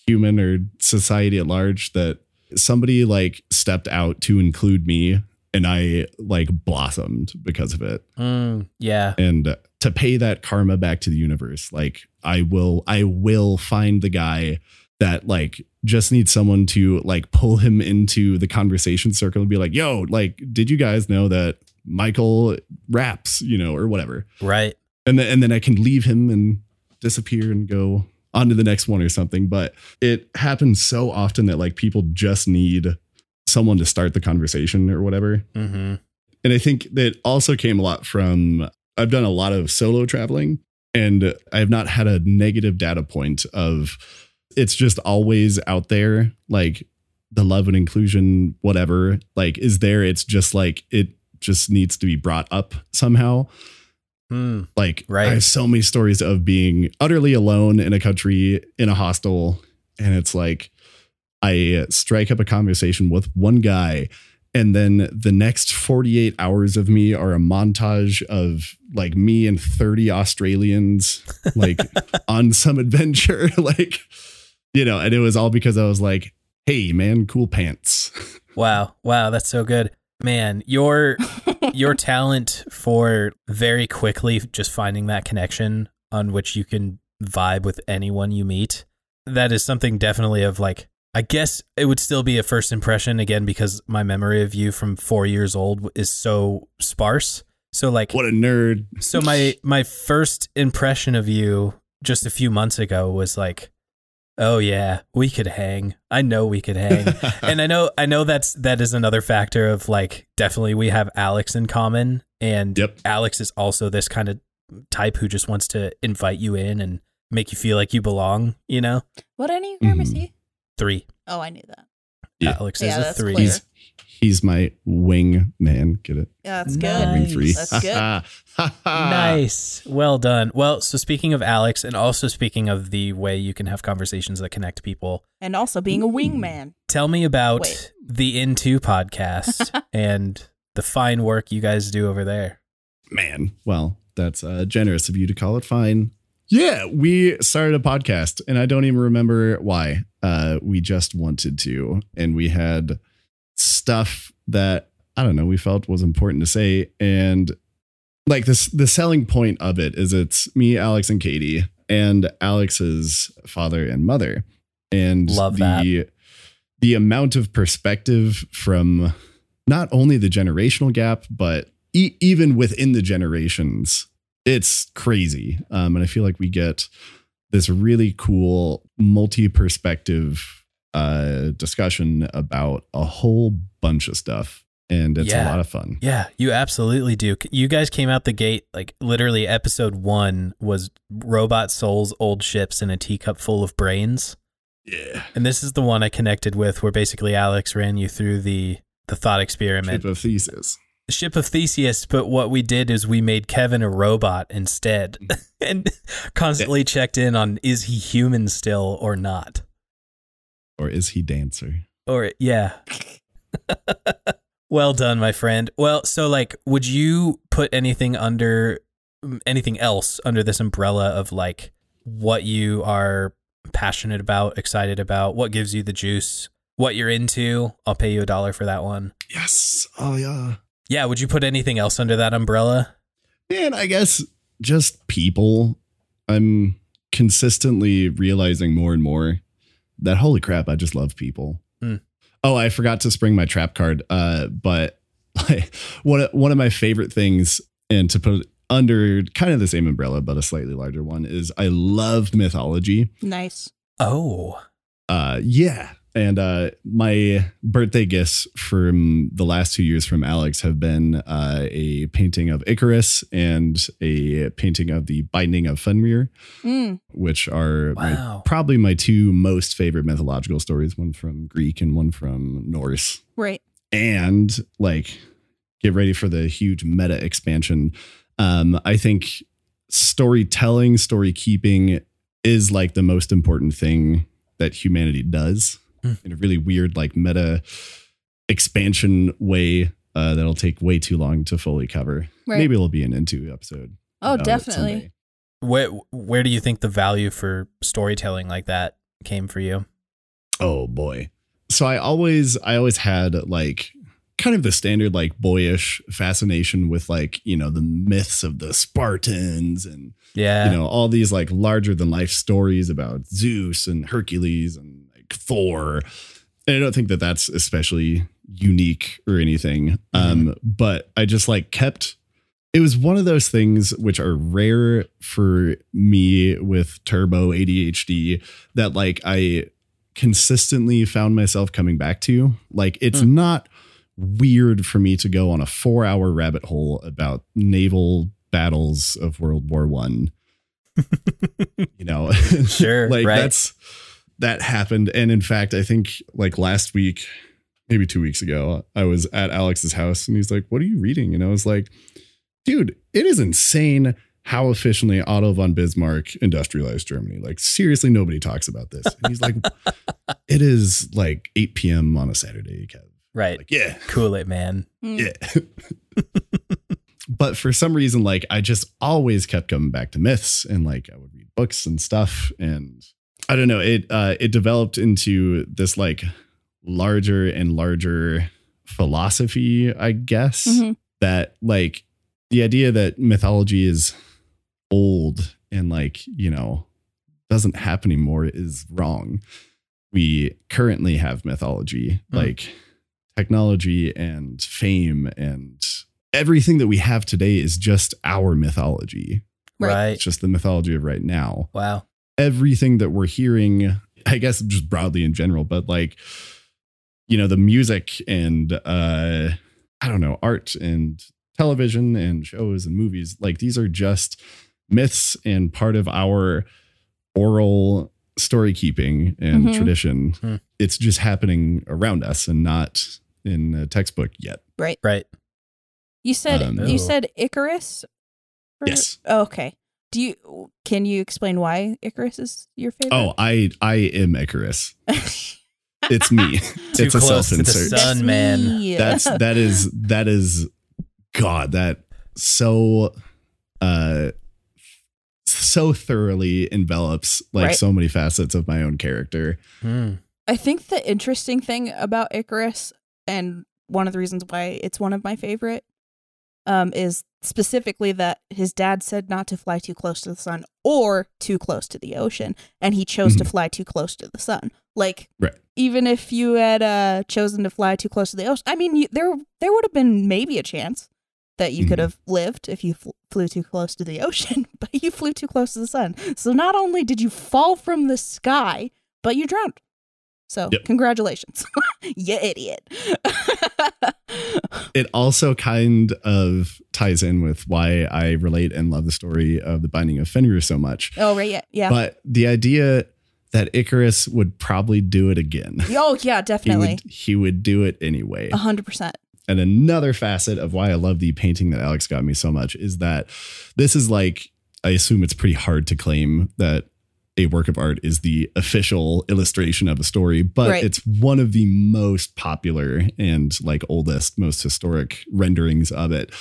Speaker 5: human or society at large that somebody like stepped out to include me and I like blossomed because of it.
Speaker 3: Mm, yeah.
Speaker 5: And to pay that karma back to the universe, like I will I will find the guy that like just needs someone to like pull him into the conversation circle and be like, "Yo, like did you guys know that Michael raps, you know, or whatever."
Speaker 3: Right.
Speaker 5: and then and then I can leave him and disappear and go on to the next one or something. But it happens so often that like people just need someone to start the conversation or whatever.
Speaker 3: Mm-hmm.
Speaker 5: And I think that also came a lot from I've done a lot of solo traveling and I have not had a negative data point of it's just always out there like the love and inclusion whatever like is there it's just like it just needs to be brought up somehow
Speaker 3: Mm.
Speaker 5: like
Speaker 3: Right.
Speaker 5: I have so many stories of being utterly alone in a country in a hostel and it's like I strike up a conversation with one guy and then the next 48 hours of me are a montage of like me and 30 Australians like on some adventure like you know and it was all because I was like hey man cool pants
Speaker 3: Wow. Wow. That's so good. Man, your your talent for very quickly just finding that connection on which you can vibe with anyone you meet. That is something definitely of like I guess it would still be a first impression again because my memory of you from 4 years old is so sparse. So like
Speaker 5: what a nerd
Speaker 3: so my my first impression of you just a few months ago was like oh yeah, we could hang. I know we could hang. and I know I know that's that is another factor of like definitely we have Alex in common and
Speaker 5: Yep.
Speaker 3: Alex is also this kind of type who just wants to invite you in and make you feel like you belong, you know?
Speaker 4: What Enneagram is
Speaker 5: Mhm.
Speaker 4: he?
Speaker 3: Three.
Speaker 4: Oh, I knew that.
Speaker 5: Yeah.
Speaker 3: Alex
Speaker 4: Yeah,
Speaker 3: is a
Speaker 4: that's
Speaker 3: three.
Speaker 4: clear.
Speaker 5: he's he's my wing man get it
Speaker 4: Yeah, that's
Speaker 3: Nice.
Speaker 4: good.
Speaker 5: wing three
Speaker 4: That's good.
Speaker 5: ah.
Speaker 3: Nice. Well done. Well, so speaking of Alex and also speaking of the way you can have conversations that connect people,
Speaker 4: And also being a wingman.
Speaker 3: tell me about
Speaker 4: Wait.
Speaker 3: the Into podcast and the fine work you guys do over there.
Speaker 5: man well that's uh, generous of you to call it fine yeah we started a podcast and i don't even remember why uh, we just wanted to and we had stuff that i don't know we felt was important to say and like this the selling point of it is it's me alex and katie and alex's father and mother and
Speaker 3: Love
Speaker 5: the the amount of perspective from not only the generational gap but e- even within the generations it's crazy um, and i feel like we get this really cool multi-perspective uh, discussion about a whole bunch of stuff and it's
Speaker 3: Yeah.
Speaker 5: a lot of fun
Speaker 3: Yeah, you absolutely do. C- You guys came out the gate like literally episode 1 was robot souls old ships in a teacup full of brains.
Speaker 5: yeah
Speaker 3: And this is the one I connected with where basically Alex ran you through the the thought experiment.
Speaker 5: type of thesis
Speaker 3: Ship of Theseus, but what we did is we made Kevin a robot instead and constantly checked in on is he human still or not?
Speaker 5: or is he dancer
Speaker 3: Or yeah. well done, my friend. Well, so like would you put anything under anything else under this umbrella of like what you are passionate about, excited about, what gives you the juice, what you're into? I'll pay you a dollar for that one.
Speaker 5: yes oh yeah
Speaker 3: Yeah, would you put anything else under that umbrella?
Speaker 5: man i guess just people i'm consistently realizing more and more that holy crap i just love people
Speaker 3: Hmm.
Speaker 5: oh i forgot to spring my trap card uh but like one of, one of my favorite things and to put it under kind of the same umbrella but a slightly larger Mm-hmm. one is i love mythology
Speaker 4: Nice.
Speaker 3: Oh.
Speaker 5: uh yeah And uh, my birthday gifts from the last two years from Alex have been uh, a painting of Icarus and a painting of the Binding of Fenrir,
Speaker 8: Mm.
Speaker 5: which are my-
Speaker 3: Wow.
Speaker 5: probably my two most favorite mythological stories one from Greek and one from Norse
Speaker 4: Right.
Speaker 5: and like get ready for the huge meta expansion. Um, I think storytelling, story keeping is like the most important thing that humanity does
Speaker 3: Hmm.
Speaker 5: in a really weird, like meta expansion way uh, that'll take way too long to fully cover.
Speaker 4: Right.
Speaker 5: Maybe it'll be an into episode.
Speaker 4: Oh,
Speaker 5: about it
Speaker 4: definitely.
Speaker 5: someday.
Speaker 3: Where where do you think the value for storytelling like that came for you?
Speaker 5: Oh boy. So I always I always had like kind of the standard like boyish fascination with like, you know, the myths of the Spartans and
Speaker 3: Yeah.
Speaker 5: you know, all these like larger than life stories about Zeus and Hercules and like Thor. And I don't think that that's especially unique or anything. Um but I just like kept it was one of those things which are rare for me with turbo ADHD that like I consistently found myself coming back to. Like it's not weird for me to go on a four hour rabbit hole about naval battles of World War One. you know,
Speaker 3: Sure,
Speaker 5: like
Speaker 3: right.
Speaker 5: that's that happened. And in fact, I think like last week, maybe two weeks ago, I was at Alex's house and he's like, What are you reading? And I was like, Dude, it is insane how efficiently Otto von Bismarck industrialized Germany. Like, seriously, nobody talks about this. And he's like, It is like 8 p.m. on a Saturday, Kev.
Speaker 3: right.
Speaker 5: Like, yeah,
Speaker 3: cool it, man.
Speaker 4: Mm.
Speaker 5: yeah. but for some reason, like, I just always kept coming back to myths and like I would read books and stuff. And I don't know, it uh it developed into this like larger and larger philosophy, I guess,
Speaker 4: Mhm.
Speaker 5: that like the idea that mythology is old and like, you know, doesn't happen anymore is wrong. We currently have mythology,
Speaker 3: Hmm.
Speaker 5: like technology and fame and everything that we have today is just our mythology.
Speaker 4: Right.
Speaker 3: Right.
Speaker 5: It's just the mythology of right now
Speaker 3: Wow.
Speaker 5: everything that we're hearing, I guess just broadly in general, but like, you know, the music and uh I don't know, art and television and shows and movies, like these are just myths and part of our oral story keeping and
Speaker 4: Mhm.
Speaker 5: tradition.
Speaker 3: Hmm.
Speaker 5: It's just happening around us and not in a textbook yet.
Speaker 4: Right.
Speaker 3: Right.
Speaker 4: You said
Speaker 5: Um,
Speaker 4: you
Speaker 3: Oh.
Speaker 4: said Icarus. for-
Speaker 5: Yes.
Speaker 4: Oh, okay. Do you can you explain why Icarus is your favorite?
Speaker 5: Oh, I I am Icarus. It's me.
Speaker 3: Too
Speaker 5: It's a
Speaker 3: close to the
Speaker 5: self-insert.
Speaker 3: sun, man.
Speaker 4: Yeah.
Speaker 5: that's that is that is god that so uh so thoroughly envelops like
Speaker 4: Right.
Speaker 5: so many facets of my own character
Speaker 3: Hmm.
Speaker 4: I think the interesting thing about Icarus, and one of the reasons why it's one of my favorite, um, is specifically that his dad said not to fly too close to the sun or too close to the ocean, and he chose to fly too close to the sun. Like,
Speaker 5: Mm-hmm. Right.
Speaker 4: even if you had uh, chosen to fly too close to the ocean, I mean, you, there there would have been maybe a chance that you could
Speaker 5: Mhm.
Speaker 4: have lived if you fl- flew too close to the ocean, but you flew too close to the sun. So not only did you fall from the sky, but you drowned. So
Speaker 5: Yep.
Speaker 4: congratulations, you idiot.
Speaker 5: it also kind of ties in with why i relate and love the story of the binding of fenrir so much
Speaker 4: oh right, yeah, yeah.
Speaker 5: but the idea that icarus would probably do it again
Speaker 4: oh yeah,
Speaker 5: he
Speaker 4: definitely,
Speaker 5: would he would do it anyway
Speaker 4: a hundred percent.
Speaker 5: and another facet of why I love the painting that Alex got me so much is that this is like I assume it's pretty hard to claim that a work of art is the official illustration of a story, but
Speaker 4: Right.
Speaker 5: it's one of the most popular and like oldest, most historic renderings of it.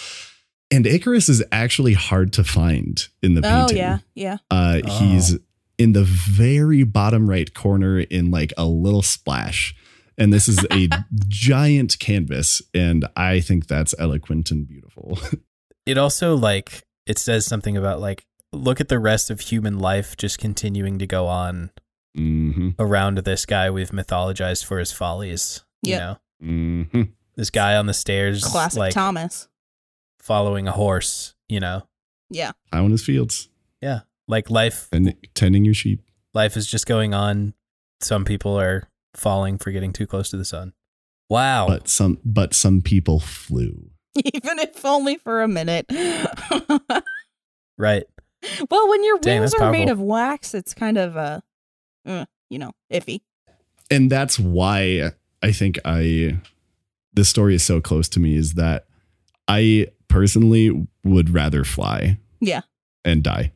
Speaker 5: And Icarus is actually hard to find in the
Speaker 4: Oh
Speaker 5: painting.
Speaker 4: yeah, yeah.
Speaker 5: Uh,
Speaker 3: Oh.
Speaker 5: He's in the very bottom right corner in like a little splash. And this is a giant canvas. And I think that's eloquent and beautiful.
Speaker 3: It also like it says something about like look at the rest of human life just continuing to go on
Speaker 5: hmm
Speaker 3: around this guy we've mythologized for his follies. You
Speaker 4: Yep.
Speaker 3: know,
Speaker 5: hmm
Speaker 3: this guy on the stairs,
Speaker 4: Classic
Speaker 3: like
Speaker 4: Thomas.
Speaker 3: following a horse. You know,
Speaker 4: Yeah,
Speaker 5: I on his fields
Speaker 3: like life
Speaker 5: and tending your sheep.
Speaker 3: life is just going on. Some people are falling for getting too close to the sun. Wow.
Speaker 5: But some but some people flew.
Speaker 4: even if only for a minute. well,
Speaker 3: right.
Speaker 4: when your
Speaker 3: Dang,
Speaker 4: wheels
Speaker 3: that's
Speaker 4: are made
Speaker 3: powerful.
Speaker 4: of wax, it's kind of uh, uh, you know, iffy.
Speaker 5: and that's why I think I this story is so close to me is that I personally would rather fly.
Speaker 4: Yeah.
Speaker 5: And die.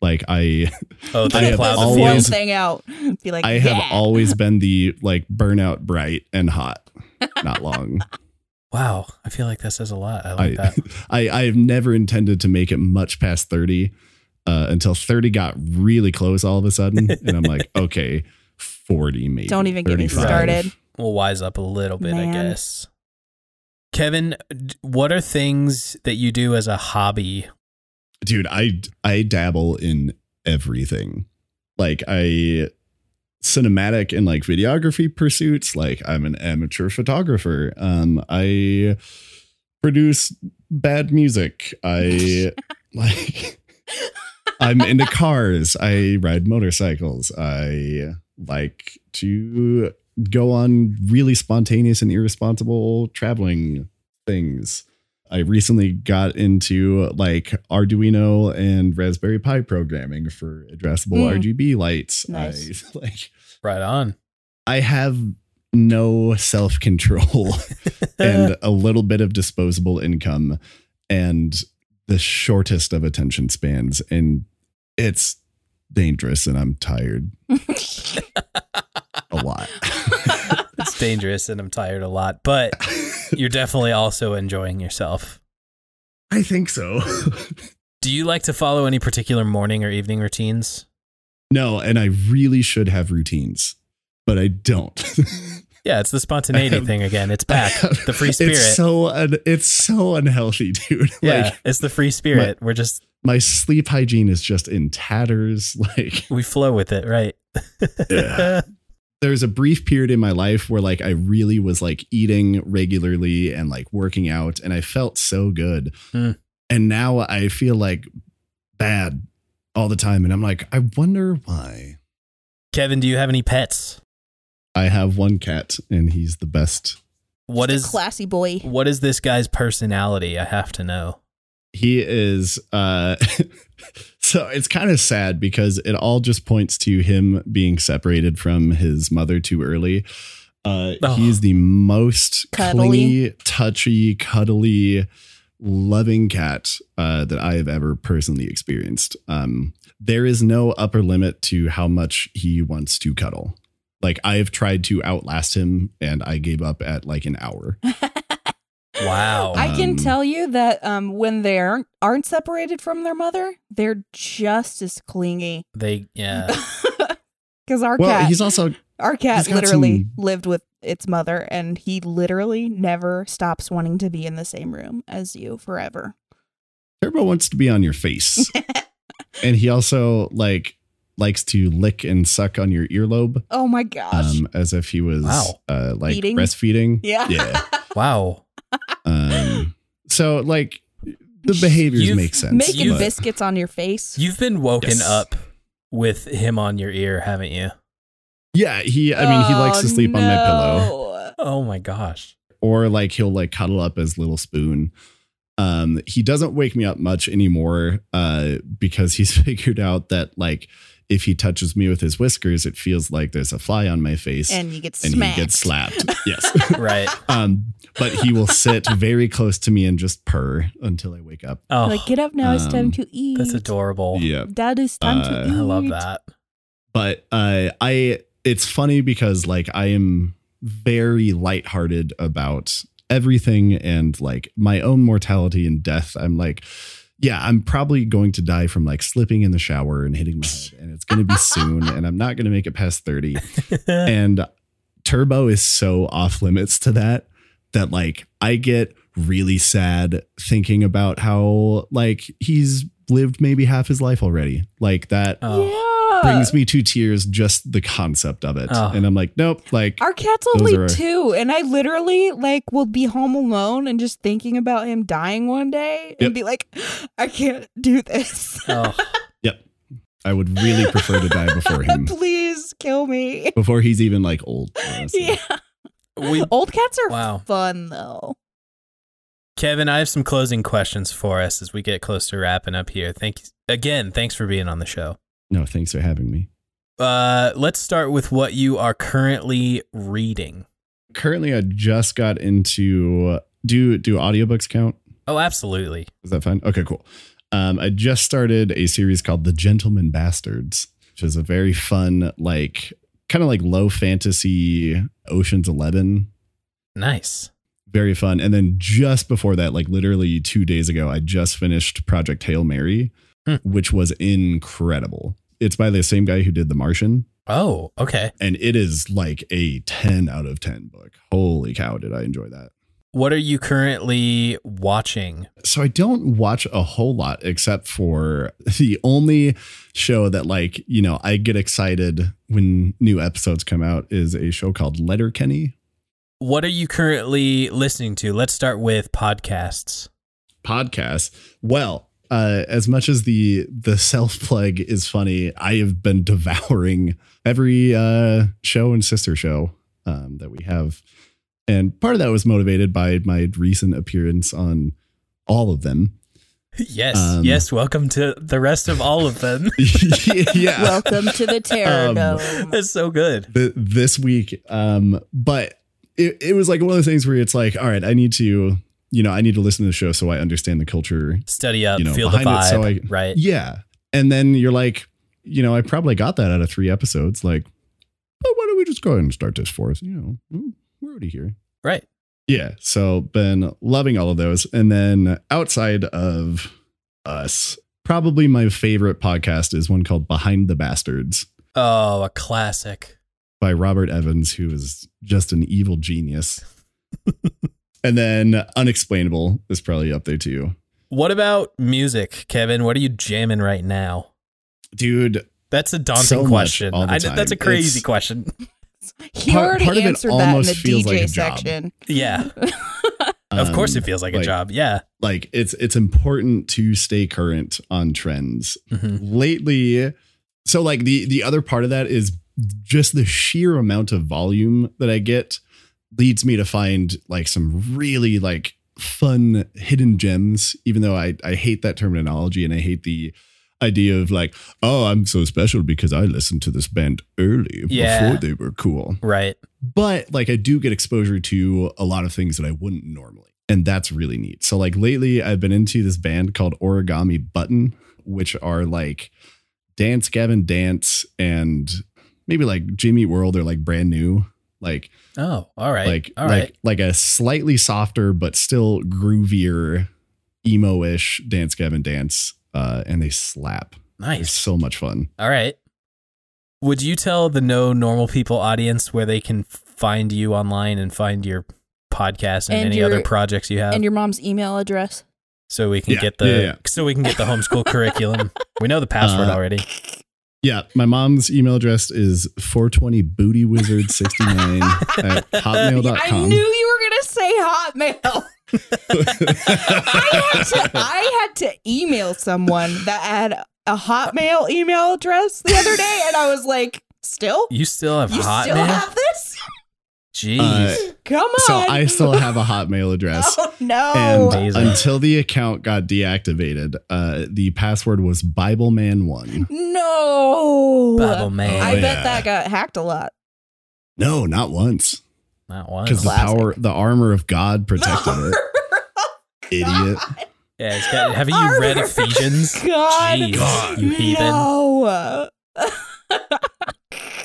Speaker 5: Like I
Speaker 3: Oh,
Speaker 5: I
Speaker 3: they
Speaker 5: have
Speaker 3: plowed the
Speaker 5: always-
Speaker 4: one
Speaker 3: fields.
Speaker 4: thing out. Be like,
Speaker 5: I have
Speaker 4: yeah.
Speaker 5: always been the like burnout bright and hot. Not long.
Speaker 3: Wow. I feel like that says a lot. I like
Speaker 5: I,
Speaker 3: that.
Speaker 5: I I have never intended to make it much past 30 uh, until 30 got really close all of a sudden. And I'm like, okay, 40 maybe.
Speaker 4: Don't even get me
Speaker 5: 35.
Speaker 4: started.
Speaker 3: We'll wise up a little bit, I
Speaker 4: Man.
Speaker 3: guess. Kevin, d- what are things that you do as a hobby?
Speaker 5: dude i i dabble in everything like i cinematic and like videography pursuits like i'm an amateur photographer um i produce bad music i like i'm into cars i ride motorcycles i like to go on really spontaneous and irresponsible traveling things I recently got into like Arduino and Raspberry Pi programming for addressable
Speaker 4: Mm.
Speaker 5: RGB lights.
Speaker 4: Nice.
Speaker 5: I like
Speaker 3: Right on.
Speaker 5: I have no self-control and a little bit of disposable income and the shortest of attention spans and it's dangerous and I'm tired a lot.
Speaker 3: it's dangerous and I'm tired a lot, but you're definitely also enjoying yourself.
Speaker 5: I think so.
Speaker 3: Do you like to follow any particular morning or evening routines?
Speaker 5: no, and I really should have routines, but I don't.
Speaker 3: Yeah, it's the spontaneity
Speaker 5: I have-
Speaker 3: thing again. It's back. The free spirit.
Speaker 5: It's so un- it's so unhealthy, dude.
Speaker 3: yeah,
Speaker 5: Like
Speaker 3: it's the free spirit. We're just
Speaker 5: my sleep hygiene is just in tatters. Like
Speaker 3: we flow with it, right?
Speaker 5: Yeah. there's a brief period in my life where like I really was like eating regularly and like working out and I felt so good.
Speaker 3: Hmm.
Speaker 5: And now I feel like bad all the time and I'm like I wonder why.
Speaker 3: Kevin, do you have any pets?
Speaker 5: I have one cat and he's the best.
Speaker 3: What
Speaker 4: Just a
Speaker 3: is
Speaker 4: classy boy?
Speaker 3: what is this guy's personality? I have to know.
Speaker 5: he is uh so it's kind of sad because it all just points to him being separated from his mother too early uh
Speaker 3: Oh.
Speaker 5: he's the most
Speaker 4: Cuddly.
Speaker 5: clingy touchy cuddly loving cat uh that i have ever personally experienced um there is no upper limit to how much he wants to cuddle like i have tried to outlast him and i gave up at like an hour
Speaker 3: Wow.
Speaker 4: I can
Speaker 5: Um,
Speaker 4: tell you that um, when they aren't, aren't separated from their mother, they're just as clingy.
Speaker 3: they yeah.
Speaker 4: Because our
Speaker 5: well
Speaker 4: cat,
Speaker 5: he's also
Speaker 4: our cat
Speaker 5: he's got
Speaker 4: literally
Speaker 5: some-
Speaker 4: lived with its mother, and he literally never stops wanting to be in the same room as you forever.
Speaker 5: Turbo wants to be on your face. and he also like likes to lick and suck on your earlobe
Speaker 4: Oh my gosh!
Speaker 5: um as if he was
Speaker 3: Wow.
Speaker 5: uh like
Speaker 4: Feeding?
Speaker 5: breastfeeding.
Speaker 4: yeah.
Speaker 5: Yeah.
Speaker 3: Wow.
Speaker 5: Um so like the behaviors
Speaker 3: You've-
Speaker 5: make sense.
Speaker 4: making
Speaker 5: but-
Speaker 4: biscuits on your face.
Speaker 3: You've been woken
Speaker 5: Yes.
Speaker 3: up with him on your ear, haven't you?
Speaker 5: Yeah, he I mean he likes
Speaker 4: Oh,
Speaker 5: to sleep on my pillow.
Speaker 3: Oh my gosh.
Speaker 5: Or like he'll like cuddle up as little spoon. Um he doesn't wake me up much anymore uh because he's figured out that like if he touches me with his whiskers, it feels like there's a fly on my face.
Speaker 4: and you get
Speaker 5: and
Speaker 4: smacked.
Speaker 5: he gets slapped. Yes.
Speaker 3: Right.
Speaker 5: um, but he will sit very close to me and just purr until I wake up.
Speaker 3: Oh,
Speaker 4: like, get up now! it's time
Speaker 5: um,
Speaker 4: to eat.
Speaker 3: that's adorable.
Speaker 5: Yeah.
Speaker 4: Dad, it's time to
Speaker 5: Uh,
Speaker 4: eat.
Speaker 3: I love that.
Speaker 5: But uh, I, it's funny because like I am very lighthearted about everything and like my own mortality and death. I'm like, yeah, I'm probably going to die from like slipping in the shower and hitting my head, and it's going to be soon, and I'm not going to make it past 30. and turbo is so off limits to that that like i get really sad thinking about how like he's lived maybe half his life already like that
Speaker 3: oh.
Speaker 5: brings me to tears just the concept of it
Speaker 3: Oh.
Speaker 5: and i'm like nope like
Speaker 4: Our cat's
Speaker 5: Those
Speaker 4: only
Speaker 5: are-
Speaker 4: two, and I literally like will be home alone and just thinking about him dying one day and
Speaker 5: Yep.
Speaker 4: be like, I can't do this.
Speaker 3: oh.
Speaker 5: Yep. I would really prefer to die before him,
Speaker 4: Please kill me.
Speaker 5: before he's even like old. honestly.
Speaker 4: Yeah.
Speaker 3: Oh. We,
Speaker 4: Old cats are
Speaker 3: Wow.
Speaker 4: fun though.
Speaker 3: Kevin, I have some closing questions for us as we get close to wrapping up here. Thank you again. Thanks for being on the show.
Speaker 5: No, thanks for having me.
Speaker 3: Uh, let's start with what you are currently reading.
Speaker 5: Currently, I just got into do do audiobooks count?
Speaker 3: Oh, absolutely.
Speaker 5: Is that fine? Okay, cool. Um, I just started a series called The Gentleman Bastards, which is a very fun, like kind of like low fantasy Ocean's Eleven
Speaker 3: Nice.
Speaker 5: very fun. And then just before that, like literally two days ago, I just finished Project Hail Mary,
Speaker 3: Hmm.
Speaker 5: which was incredible. It's by the same guy who did The Martian,
Speaker 3: Oh, okay.
Speaker 5: and it is like a 10 out of 10 book. Holy cow, did I enjoy that!
Speaker 3: What are you currently watching?
Speaker 5: So I don't watch a whole lot except for the only show that, like, you know, I get excited when new episodes come out is a show called Letterkenny.
Speaker 3: What are you currently listening to? Let's start with podcasts.
Speaker 5: podcasts. Well, uh, as much as the the self plug is funny, I have been devouring every uh, show and sister show um, that we have, and part of that was motivated by my recent appearance on all of them.
Speaker 3: Yes,
Speaker 5: Um,
Speaker 3: yes. Welcome to the rest of all of them.
Speaker 5: yeah.
Speaker 4: Welcome to the Terror
Speaker 5: Um,
Speaker 4: Dome.
Speaker 3: That's so good.
Speaker 5: th- this week. Um, but it, it was like one of those things where it's like, all right, I need to, you know, I need to listen to the show so I understand the culture
Speaker 3: Study up,
Speaker 5: you know,
Speaker 3: feel the
Speaker 5: behind
Speaker 3: vibe,
Speaker 5: it, so I-
Speaker 3: right?
Speaker 5: Yeah. And then you're like, you know, I probably got that out of three episodes. Like, oh, why don't we just go ahead and start this for us? You know, mm, we're already here.
Speaker 3: Right.
Speaker 5: Yeah. So been loving all of those. And then outside of us, probably my favorite podcast is one called Behind the Bastards
Speaker 3: Oh, a classic.
Speaker 5: by Robert Evans, who is just an evil genius. and then Unexplainable is probably up there too.
Speaker 3: What about music, Kevin? What are you jamming right now?
Speaker 5: Dude,
Speaker 3: That's a daunting
Speaker 5: So much
Speaker 3: question.
Speaker 5: all the
Speaker 3: I d- that's a
Speaker 5: time.
Speaker 3: crazy
Speaker 5: It's-
Speaker 3: question.
Speaker 4: He
Speaker 5: part-
Speaker 4: already
Speaker 5: part of it
Speaker 4: answered that in
Speaker 5: almost
Speaker 4: the
Speaker 5: feels
Speaker 4: DJ
Speaker 5: like a job.
Speaker 4: section.
Speaker 3: Yeah, of course
Speaker 5: um,
Speaker 3: it feels like, a
Speaker 5: like-
Speaker 3: job. Yeah.
Speaker 5: like it's it's important to stay current on trends
Speaker 3: Mhm.
Speaker 5: lately so like the the other part of that is just the sheer amount of volume that i get leads me to find like some really like fun hidden gems even though i i hate that terminology and i hate the idea of like oh i'm so special because i listened to this band early
Speaker 3: Yeah.
Speaker 5: before they were cool
Speaker 3: Right.
Speaker 5: but like I do get exposure to a lot of things that I wouldn't normally. And that's really neat. So like lately I've been into this band called Origami Button, which are like Dance Gavin Dance and maybe like Jimmy World or like brand new. Like
Speaker 3: Oh, all right.
Speaker 5: like
Speaker 3: all
Speaker 5: like
Speaker 3: right.
Speaker 5: like a slightly softer but still groovier emo-ish Dance Gavin Dance. Uh, and they slap. It's
Speaker 3: nice.
Speaker 5: so much fun.
Speaker 3: all right. Would you tell the no normal people audience where they can find you online and find your podcast and,
Speaker 4: And
Speaker 3: any
Speaker 4: your-
Speaker 3: other projects you have
Speaker 4: And your mom's email address.
Speaker 3: so we can
Speaker 5: Yeah,
Speaker 3: get the
Speaker 5: yeah, yeah.
Speaker 3: so we can get the homeschool curriculum. We know the password
Speaker 5: Uh,
Speaker 3: already.
Speaker 5: Yeah, my mom's email address is 420bootywizard69 at hotmail.com.
Speaker 4: I knew you were gonna say Hotmail. I had to I had to email someone that had a Hotmail email address the other day, and I was like, still?
Speaker 3: You still have
Speaker 4: You
Speaker 3: hot
Speaker 4: still
Speaker 3: mail?
Speaker 4: have this?
Speaker 3: Jeez.
Speaker 5: Uh,
Speaker 4: Come on.
Speaker 5: so I still have a Hotmail address.
Speaker 4: Oh no.
Speaker 5: And
Speaker 3: Amazing.
Speaker 5: until the account got deactivated, uh, the password was BibleMan1.
Speaker 4: no.
Speaker 3: Bible man.
Speaker 4: I
Speaker 5: Oh,
Speaker 4: bet
Speaker 5: yeah.
Speaker 4: that got hacked a lot.
Speaker 5: No, not once.
Speaker 3: Not one.
Speaker 5: Because the
Speaker 4: Classic.
Speaker 5: power, the armor of God protected it.
Speaker 4: Oh,
Speaker 5: Idiot.
Speaker 3: Yeah, it's got, have you
Speaker 4: Armor.
Speaker 3: read Ephesians?
Speaker 4: God.
Speaker 3: Jeez, you heathen.
Speaker 4: No.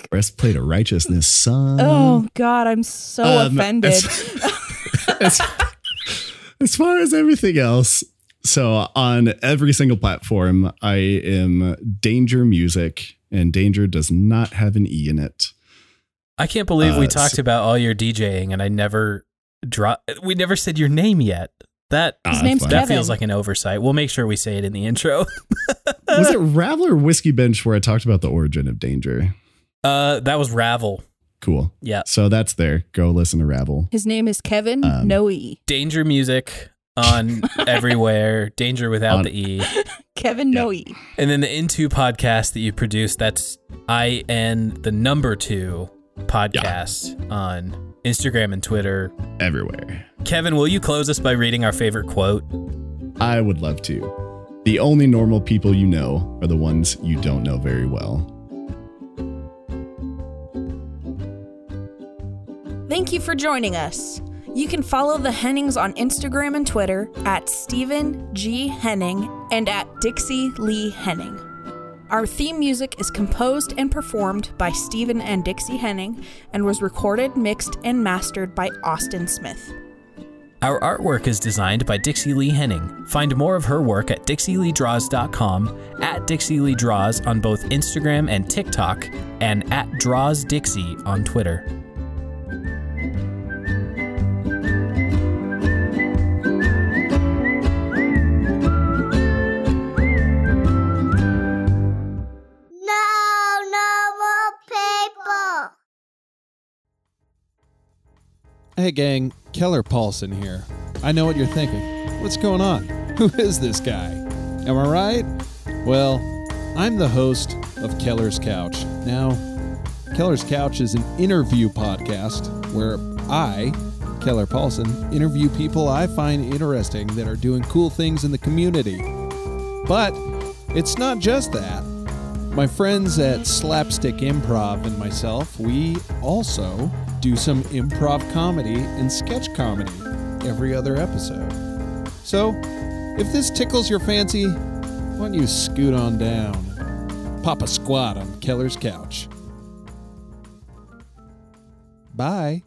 Speaker 5: Breastplate of righteousness, son.
Speaker 4: Oh God, I'm so
Speaker 5: Um,
Speaker 4: offended.
Speaker 5: As, as- as far as everything else, so on every single platform, I am Danger Music, and Danger does not have an E in it.
Speaker 3: I can't believe we
Speaker 5: Uh,
Speaker 3: talked about all your DJing and I never drop. We never said your name yet. That
Speaker 5: Ah,
Speaker 4: His name's
Speaker 5: fine.
Speaker 3: that
Speaker 4: Kevin.
Speaker 3: feels like an oversight. We'll make sure we say it in the intro.
Speaker 5: Was it Ravel or Whiskey Bench where I talked about the origin of Danger?
Speaker 3: Uh, that was Ravel.
Speaker 5: Cool.
Speaker 3: Yeah,
Speaker 5: So that's there. Go listen to Ravel.
Speaker 4: His name is Kevin
Speaker 5: Um,
Speaker 4: Noe.
Speaker 3: Danger Music on everywhere. Danger without
Speaker 5: On-
Speaker 3: the E.
Speaker 4: Kevin
Speaker 5: Yeah.
Speaker 4: Noe.
Speaker 3: And then the Into podcast that you produce, that's I N the number two podcast on Instagram and Twitter.
Speaker 5: everywhere.
Speaker 3: Kevin, will you close us by reading our favorite quote?
Speaker 5: I would love to. The only normal people you know are the ones you don't know very well.
Speaker 4: Thank you for joining us. You can follow the Hennings on Instagram and Twitter at Stephen G. Henning and at Dixie Lee Henning. Our theme music is composed and performed by Stephen and Dixie Henning and was recorded, mixed, and mastered by Austin Smith.
Speaker 3: Our artwork is designed by Dixie Lee Henning. Find more of her work at dixieleedraws.com, at Dixie Lee Draws on both Instagram and TikTok, and at Draws Dixie on Twitter.
Speaker 2: No normal people.
Speaker 6: Hey, gang, Keller Paulson here. I know what you're thinking. What's going on? Who is this guy? Am I right? Well, I'm the host of Keller's Couch. Now, Keller's Couch is an interview podcast where I, Keller Paulson, interview people I find interesting that are doing cool things in the community. But it's not just that. My friends at Slapstick Improv and myself, we also do some improv comedy and sketch comedy every other episode. So, if this tickles your fancy, why don't you scoot on down? Pop a squat on Keller's couch. Bye.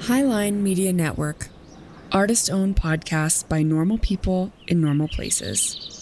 Speaker 1: Highline Media Network. Artist owned podcasts by normal people in normal places.